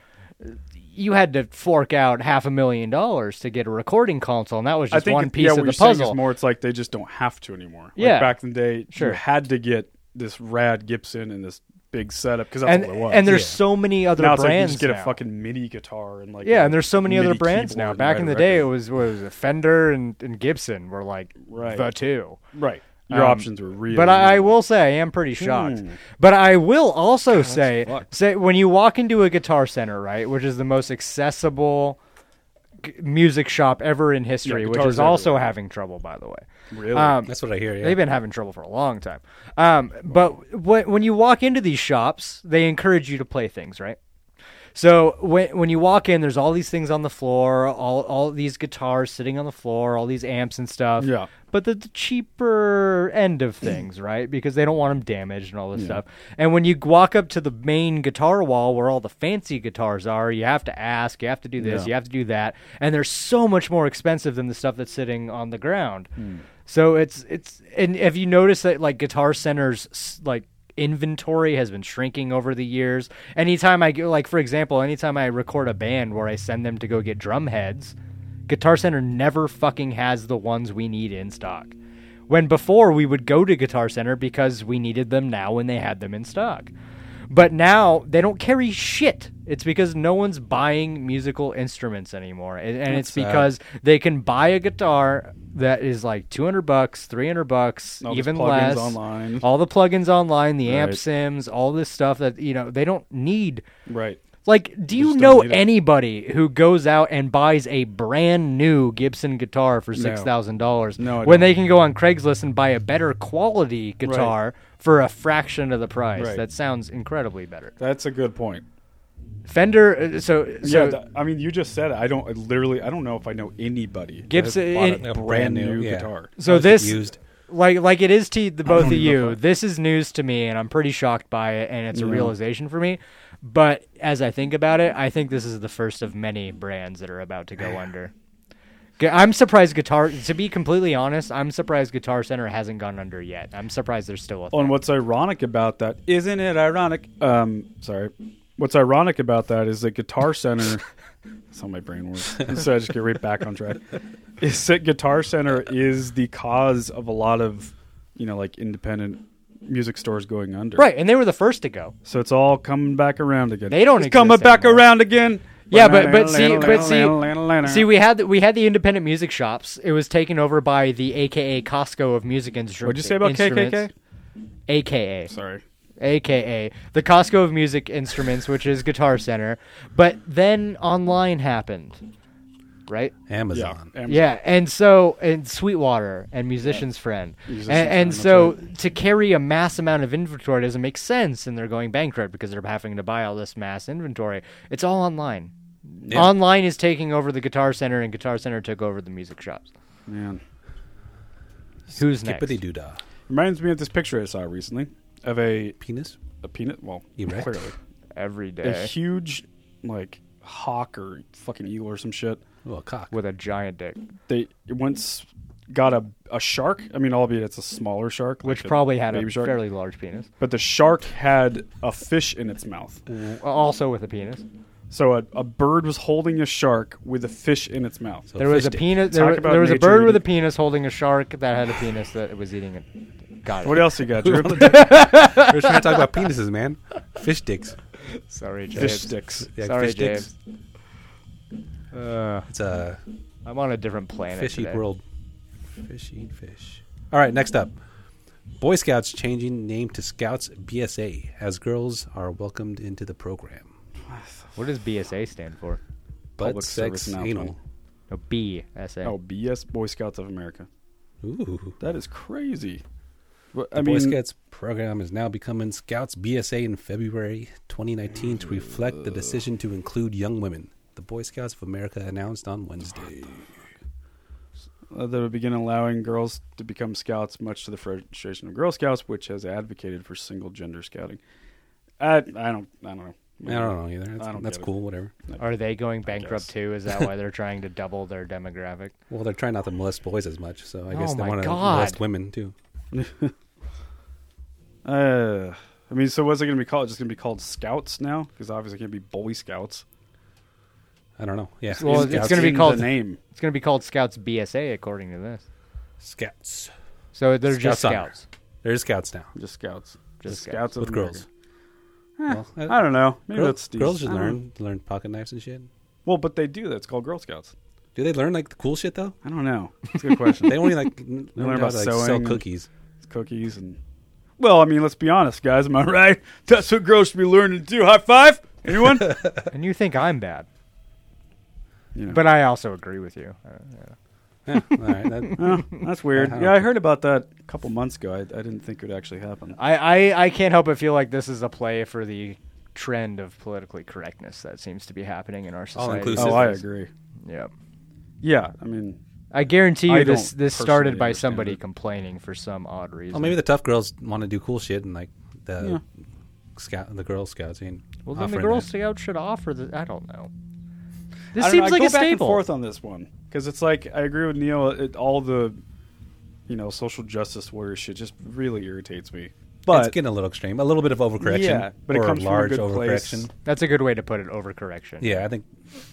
Speaker 3: you had to fork out half a million dollars to get a recording console and that was
Speaker 1: I
Speaker 3: just
Speaker 1: think
Speaker 3: one
Speaker 1: it-
Speaker 3: piece
Speaker 1: yeah,
Speaker 3: of
Speaker 1: what
Speaker 3: the
Speaker 1: you're saying is
Speaker 3: puzzle.
Speaker 1: more, it's like they just don't have to anymore. Like,
Speaker 3: Yeah.
Speaker 1: back in the day,
Speaker 3: Sure.
Speaker 1: you had to get this rad Gibson and this big setup because that's
Speaker 3: and
Speaker 1: all it was.
Speaker 3: and there's so many other
Speaker 1: now it's like you
Speaker 3: brands
Speaker 1: just get
Speaker 3: now.
Speaker 1: a fucking MIDI guitar and like
Speaker 3: yeah,
Speaker 1: a
Speaker 3: and there's so many other
Speaker 1: MIDI
Speaker 3: brands now.
Speaker 1: keyboard and
Speaker 3: Back
Speaker 1: write
Speaker 3: in
Speaker 1: a
Speaker 3: the day, it
Speaker 1: record.
Speaker 3: was what was it, Fender and, and Gibson were like
Speaker 1: Right.
Speaker 3: the two.
Speaker 1: right. Your
Speaker 3: Um,
Speaker 1: options were real.
Speaker 3: But I, I will say I am pretty shocked.
Speaker 1: Hmm.
Speaker 3: But I will also say
Speaker 1: fucked.
Speaker 3: say when you walk into a guitar center, right, which is the most accessible g- music shop ever in history,
Speaker 1: Yeah,
Speaker 3: which
Speaker 1: guitars
Speaker 3: is also
Speaker 1: everywhere.
Speaker 3: having trouble, by the way.
Speaker 1: really
Speaker 3: Um,
Speaker 2: That's what I hear. Yeah.
Speaker 3: They've been having trouble for a long time. Um, but when, when you walk into these shops, they encourage you to play things, right? So when when you walk in, there's all these things on the floor, all all these guitars sitting on the floor, all these amps and stuff.
Speaker 1: Yeah.
Speaker 3: But the, the cheaper end of things, right? Because they don't want them damaged and all this stuff. And when you walk up to the main guitar wall where all the fancy guitars are, you have to ask, you have to do this, you have to do that, and they're so much more expensive than the stuff that's sitting on the ground. So it's it's and have you noticed that like Guitar Center's s- like inventory has been shrinking over the years. Anytime I go, like, for example, anytime I record a band where I send them to go get drum heads, Guitar Center never fucking has the ones we need in stock. When before we would go to Guitar Center because we needed them now when they had them in stock. But now they don't carry shit. It's because no one's buying musical instruments anymore. And, and it's because they can buy a guitar that is like 200 bucks, 300 bucks,
Speaker 1: All those
Speaker 3: even
Speaker 1: plugins
Speaker 3: less.
Speaker 1: online.
Speaker 3: All the plugins online, the amp
Speaker 1: Right.
Speaker 3: sims, all this stuff that, you know, they don't need.
Speaker 1: right.
Speaker 3: Like, do you
Speaker 1: just
Speaker 3: know
Speaker 1: don't need it.
Speaker 3: anybody who goes out and buys a brand new Gibson guitar for six thousand dollars
Speaker 1: No, I
Speaker 3: when
Speaker 1: don't.
Speaker 3: they can go on Craigslist and buy a better quality guitar for a fraction of the price?
Speaker 1: Right.
Speaker 3: That sounds incredibly better.
Speaker 1: That's a good point.
Speaker 3: Fender, uh, so so
Speaker 1: yeah, th- I mean, you just said it. I don't I literally. I don't know if I know anybody that has
Speaker 3: Gibson-
Speaker 1: bought
Speaker 3: it-
Speaker 1: a
Speaker 2: A
Speaker 1: brand,
Speaker 2: brand
Speaker 1: new,
Speaker 2: new, yeah.
Speaker 1: guitar.
Speaker 3: so this
Speaker 2: used.
Speaker 3: like like it is to the both of you. This is news to me, and I'm pretty shocked by it, and it's a realization for me. But as I think about it, I think this is the first of many brands that are about to go under. Gu- I'm surprised guitar. To be completely honest, I'm surprised Guitar Center hasn't gone under yet. I'm surprised there's still a.
Speaker 1: Well, and what's ironic about that? Isn't it ironic? Um, sorry. What's ironic about that is that Guitar Center. that's how my brain works. so I just get right back on track. Is that Guitar Center is the cause of a lot of, you know, like independent music stores going under.
Speaker 3: right, and they were the first to go.
Speaker 1: So it's all coming back around again.
Speaker 3: They don't
Speaker 1: It's coming
Speaker 3: exist
Speaker 1: back
Speaker 3: anymore.
Speaker 1: around again.
Speaker 3: Yeah, but but see, but see, see, we had the, we had the independent music shops. It was taken over by the AKA Costco of music instru-
Speaker 1: What'd you say about
Speaker 3: instruments.
Speaker 1: KKK?
Speaker 3: AKA.
Speaker 1: Sorry.
Speaker 3: aka the Costco of music instruments, which is Guitar Center. But then online happened, right?
Speaker 2: Amazon.
Speaker 1: Yeah. Am-
Speaker 3: Yeah, and so and Sweetwater and Musician's Friend,
Speaker 1: Musician's
Speaker 3: and, and so
Speaker 1: Friend,
Speaker 3: to carry a mass amount of inventory doesn't make sense, and they're going bankrupt because they're having to buy all this mass inventory. It's all online. Online is taking over the Guitar Center, and Guitar Center took over the music shops.
Speaker 1: Man.
Speaker 3: Who's next?
Speaker 2: Bippity doo dah.
Speaker 1: Reminds me of this picture I saw recently of a,
Speaker 2: Penis.
Speaker 1: a peanut. Well,
Speaker 2: Erect.
Speaker 1: clearly.
Speaker 3: Every
Speaker 1: a
Speaker 3: day
Speaker 1: huge like hawk or fucking eagle or some shit.
Speaker 2: Well, Oh, cock.
Speaker 3: with a giant dick,
Speaker 1: They once got a a shark. I mean, albeit it's a smaller shark,
Speaker 3: which
Speaker 1: like a
Speaker 3: probably had a
Speaker 1: baby shark.
Speaker 3: fairly large penis,
Speaker 1: But the shark had a fish in its mouth.
Speaker 3: also with a penis.
Speaker 1: So a, a bird was holding a shark with a fish in its mouth.
Speaker 2: So
Speaker 3: There was a
Speaker 2: fistic.
Speaker 3: penis. There,
Speaker 1: Talk
Speaker 3: wa-
Speaker 1: about
Speaker 3: there was a
Speaker 1: nature
Speaker 3: bird with a
Speaker 1: eating.
Speaker 3: penis holding a shark that had a penis that was eating it. Got it.
Speaker 1: What else you got, Drew?
Speaker 2: We're trying to talk about penises, man. Fish dicks.
Speaker 3: Sorry,
Speaker 1: fish
Speaker 3: James.
Speaker 1: sticks.
Speaker 2: Yeah,
Speaker 3: Sorry,
Speaker 2: fish dicks.
Speaker 3: Uh,
Speaker 2: It's a
Speaker 3: I'm on a different planet.
Speaker 2: fish eat
Speaker 3: today.
Speaker 2: world. Fish eat fish. All right, next up. Boy Scouts changing name to Scouts BSA as girls are welcomed into the program.
Speaker 3: What does BSA stand for?
Speaker 2: Butt
Speaker 1: Public
Speaker 2: sex
Speaker 1: service
Speaker 2: anal.
Speaker 1: announcement.
Speaker 3: No, BSA.
Speaker 1: Oh, BS Boy Scouts of America.
Speaker 2: Ooh.
Speaker 1: That is crazy. But, I
Speaker 2: The
Speaker 1: mean,
Speaker 2: Boy Scouts program is now becoming Scouts BSA in February 2019 to reflect the decision to include young women. The Boy Scouts of America announced on Wednesday.
Speaker 1: uh, that would begin allowing girls to become scouts, much to the frustration of Girl Scouts, which has advocated for single gender scouting. I I don't I don't know.
Speaker 2: I don't know either. That's,
Speaker 1: don't
Speaker 2: that's
Speaker 1: get it.
Speaker 2: cool, whatever.
Speaker 3: Are they going bankrupt
Speaker 1: guess.
Speaker 3: too? Is that why they're trying to double their demographic?
Speaker 2: Well, they're trying not to molest boys as much, so I guess
Speaker 3: Oh
Speaker 2: they
Speaker 3: my
Speaker 2: want to
Speaker 3: God.
Speaker 2: molest women too.
Speaker 1: Uh, I mean, so what's it going to be called? Just going to be called Scouts now? Because obviously it can't be Boy Scouts.
Speaker 2: I don't know. Yeah.
Speaker 3: Well, it's
Speaker 2: Scouts.
Speaker 3: gonna be
Speaker 1: in
Speaker 3: called-
Speaker 1: the name.
Speaker 3: It's going to be called Scouts BSA according to this.
Speaker 2: Scouts.
Speaker 3: So they're just
Speaker 2: Scouts honor.
Speaker 3: scouts.
Speaker 2: They're Scouts now.
Speaker 1: Just Scouts.
Speaker 3: Just
Speaker 1: Scouts, of
Speaker 2: With
Speaker 1: America.
Speaker 2: girls. Well,
Speaker 1: I don't know. Maybe
Speaker 2: girl-
Speaker 1: that's Steve's.
Speaker 2: girls should
Speaker 1: I don't know.
Speaker 2: learn learn pocket knives and shit.
Speaker 1: Well, but they do. That's called Girl Scouts.
Speaker 2: Do they learn like the cool shit though?
Speaker 1: I don't know. It's a good question.
Speaker 2: They only like learn,
Speaker 1: learn
Speaker 2: how
Speaker 1: about
Speaker 2: to like,
Speaker 1: sewing
Speaker 2: sell
Speaker 1: and-
Speaker 2: cookies.
Speaker 1: cookies and well, I mean, let's be honest, guys. Am I right? That's what girls should be learning to do. High five, anyone?
Speaker 3: And you think I'm bad.
Speaker 1: You know.
Speaker 3: But I also agree with you. Uh, yeah.
Speaker 2: Yeah, all right. That,
Speaker 1: Oh, that's weird.
Speaker 3: Uh-huh.
Speaker 1: Yeah, I heard about that a couple months ago. I, I didn't think it would actually happen.
Speaker 3: I, I, I can't help but feel like this is a play for the trend of politically correctness that seems to be happening in our society.
Speaker 2: inclusive.
Speaker 1: Oh, I agree.
Speaker 3: Yep.
Speaker 1: Yeah, I mean,
Speaker 3: I guarantee you
Speaker 1: I
Speaker 3: this
Speaker 1: don't
Speaker 3: this
Speaker 1: personally
Speaker 3: started by
Speaker 1: understand
Speaker 3: somebody
Speaker 1: it.
Speaker 3: complaining for some odd reason.
Speaker 2: well, maybe the tough girls want to do cool shit and like the scout, the girl scouts. I mean,
Speaker 1: Oh,
Speaker 3: well then the
Speaker 2: offering
Speaker 3: Girl
Speaker 2: that.
Speaker 3: Scout should offer the I don't know.
Speaker 1: I don't
Speaker 3: This
Speaker 1: know,
Speaker 3: seems
Speaker 1: I
Speaker 3: like
Speaker 1: go
Speaker 3: a
Speaker 1: back and
Speaker 3: staple.
Speaker 1: forth on this one because it's like I agree with Neil. It, all the you know social justice warrior shit just really irritates me.
Speaker 2: it's
Speaker 1: But
Speaker 2: getting a little extreme, a little bit of overcorrection,
Speaker 1: Yeah, but it
Speaker 2: or
Speaker 1: comes from a
Speaker 2: large
Speaker 1: good place.
Speaker 2: overcorrection.
Speaker 3: That's a good way to put it. Overcorrection.
Speaker 2: Yeah, I think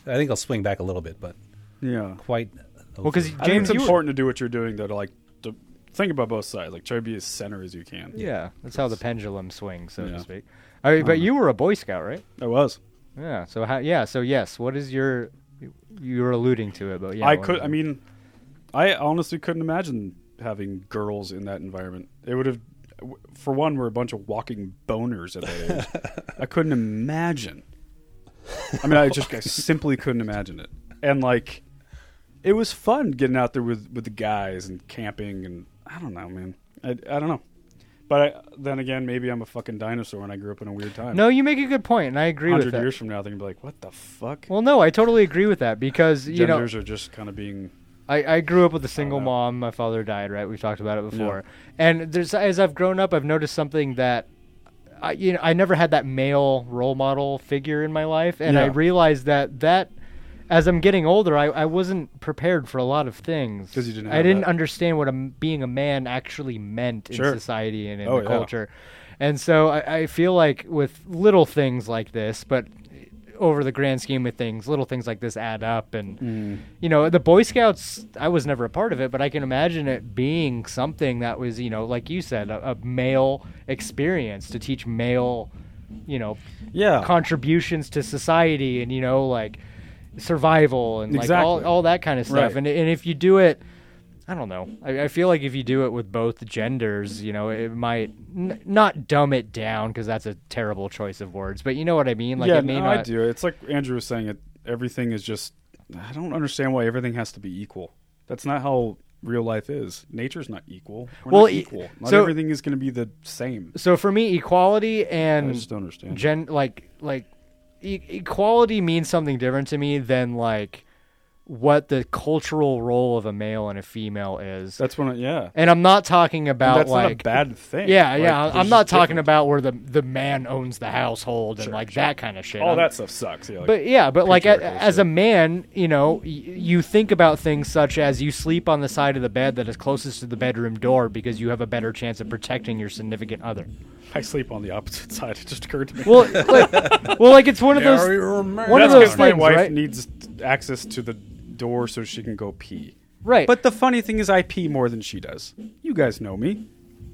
Speaker 2: I think I'll swing back a little bit, but
Speaker 1: yeah,
Speaker 2: quite.
Speaker 3: Well, 'cause
Speaker 2: over-
Speaker 1: I think
Speaker 3: James,
Speaker 1: it's
Speaker 3: you were-
Speaker 1: important to do what you're doing though. To like to think about both sides. Like try to be as center as you can.
Speaker 3: Yeah, that's how the pendulum swings, so
Speaker 1: Yeah. Uh-huh.
Speaker 3: to speak. I mean, but you were a Boy Scout, right?
Speaker 1: I was.
Speaker 3: Yeah. So how? Yeah. So yes. What is your? You were alluding to it, but yeah.
Speaker 1: I
Speaker 3: what
Speaker 1: could.
Speaker 3: is
Speaker 1: I
Speaker 3: it?
Speaker 1: mean, I honestly couldn't imagine having girls in that environment. It would have, for one, we're a bunch of walking boners at that age. I couldn't imagine. I mean, I just I simply couldn't imagine it. And like, it was fun getting out there with with the guys and camping and I don't know, man. I I don't know. But I, then again, maybe I'm a fucking dinosaur and I grew up in a weird time.
Speaker 3: No, you make a good point, and I agree with
Speaker 1: hundred
Speaker 3: that.
Speaker 1: years from now, they're gonna be like, "What the fuck?"
Speaker 3: Well, no, I totally agree with that because you know
Speaker 1: Genders Oh, are just kind of being
Speaker 3: I, I grew up with a single
Speaker 1: know.
Speaker 3: mom. My father died, right? We've talked about it before. And there's as I've grown up, I've noticed something that I you know I never had that male role model figure in my life, and I
Speaker 1: Yeah.
Speaker 3: realized that that as I'm getting older, I, I wasn't prepared for a lot of things
Speaker 1: 'Cause you didn't
Speaker 3: I
Speaker 1: have
Speaker 3: didn't
Speaker 1: that.
Speaker 3: understand what a m being a man actually meant in
Speaker 1: Sure.
Speaker 3: society and in
Speaker 1: Oh,
Speaker 3: the
Speaker 1: yeah.
Speaker 3: culture, and so I, I feel like with little things like this, but over the grand scheme of things, little things like this add up. And, you know, the Boy Scouts, I was never a part of it, but I can imagine it being something that was, you know, like you said, a, a male experience to teach male, you know,
Speaker 1: yeah
Speaker 3: contributions to society and, you know, like survival and like all,
Speaker 1: Exactly.
Speaker 3: all that kind of stuff.
Speaker 1: Right.
Speaker 3: And, and if you do it, I don't know. I, I feel like if you do it with both genders, you know, it might n- not dumb it down because that's a terrible choice of words, but you know what I mean? Like,
Speaker 1: yeah,
Speaker 3: it may
Speaker 1: no,
Speaker 3: not.
Speaker 1: I do. It's like Andrew was saying. It everything is just. I don't understand why everything has to be equal. That's not how real life is. Nature's not equal. We're
Speaker 3: Well,
Speaker 1: not
Speaker 3: e-
Speaker 1: equal. Not
Speaker 3: so-
Speaker 1: everything is going to be the same.
Speaker 3: so for me equality and
Speaker 1: I just don't understand.
Speaker 3: gen like like e- equality means something different to me than like what the cultural role of a male and a female is
Speaker 1: That's when. I, yeah,
Speaker 3: and i'm not talking about
Speaker 1: that's
Speaker 3: like
Speaker 1: not a bad thing.
Speaker 3: yeah
Speaker 1: Like,
Speaker 3: yeah
Speaker 1: there's
Speaker 3: i'm
Speaker 1: just
Speaker 3: not talking
Speaker 1: different-
Speaker 3: about where the the man owns the household and like that kind of shit
Speaker 1: all
Speaker 3: I'm-
Speaker 1: that stuff. Sucks. Yeah, like,
Speaker 3: but yeah, but like a,
Speaker 1: patriarchal
Speaker 3: as a man, you know, y- you think about things such as you sleep on the side of the bed that is closest to the bedroom door because you have a better chance of protecting your significant other.
Speaker 1: I sleep on the opposite side. It just occurred to me.
Speaker 3: Well, like, well, like it's one of those, one of
Speaker 1: that's
Speaker 3: those
Speaker 1: because my
Speaker 3: things,
Speaker 1: wife
Speaker 3: right?
Speaker 1: needs access to the door so she can go pee.
Speaker 3: Right.
Speaker 1: But the funny thing is, I pee more than she does. You guys know me.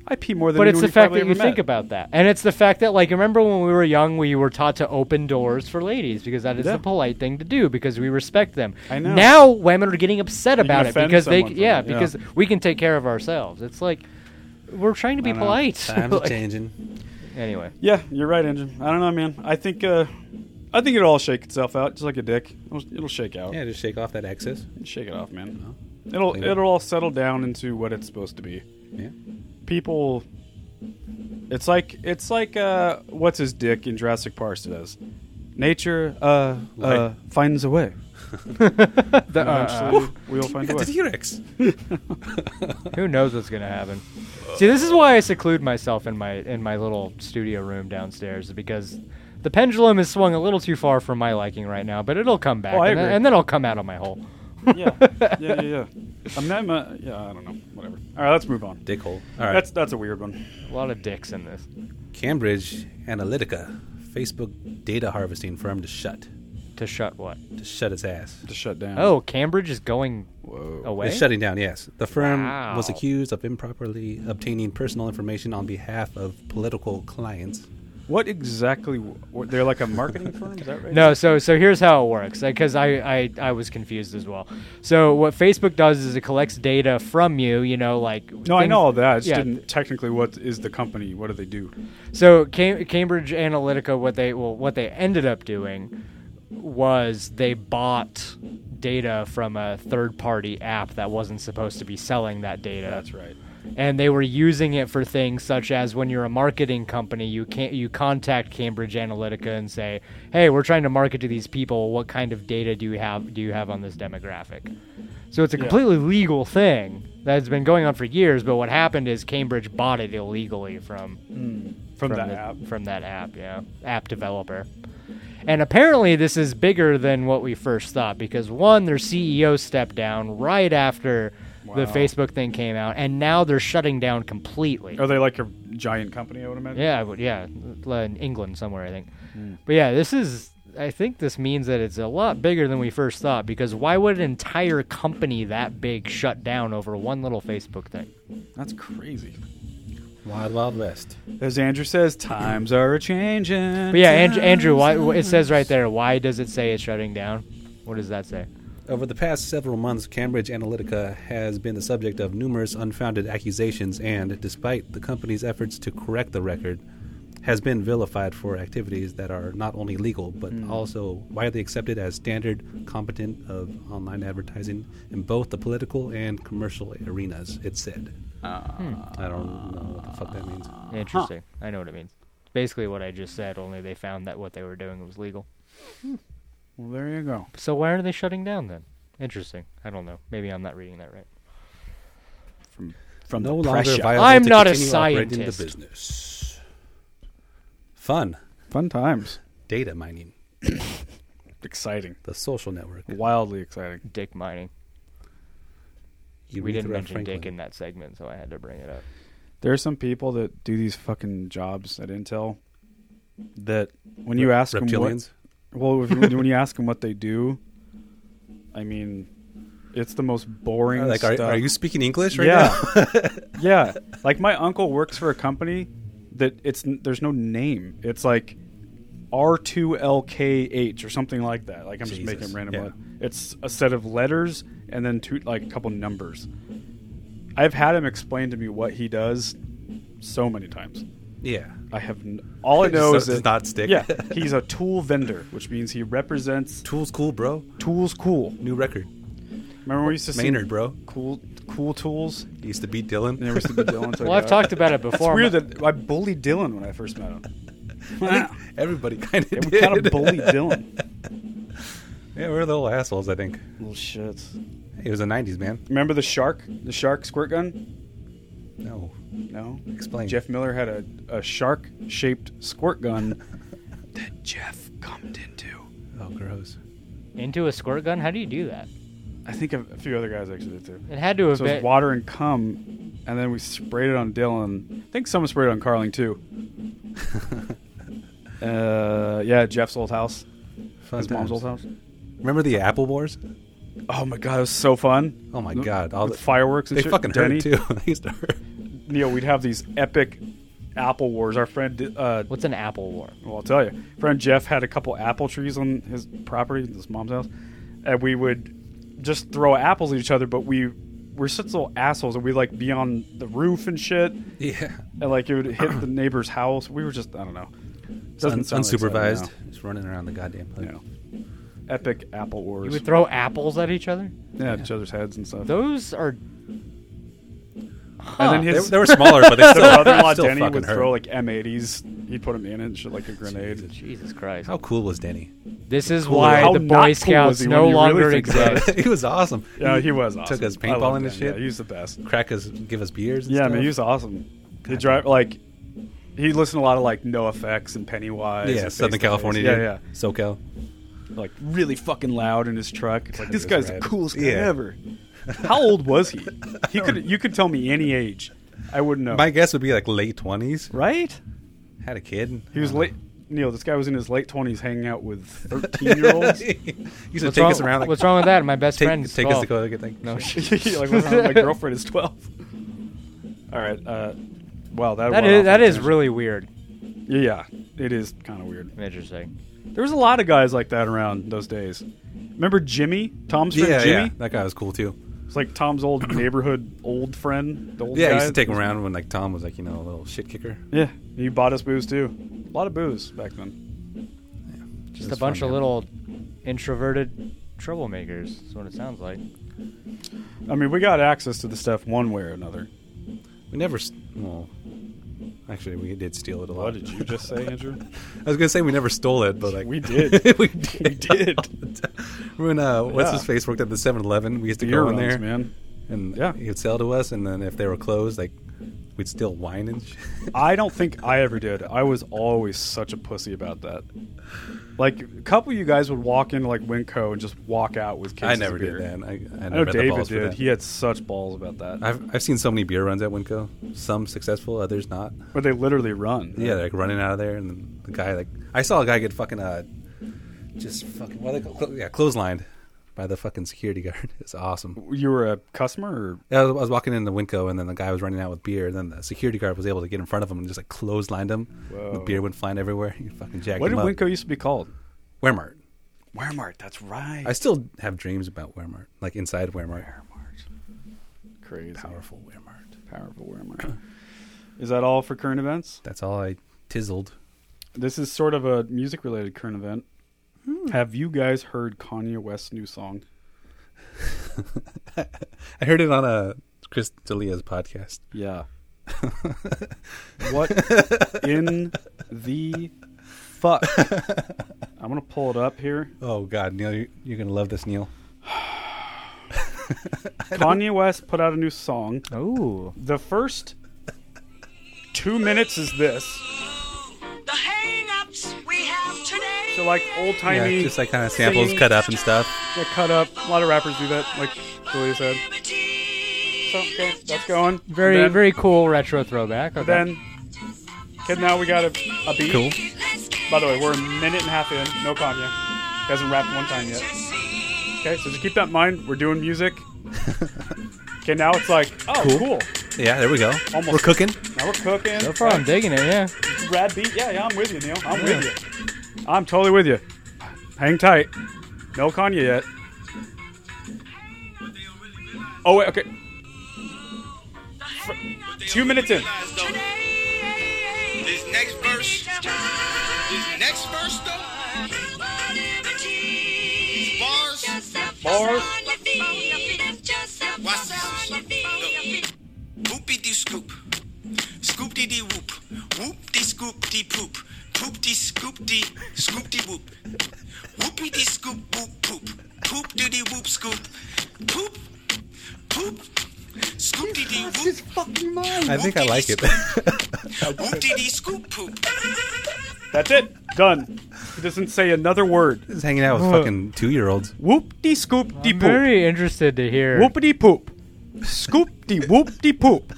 Speaker 1: I pee more than.
Speaker 3: but it's
Speaker 1: anyone
Speaker 3: the
Speaker 1: you've
Speaker 3: fact
Speaker 1: probably
Speaker 3: that you
Speaker 1: ever
Speaker 3: think
Speaker 1: met.
Speaker 3: about that, and it's the fact that like remember when we were young, we were taught to open doors for ladies because that is
Speaker 1: Yeah.
Speaker 3: the polite thing to do because we respect them.
Speaker 1: I know.
Speaker 3: Now women are getting upset
Speaker 1: can
Speaker 3: about it
Speaker 1: offend
Speaker 3: because they
Speaker 1: someone from
Speaker 3: yeah
Speaker 1: it, yeah.
Speaker 3: because we can take care of ourselves. It's like we're trying to be polite.
Speaker 2: times are
Speaker 3: Like-
Speaker 2: changing.
Speaker 3: anyway,
Speaker 1: Yeah, you're right, Engine. I don't know, man. I think uh, I think it'll all shake itself out, just like a dick. It'll, it'll shake out.
Speaker 2: Yeah, just shake off that excess.
Speaker 1: Shake it off, man. It'll
Speaker 2: Clean it.
Speaker 1: it'll all settle down into what it's supposed to be.
Speaker 2: Yeah.
Speaker 1: People, it's like it's like uh, what's his dick in Jurassic Park does. Nature uh, uh,
Speaker 2: Right.
Speaker 1: finds a way.
Speaker 3: The- uh,
Speaker 1: Eventually, we'll find a
Speaker 2: The
Speaker 1: way.
Speaker 2: T-Rex.
Speaker 3: Who knows what's gonna happen? See, this is why I seclude myself in my in my little studio room downstairs because the pendulum is swung a little too far for my liking right now, but it'll come back,
Speaker 1: Oh, I
Speaker 3: and, then,
Speaker 1: agree.
Speaker 3: and then I'll come out of my hole.
Speaker 1: yeah, yeah, yeah, yeah. I'm not. uh, yeah, I don't know. Whatever. All right, let's move on.
Speaker 2: Dick hole. All right.
Speaker 1: That's that's a weird one.
Speaker 3: A lot of dicks in this.
Speaker 2: Cambridge Analytica, Facebook data harvesting firm to shut,
Speaker 3: To shut what?
Speaker 2: to shut its ass.
Speaker 1: To shut down.
Speaker 3: Oh, Cambridge is going away.
Speaker 2: It's shutting down. Yes, the firm
Speaker 3: Wow.
Speaker 2: was accused of improperly obtaining personal information on behalf of political clients
Speaker 1: What exactly? w- were- They're like a marketing firm, is that right?
Speaker 3: No, so so here's how it works because I, I I was confused as well. So what Facebook does is it collects data from you, you know, like
Speaker 1: No, I
Speaker 3: things-
Speaker 1: know all that. I just
Speaker 3: yeah.
Speaker 1: didn't technically. What is the company? What do they do?
Speaker 3: So Cam- Cambridge Analytica, what they well, what they ended up doing was they bought data from a third party app that wasn't supposed to be selling that data. That's
Speaker 1: right.
Speaker 3: And they were using it for things such as when you're a marketing company, you can not you contact Cambridge Analytica and say, "Hey, we're trying to market to these people. What kind of data do you have do you have on this demographic?" So it's a completely legal thing that's been going on for years, but what happened is Cambridge bought it illegally from
Speaker 1: From, that
Speaker 3: the-
Speaker 1: app.
Speaker 3: From that app, yeah. App developer. And apparently, this is bigger than what we first thought because one, their CEO stepped down right after the Facebook thing came out, and now they're shutting down completely.
Speaker 1: Are they like a giant company? I would imagine.
Speaker 3: Yeah, I would- yeah, l- in England somewhere, I think.
Speaker 1: Hmm.
Speaker 3: But yeah, this is. I think this means that it's a lot bigger than we first thought because why would an entire company that big shut down over one little Facebook thing?
Speaker 1: That's crazy.
Speaker 2: Wild Wild West.
Speaker 1: As Andrew says, times are a changing.
Speaker 3: But yeah, Andrew, Andrew why, wh- it says right there, why does it say it's shutting down? What does that say?
Speaker 2: Over the past several months, Cambridge Analytica has been the subject of numerous unfounded accusations and, despite the company's efforts to correct the record, has been vilified for activities that are not only legal but
Speaker 3: Hmm.
Speaker 2: also widely accepted as standard competent of online advertising in both the political and commercial arenas, it said.
Speaker 3: Ah.
Speaker 2: I don't know what the fuck that means.
Speaker 3: Interesting. I know what it means. It's basically what I just said, only they found that what they were doing was legal.
Speaker 1: Well, there you go.
Speaker 3: So why are they shutting down then? Interesting. I don't know. Maybe I'm not reading that right.
Speaker 1: From
Speaker 2: no
Speaker 1: the
Speaker 2: longer
Speaker 1: pressure.
Speaker 2: viable
Speaker 3: I'm
Speaker 2: to
Speaker 3: not a
Speaker 2: continue operating
Speaker 3: scientist.
Speaker 2: The business. Fun
Speaker 1: Fun times.
Speaker 2: data mining,
Speaker 1: Exciting.
Speaker 2: the social network.
Speaker 1: Wildly exciting.
Speaker 3: Dick mining. we
Speaker 2: Urethra
Speaker 3: didn't mention
Speaker 2: Franklin.
Speaker 3: Dick in that segment, so I had to bring it up.
Speaker 1: There are some people that do these fucking jobs at Intel that when you ask them what,
Speaker 2: reptilians.
Speaker 1: Well, if, you- when you ask them what they do, I mean, it's the most boring.
Speaker 2: like, are,
Speaker 1: stuff.
Speaker 2: are you speaking English right
Speaker 1: Yeah, yeah. Like my uncle works for a company that it's n- there's no name. It's like R two L K H or something like that. Like I'm just
Speaker 2: Jesus.
Speaker 1: making random.
Speaker 2: Yeah.
Speaker 1: le- It's a set of letters and then two like a couple numbers. I've had him explain to me what he does so many times.
Speaker 2: now? Yeah.
Speaker 1: I have n- all I
Speaker 2: It
Speaker 1: know
Speaker 2: just
Speaker 1: is
Speaker 2: does
Speaker 1: that-
Speaker 2: not stick.
Speaker 1: Yeah, he's a tool vendor, which means he represents
Speaker 2: Tool's cool, bro.
Speaker 1: tools. Cool.
Speaker 2: New record.
Speaker 1: Remember we used to see
Speaker 2: Maynard, bro.
Speaker 1: cool cool tools.
Speaker 2: He used to beat Dylan.
Speaker 1: And there was the Dylan.
Speaker 3: Well, I've talked about it
Speaker 1: It's
Speaker 3: before.
Speaker 1: weird that I bullied Dylan when I first met him.
Speaker 2: I think everybody kind of
Speaker 1: Yeah,
Speaker 2: did.
Speaker 1: we kind of bullied Dylan.
Speaker 2: yeah, we're the little assholes, I think.
Speaker 1: Little shits.
Speaker 2: It was the 90s, man.
Speaker 1: Remember the shark? The shark squirt gun?
Speaker 2: No.
Speaker 1: No.
Speaker 2: Explain.
Speaker 1: Jeff Miller had a, a shark shaped squirt gun that Jeff gummed into.
Speaker 2: Oh, gross.
Speaker 3: Into a squirt gun? How do you do that?
Speaker 1: I think a, a few other guys actually did too.
Speaker 3: It had to have
Speaker 1: So it
Speaker 3: been.
Speaker 1: was water and cum, and then we sprayed it on Dylan. I think someone sprayed it on Carling too. uh, yeah, Jeff's old house.
Speaker 2: Fun
Speaker 1: his mom's
Speaker 2: times.
Speaker 1: old house.
Speaker 2: Remember the Apple Wars?
Speaker 1: Oh my god, it was so fun.
Speaker 2: Oh, my God. All
Speaker 1: All
Speaker 2: the,
Speaker 1: the fireworks and
Speaker 2: They
Speaker 1: shit.
Speaker 2: fucking
Speaker 1: Denny,
Speaker 2: hurt, too. they used to hurt.
Speaker 1: You know, we'd have these epic apple wars. Our friend, did- uh,
Speaker 3: What's an apple war?
Speaker 1: well, I'll tell you, friend Jeff had a couple apple trees on his property, his mom's house, and we would just throw apples at each other. But we were such little assholes, and we would like be on the roof and shit, and
Speaker 2: Yeah.
Speaker 1: like it would hit the neighbor's house. We were just, I don't know,
Speaker 2: Un-
Speaker 1: sound
Speaker 2: unsupervised.
Speaker 1: exciting
Speaker 2: Just running around the goddamn
Speaker 1: now.
Speaker 2: place.
Speaker 1: You know, epic apple
Speaker 3: You
Speaker 1: wars.
Speaker 3: would throw apples at each other?
Speaker 1: yeah, at each other's heads and stuff.
Speaker 3: Those are.
Speaker 1: And then
Speaker 2: They,
Speaker 1: his
Speaker 2: they were smaller, but they still,
Speaker 1: brother-in-law
Speaker 2: still
Speaker 1: Denny
Speaker 2: fucking
Speaker 1: would
Speaker 2: hurt.
Speaker 1: throw like M80s. He'd put them in it and shit like a grenade.
Speaker 3: Jesus Christ.
Speaker 2: How cool was Denny?
Speaker 3: This is
Speaker 1: Cool.
Speaker 3: why
Speaker 1: How
Speaker 3: the
Speaker 1: not
Speaker 3: Boy
Speaker 1: cool was
Speaker 3: Scouts
Speaker 1: he when
Speaker 3: no
Speaker 1: you really
Speaker 3: longer
Speaker 1: think about it?
Speaker 3: exist.
Speaker 2: he was awesome.
Speaker 1: Yeah, he was awesome.
Speaker 2: Took us
Speaker 1: I loved
Speaker 2: paintballing and
Speaker 1: him.
Speaker 2: shit.
Speaker 1: Yeah, he was the best.
Speaker 2: Crack us, give us beers. And
Speaker 1: Yeah,
Speaker 2: stuff.
Speaker 1: man, he was awesome. He drive like he listened to a lot of like No Effects and Pennywise.
Speaker 2: Yeah,
Speaker 1: and
Speaker 2: Southern
Speaker 1: Face to
Speaker 2: California.
Speaker 1: Face.
Speaker 2: dude.
Speaker 1: Yeah,
Speaker 2: SoCal.
Speaker 1: yeah. Like really fucking loud in his truck. It's like this
Speaker 2: it
Speaker 1: guy's
Speaker 2: was rad.
Speaker 1: the coolest guy
Speaker 2: Yeah.
Speaker 1: ever. How old was he? He could you could tell me any age. I wouldn't know.
Speaker 2: My guess would be like late twenties.
Speaker 1: right?
Speaker 2: Had a kid.
Speaker 1: He was late. Neil, this guy was in his late twenties, hanging out with thirteen-year-olds.
Speaker 2: he used to
Speaker 3: What's
Speaker 2: take
Speaker 3: wrong,
Speaker 2: us around. Like,
Speaker 3: what's wrong with that? My best
Speaker 2: take,
Speaker 3: friend.
Speaker 2: take us to go get like.
Speaker 3: No,
Speaker 1: like what's wrong? my girlfriend is twelve. All right. Uh, wow, that
Speaker 3: that
Speaker 1: went
Speaker 3: is
Speaker 1: off
Speaker 3: that
Speaker 1: on a
Speaker 3: is
Speaker 1: tangent.
Speaker 3: really weird.
Speaker 1: Yeah, it is kind of weird.
Speaker 3: Interesting.
Speaker 1: There was a lot of guys like that around those days. Remember Jimmy, Tom's friend
Speaker 2: Yeah,
Speaker 1: Jimmy?
Speaker 2: yeah, that guy was cool too.
Speaker 1: It's like Tom's old neighborhood old friend. The old
Speaker 2: Yeah, I
Speaker 1: guy.
Speaker 2: used to take him around when like Tom was like you know a little shit kicker.
Speaker 1: Yeah, he bought us booze too. A lot of booze back then.
Speaker 3: Just
Speaker 2: That's
Speaker 3: a bunch
Speaker 2: fun,
Speaker 3: of
Speaker 2: man.
Speaker 3: little introverted troublemakers. Is what it sounds like.
Speaker 1: I mean, we got access to the stuff one way or another.
Speaker 2: We never, s- well, actually we did steal it a lot.
Speaker 1: What Oh, did you just say, Andrew?
Speaker 2: I was gonna say we never stole it, but like
Speaker 1: We did.
Speaker 2: we did.
Speaker 1: We did.
Speaker 2: when uh, what's
Speaker 1: Yeah.
Speaker 2: his face worked at the 7-Eleven, we used to
Speaker 1: The
Speaker 2: go
Speaker 1: ear
Speaker 2: in
Speaker 1: runs,
Speaker 2: there
Speaker 1: man.
Speaker 2: and
Speaker 1: Yeah.
Speaker 2: he'd sell to us, and then if they were closed, like we'd steal wine and shit.
Speaker 1: I don't think I ever did. I was always such a pussy about that. Like a couple of you guys would walk into like Winco and just walk out with cases
Speaker 2: I
Speaker 1: of
Speaker 2: never did
Speaker 1: beer.
Speaker 2: that. I, I,
Speaker 1: I
Speaker 2: never
Speaker 1: know
Speaker 2: had the
Speaker 1: "Oh, David
Speaker 2: balls for
Speaker 1: did.
Speaker 2: that.
Speaker 1: He had such balls about that.
Speaker 2: I've I've seen so many beer runs at Winco. Some successful, others not.
Speaker 1: but they literally run.
Speaker 2: Yeah, they're like running out of there, and then the guy like I saw a guy get fucking uh, just fucking what are they call, yeah clotheslined by the fucking security guard. It's awesome.
Speaker 1: You were a customer or
Speaker 2: Yeah, I was, I was walking into Winco, and then the guy was running out with beer, and then the security guard was able to get in front of him and just like clotheslined him. The beer went flying everywhere. He fucking jacked
Speaker 1: what did
Speaker 2: him up.
Speaker 1: Winco used to be called?
Speaker 2: Walmart.
Speaker 1: Walmart. that's right.
Speaker 2: I still have dreams about Walmart, like inside Walmart.
Speaker 1: Crazy.
Speaker 2: Powerful Walmart.
Speaker 1: Powerful Walmart. Is that all for current events?
Speaker 2: That's all I tizzled.
Speaker 1: This is sort of a music related current event.
Speaker 2: Hmm.
Speaker 1: Have you guys heard Kanye West's new song?
Speaker 2: I heard it on a Chris D'Elia's podcast.
Speaker 1: Yeah. what in the fuck? I'm gonna pull it up here.
Speaker 2: Oh God, Neil, you're, you're gonna love this, Neil.
Speaker 1: Kanye West put out a new song.
Speaker 3: Ooh.
Speaker 1: The first two minutes is this.
Speaker 6: The hang-ups we have today.
Speaker 1: So like old
Speaker 2: Yeah,
Speaker 1: timey,
Speaker 2: just like kind of samples
Speaker 1: singing.
Speaker 2: cut up and stuff.
Speaker 1: yeah, cut up. A lot of rappers do that, like Julia said. So okay, that's going.
Speaker 3: Very
Speaker 1: Then-
Speaker 3: very cool retro throwback. Okay.
Speaker 1: Then, kid, now we got a, a beat.
Speaker 2: Cool.
Speaker 1: By the way, we're a minute and a half in. No Kanye. He hasn't rapped one time yet. Okay, so just keep that in mind. We're doing music. Okay, now it's like, oh, cool.
Speaker 2: Yeah, there we go.
Speaker 1: Almost.
Speaker 2: We're cooking.
Speaker 1: Now we're cooking.
Speaker 3: So far, I'm digging it. Yeah.
Speaker 1: Rad beat. Yeah, yeah, I'm with you, Neil. I'm with you. I'm totally with you. Hang tight. No Kanye yet. Oh, wait, okay. Fr- Two minutes in.
Speaker 7: This next verse, this next verse though, these bars,
Speaker 1: Bars.
Speaker 7: watch this. Whoopie dee scoop, scoop dee dee whoop, whoop dee scoop dee poop, poop dee scoop dee, scoop dee whoop, whoopie dee scoop whoop poop, poop dee dee whoop scoop, poop, poop, scoop dee dee whoop,
Speaker 2: I think I like it.
Speaker 7: whoop dee dee scoop poop.
Speaker 1: That's it. Done. He doesn't say another word.
Speaker 2: Just hanging out with fucking two year olds.
Speaker 1: Whoop de scoop de
Speaker 3: I'm
Speaker 1: poop.
Speaker 3: very interested to hear.
Speaker 1: Whoopity poop. Scoop de whoop de poop.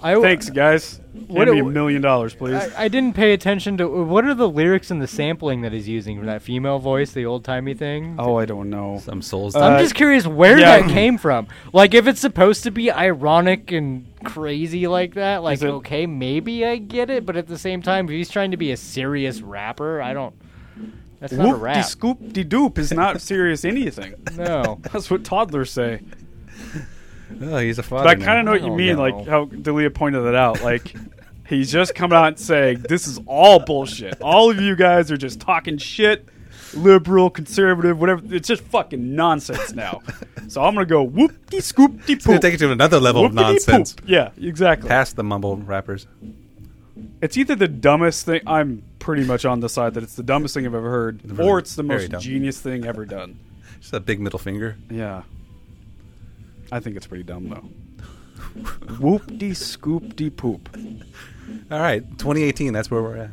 Speaker 3: I, w-
Speaker 1: Thanks, guys.
Speaker 3: What
Speaker 1: Give me a
Speaker 3: do-
Speaker 1: million dollars, please.
Speaker 3: I, I didn't pay attention to what are the lyrics and the sampling that he's using from that female voice, the old timey thing.
Speaker 1: oh, I don't know.
Speaker 2: Some souls.
Speaker 3: I'm just curious where
Speaker 1: Uh, yeah.
Speaker 3: that came from. Like, if it's supposed to be ironic and crazy like that, like,
Speaker 1: Is it-
Speaker 3: okay, maybe I get it, but at the same time, if he's trying to be a serious rapper, I don't. That's not a
Speaker 1: Whoop de
Speaker 3: rap.
Speaker 1: scoop de doop is not serious anything.
Speaker 3: no.
Speaker 1: That's what toddlers say.
Speaker 2: oh, he's a father.
Speaker 1: But I kind of know what you
Speaker 3: Oh,
Speaker 1: mean,
Speaker 3: no.
Speaker 1: like how Delia pointed that out. Like, he's just coming out and saying, this is all bullshit. All of you guys are just talking shit, liberal, conservative, whatever. It's just fucking nonsense now. So I'm going to go whoop de scoop de
Speaker 2: It's gonna
Speaker 1: poop.
Speaker 2: take it to another level of nonsense.
Speaker 1: Yeah, exactly.
Speaker 2: Past the mumble rappers.
Speaker 1: It's either the dumbest thing. I'm pretty much on the side that it's the dumbest thing I've ever heard, or it's the
Speaker 2: very
Speaker 1: most
Speaker 2: dumb.
Speaker 1: genius thing ever done.
Speaker 2: Just a big middle finger.
Speaker 1: Yeah, I think it's pretty dumb though. Whoop de scoop de poop.
Speaker 2: All right, 2018. That's where we're at.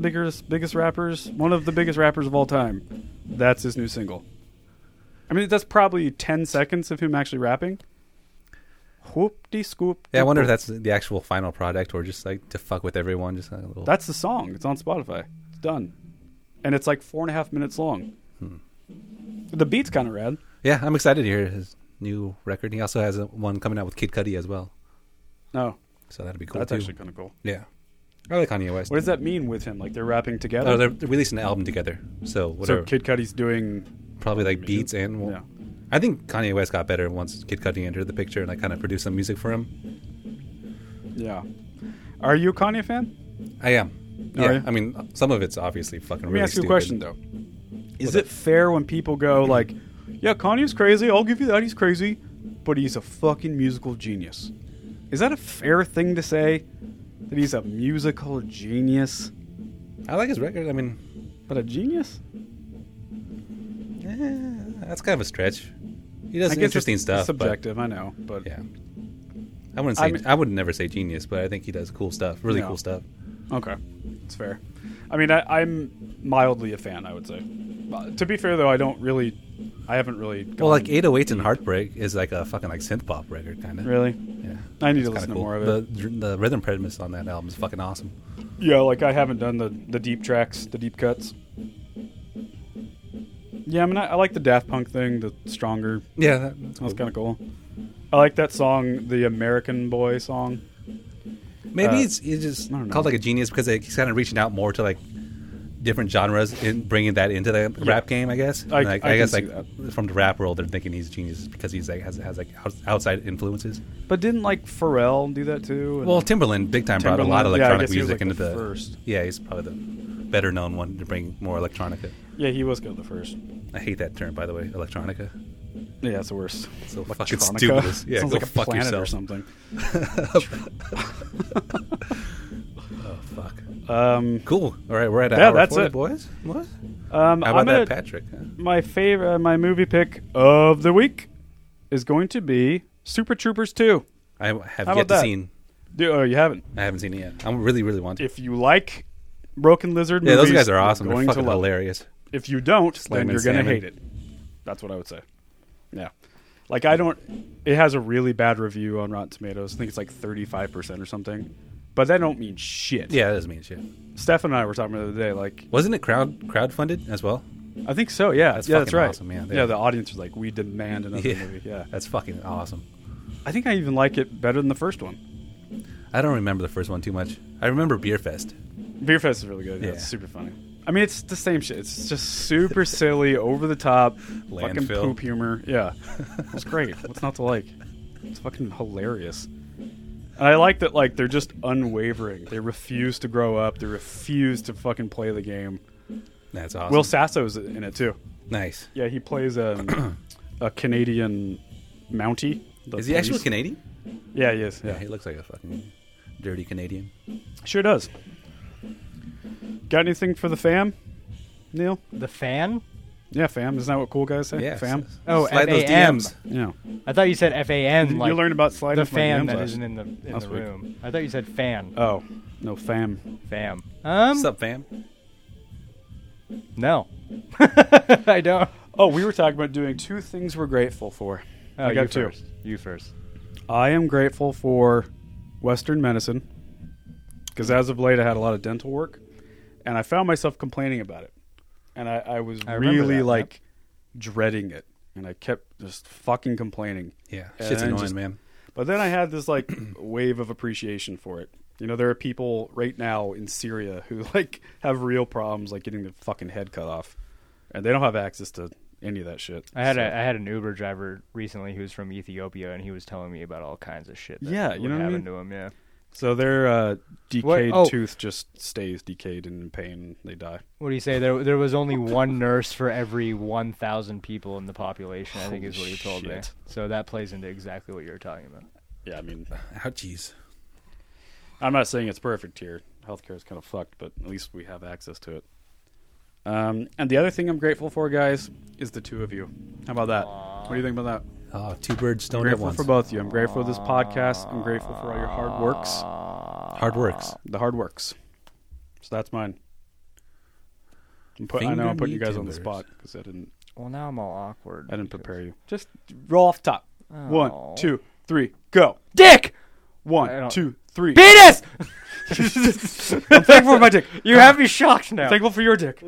Speaker 1: Biggest biggest rappers, one of the biggest rappers of all time. That's his new single. I mean, that's probably ten seconds of him actually rapping. Whoop de scoop.
Speaker 2: Yeah, I wonder if that's the actual final product or just like to fuck with everyone. Just like a little.
Speaker 1: That's the song. It's on Spotify. It's done, and it's like four and a half minutes long.
Speaker 2: Hmm.
Speaker 1: The beat's kind of rad.
Speaker 2: yeah, I'm excited to hear his new record. He also has a, one coming out with Kid Cudi as well.
Speaker 1: No.
Speaker 2: So that'd be cool
Speaker 1: That's
Speaker 2: too.
Speaker 1: actually kind of cool.
Speaker 2: yeah, I like Kanye West.
Speaker 1: What does that mean with him? Like they're rapping together.
Speaker 2: Oh, they're they're releasing an album together. So
Speaker 1: so
Speaker 2: whatever,
Speaker 1: Kid Cudi's doing.
Speaker 2: probably like beats and. Well,
Speaker 1: Yeah.
Speaker 2: I think Kanye West got better once Kid Cudi entered the picture and I kind of produced some music for him.
Speaker 1: Yeah. Are you a Kanye fan?
Speaker 2: I am.
Speaker 1: Are
Speaker 2: Yeah,
Speaker 1: you?
Speaker 2: I mean, some of it's obviously fucking.
Speaker 1: Oh, Let me
Speaker 2: really
Speaker 1: ask you a
Speaker 2: stupid.
Speaker 1: question though. Is
Speaker 2: What's
Speaker 1: it
Speaker 2: up?
Speaker 1: fair when people go like, "Yeah, Kanye's crazy. I'll give you that. He's crazy, but he's a fucking musical genius." Is that a fair thing to say? That he's a musical genius,
Speaker 2: I like his record. I mean,
Speaker 1: but a genius?
Speaker 2: eh, that's kind of a stretch. He does
Speaker 1: I guess
Speaker 2: interesting
Speaker 1: it's
Speaker 2: stuff. but-
Speaker 1: Subjective, I know, but
Speaker 2: yeah, I wouldn't say.
Speaker 1: I
Speaker 2: I,
Speaker 1: mean-
Speaker 2: would never say genius, but I think he does cool stuff. Really
Speaker 1: No.
Speaker 2: cool stuff.
Speaker 1: Okay, it's fair. I mean, I, I'm mildly a fan. I would say. Uh, To be fair, though, I don't really, I haven't really.
Speaker 2: Well, like
Speaker 1: gone-
Speaker 2: 808s and Heartbreak is like a fucking like synth pop record, kind of.
Speaker 1: really,
Speaker 2: Yeah.
Speaker 1: I need to listen
Speaker 2: It's
Speaker 1: to
Speaker 2: kinda cool.
Speaker 1: more of it.
Speaker 2: The, the rhythm premise on that album is fucking awesome.
Speaker 1: yeah, like I haven't done the the deep tracks, the deep cuts. Yeah, I mean, I, I like the Daft Punk thing, the stronger.
Speaker 2: Yeah, that, that's
Speaker 1: That's kind of cool. I like that song, the American Boy song.
Speaker 2: Maybe
Speaker 1: uh,
Speaker 2: it's it's just
Speaker 1: I don't know.
Speaker 2: called like a genius because like, he's kind of reaching out more to like different genres and bringing that into the rap game. I guess.
Speaker 1: I-
Speaker 2: And, like,
Speaker 1: I can
Speaker 2: guess
Speaker 1: see
Speaker 2: like from the rap world, they're thinking he's a genius because he's like has, has like out- outside influences.
Speaker 1: But didn't like Pharrell do that too? And-
Speaker 2: Well, Timberland big time brought a lot of
Speaker 1: Timberland, yeah, I
Speaker 2: electronic
Speaker 1: guess he was,
Speaker 2: music
Speaker 1: like,
Speaker 2: into
Speaker 1: the
Speaker 2: the,
Speaker 1: first.
Speaker 2: Yeah, he's probably the better known one to bring more electronica.
Speaker 1: yeah, he was good the first.
Speaker 2: I hate that term, by the way, electronica.
Speaker 1: Yeah, it's the worst.
Speaker 2: It's So fucking
Speaker 1: Electronica.
Speaker 2: stupid. as- Yeah,
Speaker 1: sounds
Speaker 2: go
Speaker 1: like a
Speaker 2: fuck
Speaker 1: planet
Speaker 2: yourself.
Speaker 1: or something.
Speaker 2: Oh fuck.
Speaker 1: Um,
Speaker 2: Cool. All right, we're at an
Speaker 1: Yeah,
Speaker 2: hour
Speaker 1: that's
Speaker 2: 40,
Speaker 1: it.
Speaker 2: boys. What?
Speaker 1: um,
Speaker 2: How about
Speaker 1: I'm gonna,
Speaker 2: that, Patrick? huh?
Speaker 1: my favorite, uh, my movie pick of the week is going to be Super Troopers Two.
Speaker 2: I have
Speaker 1: How about
Speaker 2: yet to
Speaker 1: that?
Speaker 2: see.
Speaker 1: Do, oh, you haven't?
Speaker 2: I haven't seen it yet. I really, really want to.
Speaker 1: If you like Broken Lizard,
Speaker 2: yeah, those
Speaker 1: movies,
Speaker 2: guys are
Speaker 1: you're
Speaker 2: awesome. They're
Speaker 1: Going to
Speaker 2: fucking
Speaker 1: love. it.
Speaker 2: hilarious.
Speaker 1: If you don't,
Speaker 2: Slam
Speaker 1: then
Speaker 2: and
Speaker 1: you're gonna
Speaker 2: salmon.
Speaker 1: hate it. That's what I would say. Yeah, like I don't. It has a really bad review on Rotten Tomatoes. I think it's like 35 percent or something. But that don't mean shit.
Speaker 2: Yeah, that doesn't mean shit.
Speaker 1: Stefan and I were talking the other day. Like,
Speaker 2: Wasn't it crowd crowdfunded as well?
Speaker 1: I think so. Yeah,
Speaker 2: That's
Speaker 1: yeah, that's
Speaker 2: fucking
Speaker 1: right.
Speaker 2: awesome, yeah.
Speaker 1: yeah. the audience was like, we demand another movie. Yeah,
Speaker 2: that's fucking awesome.
Speaker 1: I think I even like it better than the first one.
Speaker 2: I don't remember the first one too much. I remember Beerfest.
Speaker 1: Beer Fest is really good. Yeah,
Speaker 2: Yeah.
Speaker 1: it's super funny. I mean, it's the same shit. It's just super silly, over the top, fucking
Speaker 2: Landfill.
Speaker 1: poop humor. Yeah, it's great. What's not to like? It's fucking hilarious. And I like that. Like they're just unwavering. They refuse to grow up. They refuse to fucking play the game.
Speaker 2: That's awesome.
Speaker 1: Will Sasso's in it too.
Speaker 2: nice.
Speaker 1: Yeah, he plays um, a Canadian Mountie. the
Speaker 2: Is he actually
Speaker 1: police.
Speaker 2: Canadian?
Speaker 1: Yeah, he is.
Speaker 2: Yeah,
Speaker 1: Yeah,
Speaker 2: he looks like a fucking dirty Canadian.
Speaker 1: sure does. Got anything for the fam, Neil?
Speaker 3: The fan?
Speaker 1: Yeah, fam. Isn't that what cool guys say?
Speaker 2: Yeah,
Speaker 1: fam.
Speaker 2: s-
Speaker 3: Oh,
Speaker 2: slide those
Speaker 3: FAM.
Speaker 2: DMs.
Speaker 1: Yeah.
Speaker 3: I thought you said F A N.
Speaker 1: You
Speaker 3: Like
Speaker 1: learned about sliding
Speaker 3: the
Speaker 1: off my DMs
Speaker 3: fan that
Speaker 1: last-
Speaker 3: isn't in the in
Speaker 1: last
Speaker 3: the
Speaker 1: week.
Speaker 3: room. I thought you said fan.
Speaker 1: Oh no, fam.
Speaker 3: fam. Um.
Speaker 2: What's up, fam?
Speaker 3: No. I don't.
Speaker 1: Oh, we were talking about doing two things we're grateful for.
Speaker 3: Oh,
Speaker 1: I
Speaker 3: you
Speaker 1: got two.
Speaker 3: first. You first.
Speaker 1: I am grateful for Western medicine because as of late I had a lot of dental work, and I found myself complaining about it, and I, I was
Speaker 3: I remember
Speaker 1: really
Speaker 3: that,
Speaker 1: like dreading it, and I kept just fucking complaining.
Speaker 2: Yeah,
Speaker 1: And
Speaker 2: shit's
Speaker 1: I
Speaker 2: annoying,
Speaker 1: just-
Speaker 2: man.
Speaker 1: But then I had this like wave of appreciation for it. You know, there are people right now in Syria who like have real problems like getting their fucking head cut off, and they don't have access to any of that shit.
Speaker 3: I had
Speaker 1: So-
Speaker 3: a I had an Uber driver recently who was from Ethiopia, and he was telling me about all kinds of shit. That
Speaker 1: Yeah, you
Speaker 3: would
Speaker 1: know what I
Speaker 3: happen
Speaker 1: mean?
Speaker 3: to him. Yeah.
Speaker 1: so their uh, decayed
Speaker 3: oh.
Speaker 1: tooth just stays decayed and in pain. They die.
Speaker 3: What do you say? There there was only one nurse for every one thousand people in the population. I think is what he told me.
Speaker 1: shit.
Speaker 3: So that plays into exactly what you were talking about.
Speaker 1: Yeah, I mean,
Speaker 2: Oh, jeez.
Speaker 1: I'm not saying it's perfect here. Healthcare is kind of fucked, but at least we have access to it. Um, and the other thing I'm grateful for, guys, is the two of you. How about that? What do you think about that?
Speaker 2: Oh, two birds
Speaker 1: I'm
Speaker 2: don't at
Speaker 1: grateful
Speaker 2: once.
Speaker 1: for both of you. I'm grateful for this podcast. I'm grateful for all your hard works.
Speaker 2: Hard works.
Speaker 1: The hard works. So that's mine. I'm put, I know
Speaker 2: Finger
Speaker 1: I'm putting you
Speaker 2: me
Speaker 1: guys on the
Speaker 2: timbers.
Speaker 1: spot because I didn't
Speaker 3: Well, now I'm all awkward.
Speaker 1: I didn't prepare you. Just roll off top. One,
Speaker 3: Oh.
Speaker 1: two, three, go.
Speaker 3: Dick, I
Speaker 1: One,
Speaker 3: don't-
Speaker 1: two, three.
Speaker 3: penis.
Speaker 1: I'm thankful for my dick. Uh,
Speaker 3: You have me shocked now.
Speaker 1: Thankful for your dick.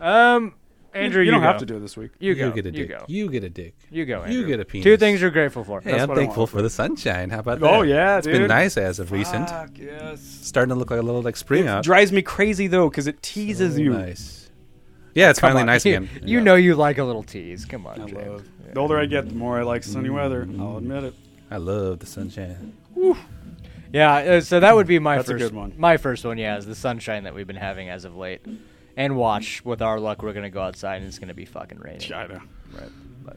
Speaker 3: Um, Andrew,
Speaker 1: you,
Speaker 3: you
Speaker 1: don't have
Speaker 3: go.
Speaker 1: to do it this week.
Speaker 3: You go.
Speaker 2: get a
Speaker 3: you
Speaker 2: dick.
Speaker 3: go.
Speaker 2: You get a dick.
Speaker 3: You go.
Speaker 2: You
Speaker 3: Andrew.
Speaker 2: get a penis.
Speaker 3: Two things you're grateful for.
Speaker 2: Hey,
Speaker 3: That's
Speaker 2: I'm
Speaker 3: what I
Speaker 2: thankful
Speaker 3: want.
Speaker 2: for the sunshine. How about that?
Speaker 1: Oh, yeah,
Speaker 2: it's been
Speaker 1: dude.
Speaker 2: nice as of recent.
Speaker 1: Fuck, yes.
Speaker 2: Starting to look like a little like spring out.
Speaker 1: Drives me crazy though because it teases
Speaker 2: Oh,
Speaker 1: you.
Speaker 2: Nice. Yeah, it's finally
Speaker 3: on.
Speaker 2: nice again.
Speaker 3: You know you like a little tease. Come on,
Speaker 1: I
Speaker 3: James.
Speaker 1: love. The older I get, the more I like sunny weather. I'll admit it.
Speaker 2: I love the sunshine.
Speaker 3: Yeah, uh, so that would be my
Speaker 1: That's a
Speaker 3: first
Speaker 1: good one.
Speaker 3: My first one, yeah, is the sunshine that we've been having as of late. And watch, with our luck, we're gonna go outside and it's gonna be fucking raining.
Speaker 1: I know. Right.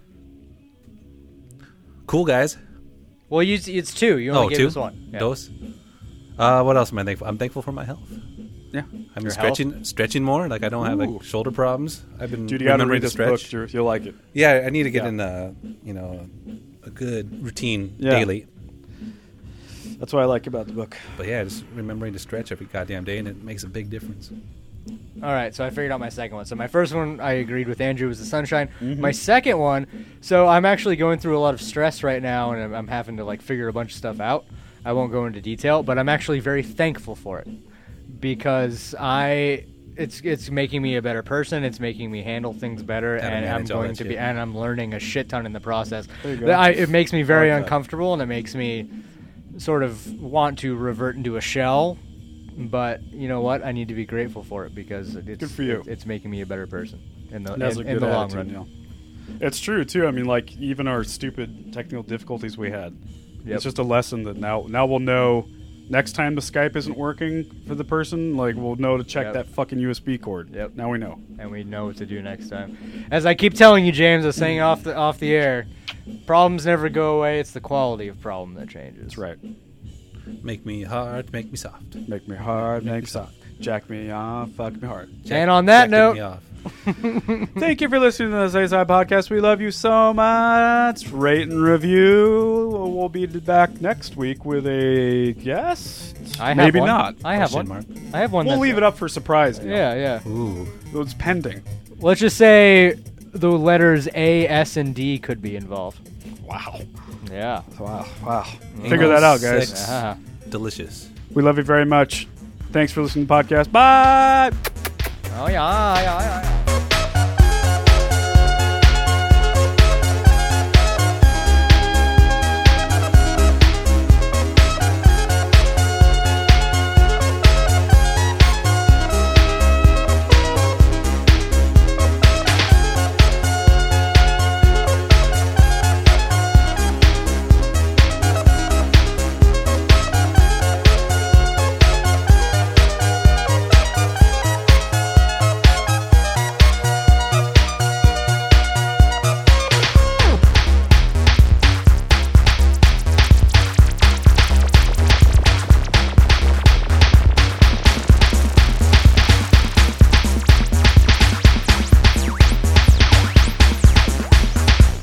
Speaker 2: Cool guys.
Speaker 3: Well, you, it's two. You only
Speaker 2: Oh,
Speaker 3: gave
Speaker 2: two.
Speaker 3: us one. Yeah.
Speaker 2: Dos. Uh, what else am I thankful? I'm thankful for my health.
Speaker 1: Yeah.
Speaker 2: I'm
Speaker 3: Your health?
Speaker 2: stretching, stretching more. Like I don't have
Speaker 1: Ooh.
Speaker 2: like shoulder problems. I've been
Speaker 1: Dude, you gotta
Speaker 2: remembering
Speaker 1: read
Speaker 2: to
Speaker 1: this
Speaker 2: stretch.
Speaker 1: book. Drew. You'll like it.
Speaker 2: Yeah, I need to get
Speaker 1: Yeah.
Speaker 2: in a you know a good routine
Speaker 1: Yeah.
Speaker 2: daily.
Speaker 1: That's what I like about the book.
Speaker 2: But yeah, just remembering to stretch every goddamn day, and it makes a big difference.
Speaker 3: All right, so I figured out my second one. So my first one, I agreed with Andrew, was the sunshine.
Speaker 1: Mm-hmm.
Speaker 3: My second one, so I'm actually going through a lot of stress right now, and I'm, I'm having to like figure a bunch of stuff out. I won't go into detail, but I'm actually very thankful for it because I it's it's making me a better person. It's making me handle things better,
Speaker 2: Gotta
Speaker 3: and I'm
Speaker 2: manage all
Speaker 3: going
Speaker 2: that
Speaker 3: to be
Speaker 2: shit.
Speaker 3: and I'm learning a shit ton in the process.
Speaker 1: There you go.
Speaker 3: That I, it makes me very
Speaker 2: I like that.
Speaker 3: uncomfortable, and it makes me sort of want to revert into a shell but you know what? I need to be grateful for it because it's
Speaker 1: Good for you.
Speaker 3: It's making me a better person in the in,
Speaker 1: That's a
Speaker 3: in
Speaker 1: good
Speaker 3: the long
Speaker 1: attitude,
Speaker 3: run.
Speaker 1: yeah. It's true too. I mean, like even our stupid technical difficulties we had.
Speaker 3: Yep.
Speaker 1: It's just a lesson that now now we'll know. Next time the Skype isn't working for the person, like we'll know to check
Speaker 3: Yep.
Speaker 1: that fucking USB cord.
Speaker 3: Yep.
Speaker 1: Now we know.
Speaker 3: And we know what to do next time. As I keep telling you, James, I was saying off the off the air, problems never go away. It's the quality of problem that changes.
Speaker 1: That's right.
Speaker 2: Make me hard, make me soft.
Speaker 1: Make me hard, make me soft. Jack me off, fuck me hard.
Speaker 3: And on that
Speaker 2: Jack,
Speaker 3: note,
Speaker 2: kick me off.
Speaker 1: Thank you for listening to the Zayside Podcast. We love you so much. Rate and review. We'll be back next week with a guest.
Speaker 3: I have
Speaker 1: Maybe
Speaker 3: one.
Speaker 1: not.
Speaker 3: I have one.
Speaker 2: Question mark.
Speaker 3: I have one.
Speaker 1: We'll
Speaker 3: that's-
Speaker 1: leave it up for surprise. Neil.
Speaker 3: Yeah, yeah.
Speaker 2: Ooh,
Speaker 1: It's pending.
Speaker 3: Let's just say the letters A, S, and D could be involved.
Speaker 1: Wow.
Speaker 3: Yeah.
Speaker 1: Wow. Wow. Figure that out, guys.
Speaker 2: Sex.
Speaker 3: Ah.
Speaker 2: delicious.
Speaker 1: We love you very much. Thanks for listening to the podcast. Bye.
Speaker 3: Oh yeah, yeah, yeah. yeah.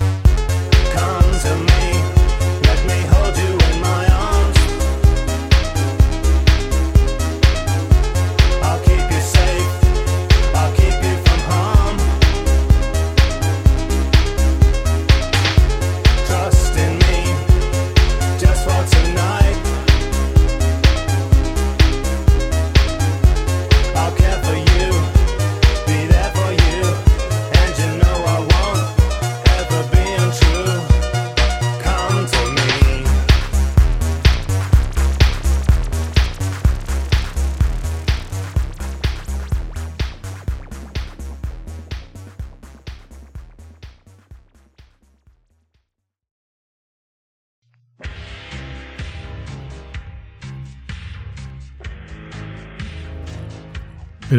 Speaker 8: Come to me, let me hold you in my arms. I'll keep you safe, I'll keep you from harm. Trust in me, just for tonight. I'll care for you, be there for you, and you know I won't ever be untrue. Come to me.
Speaker 9: It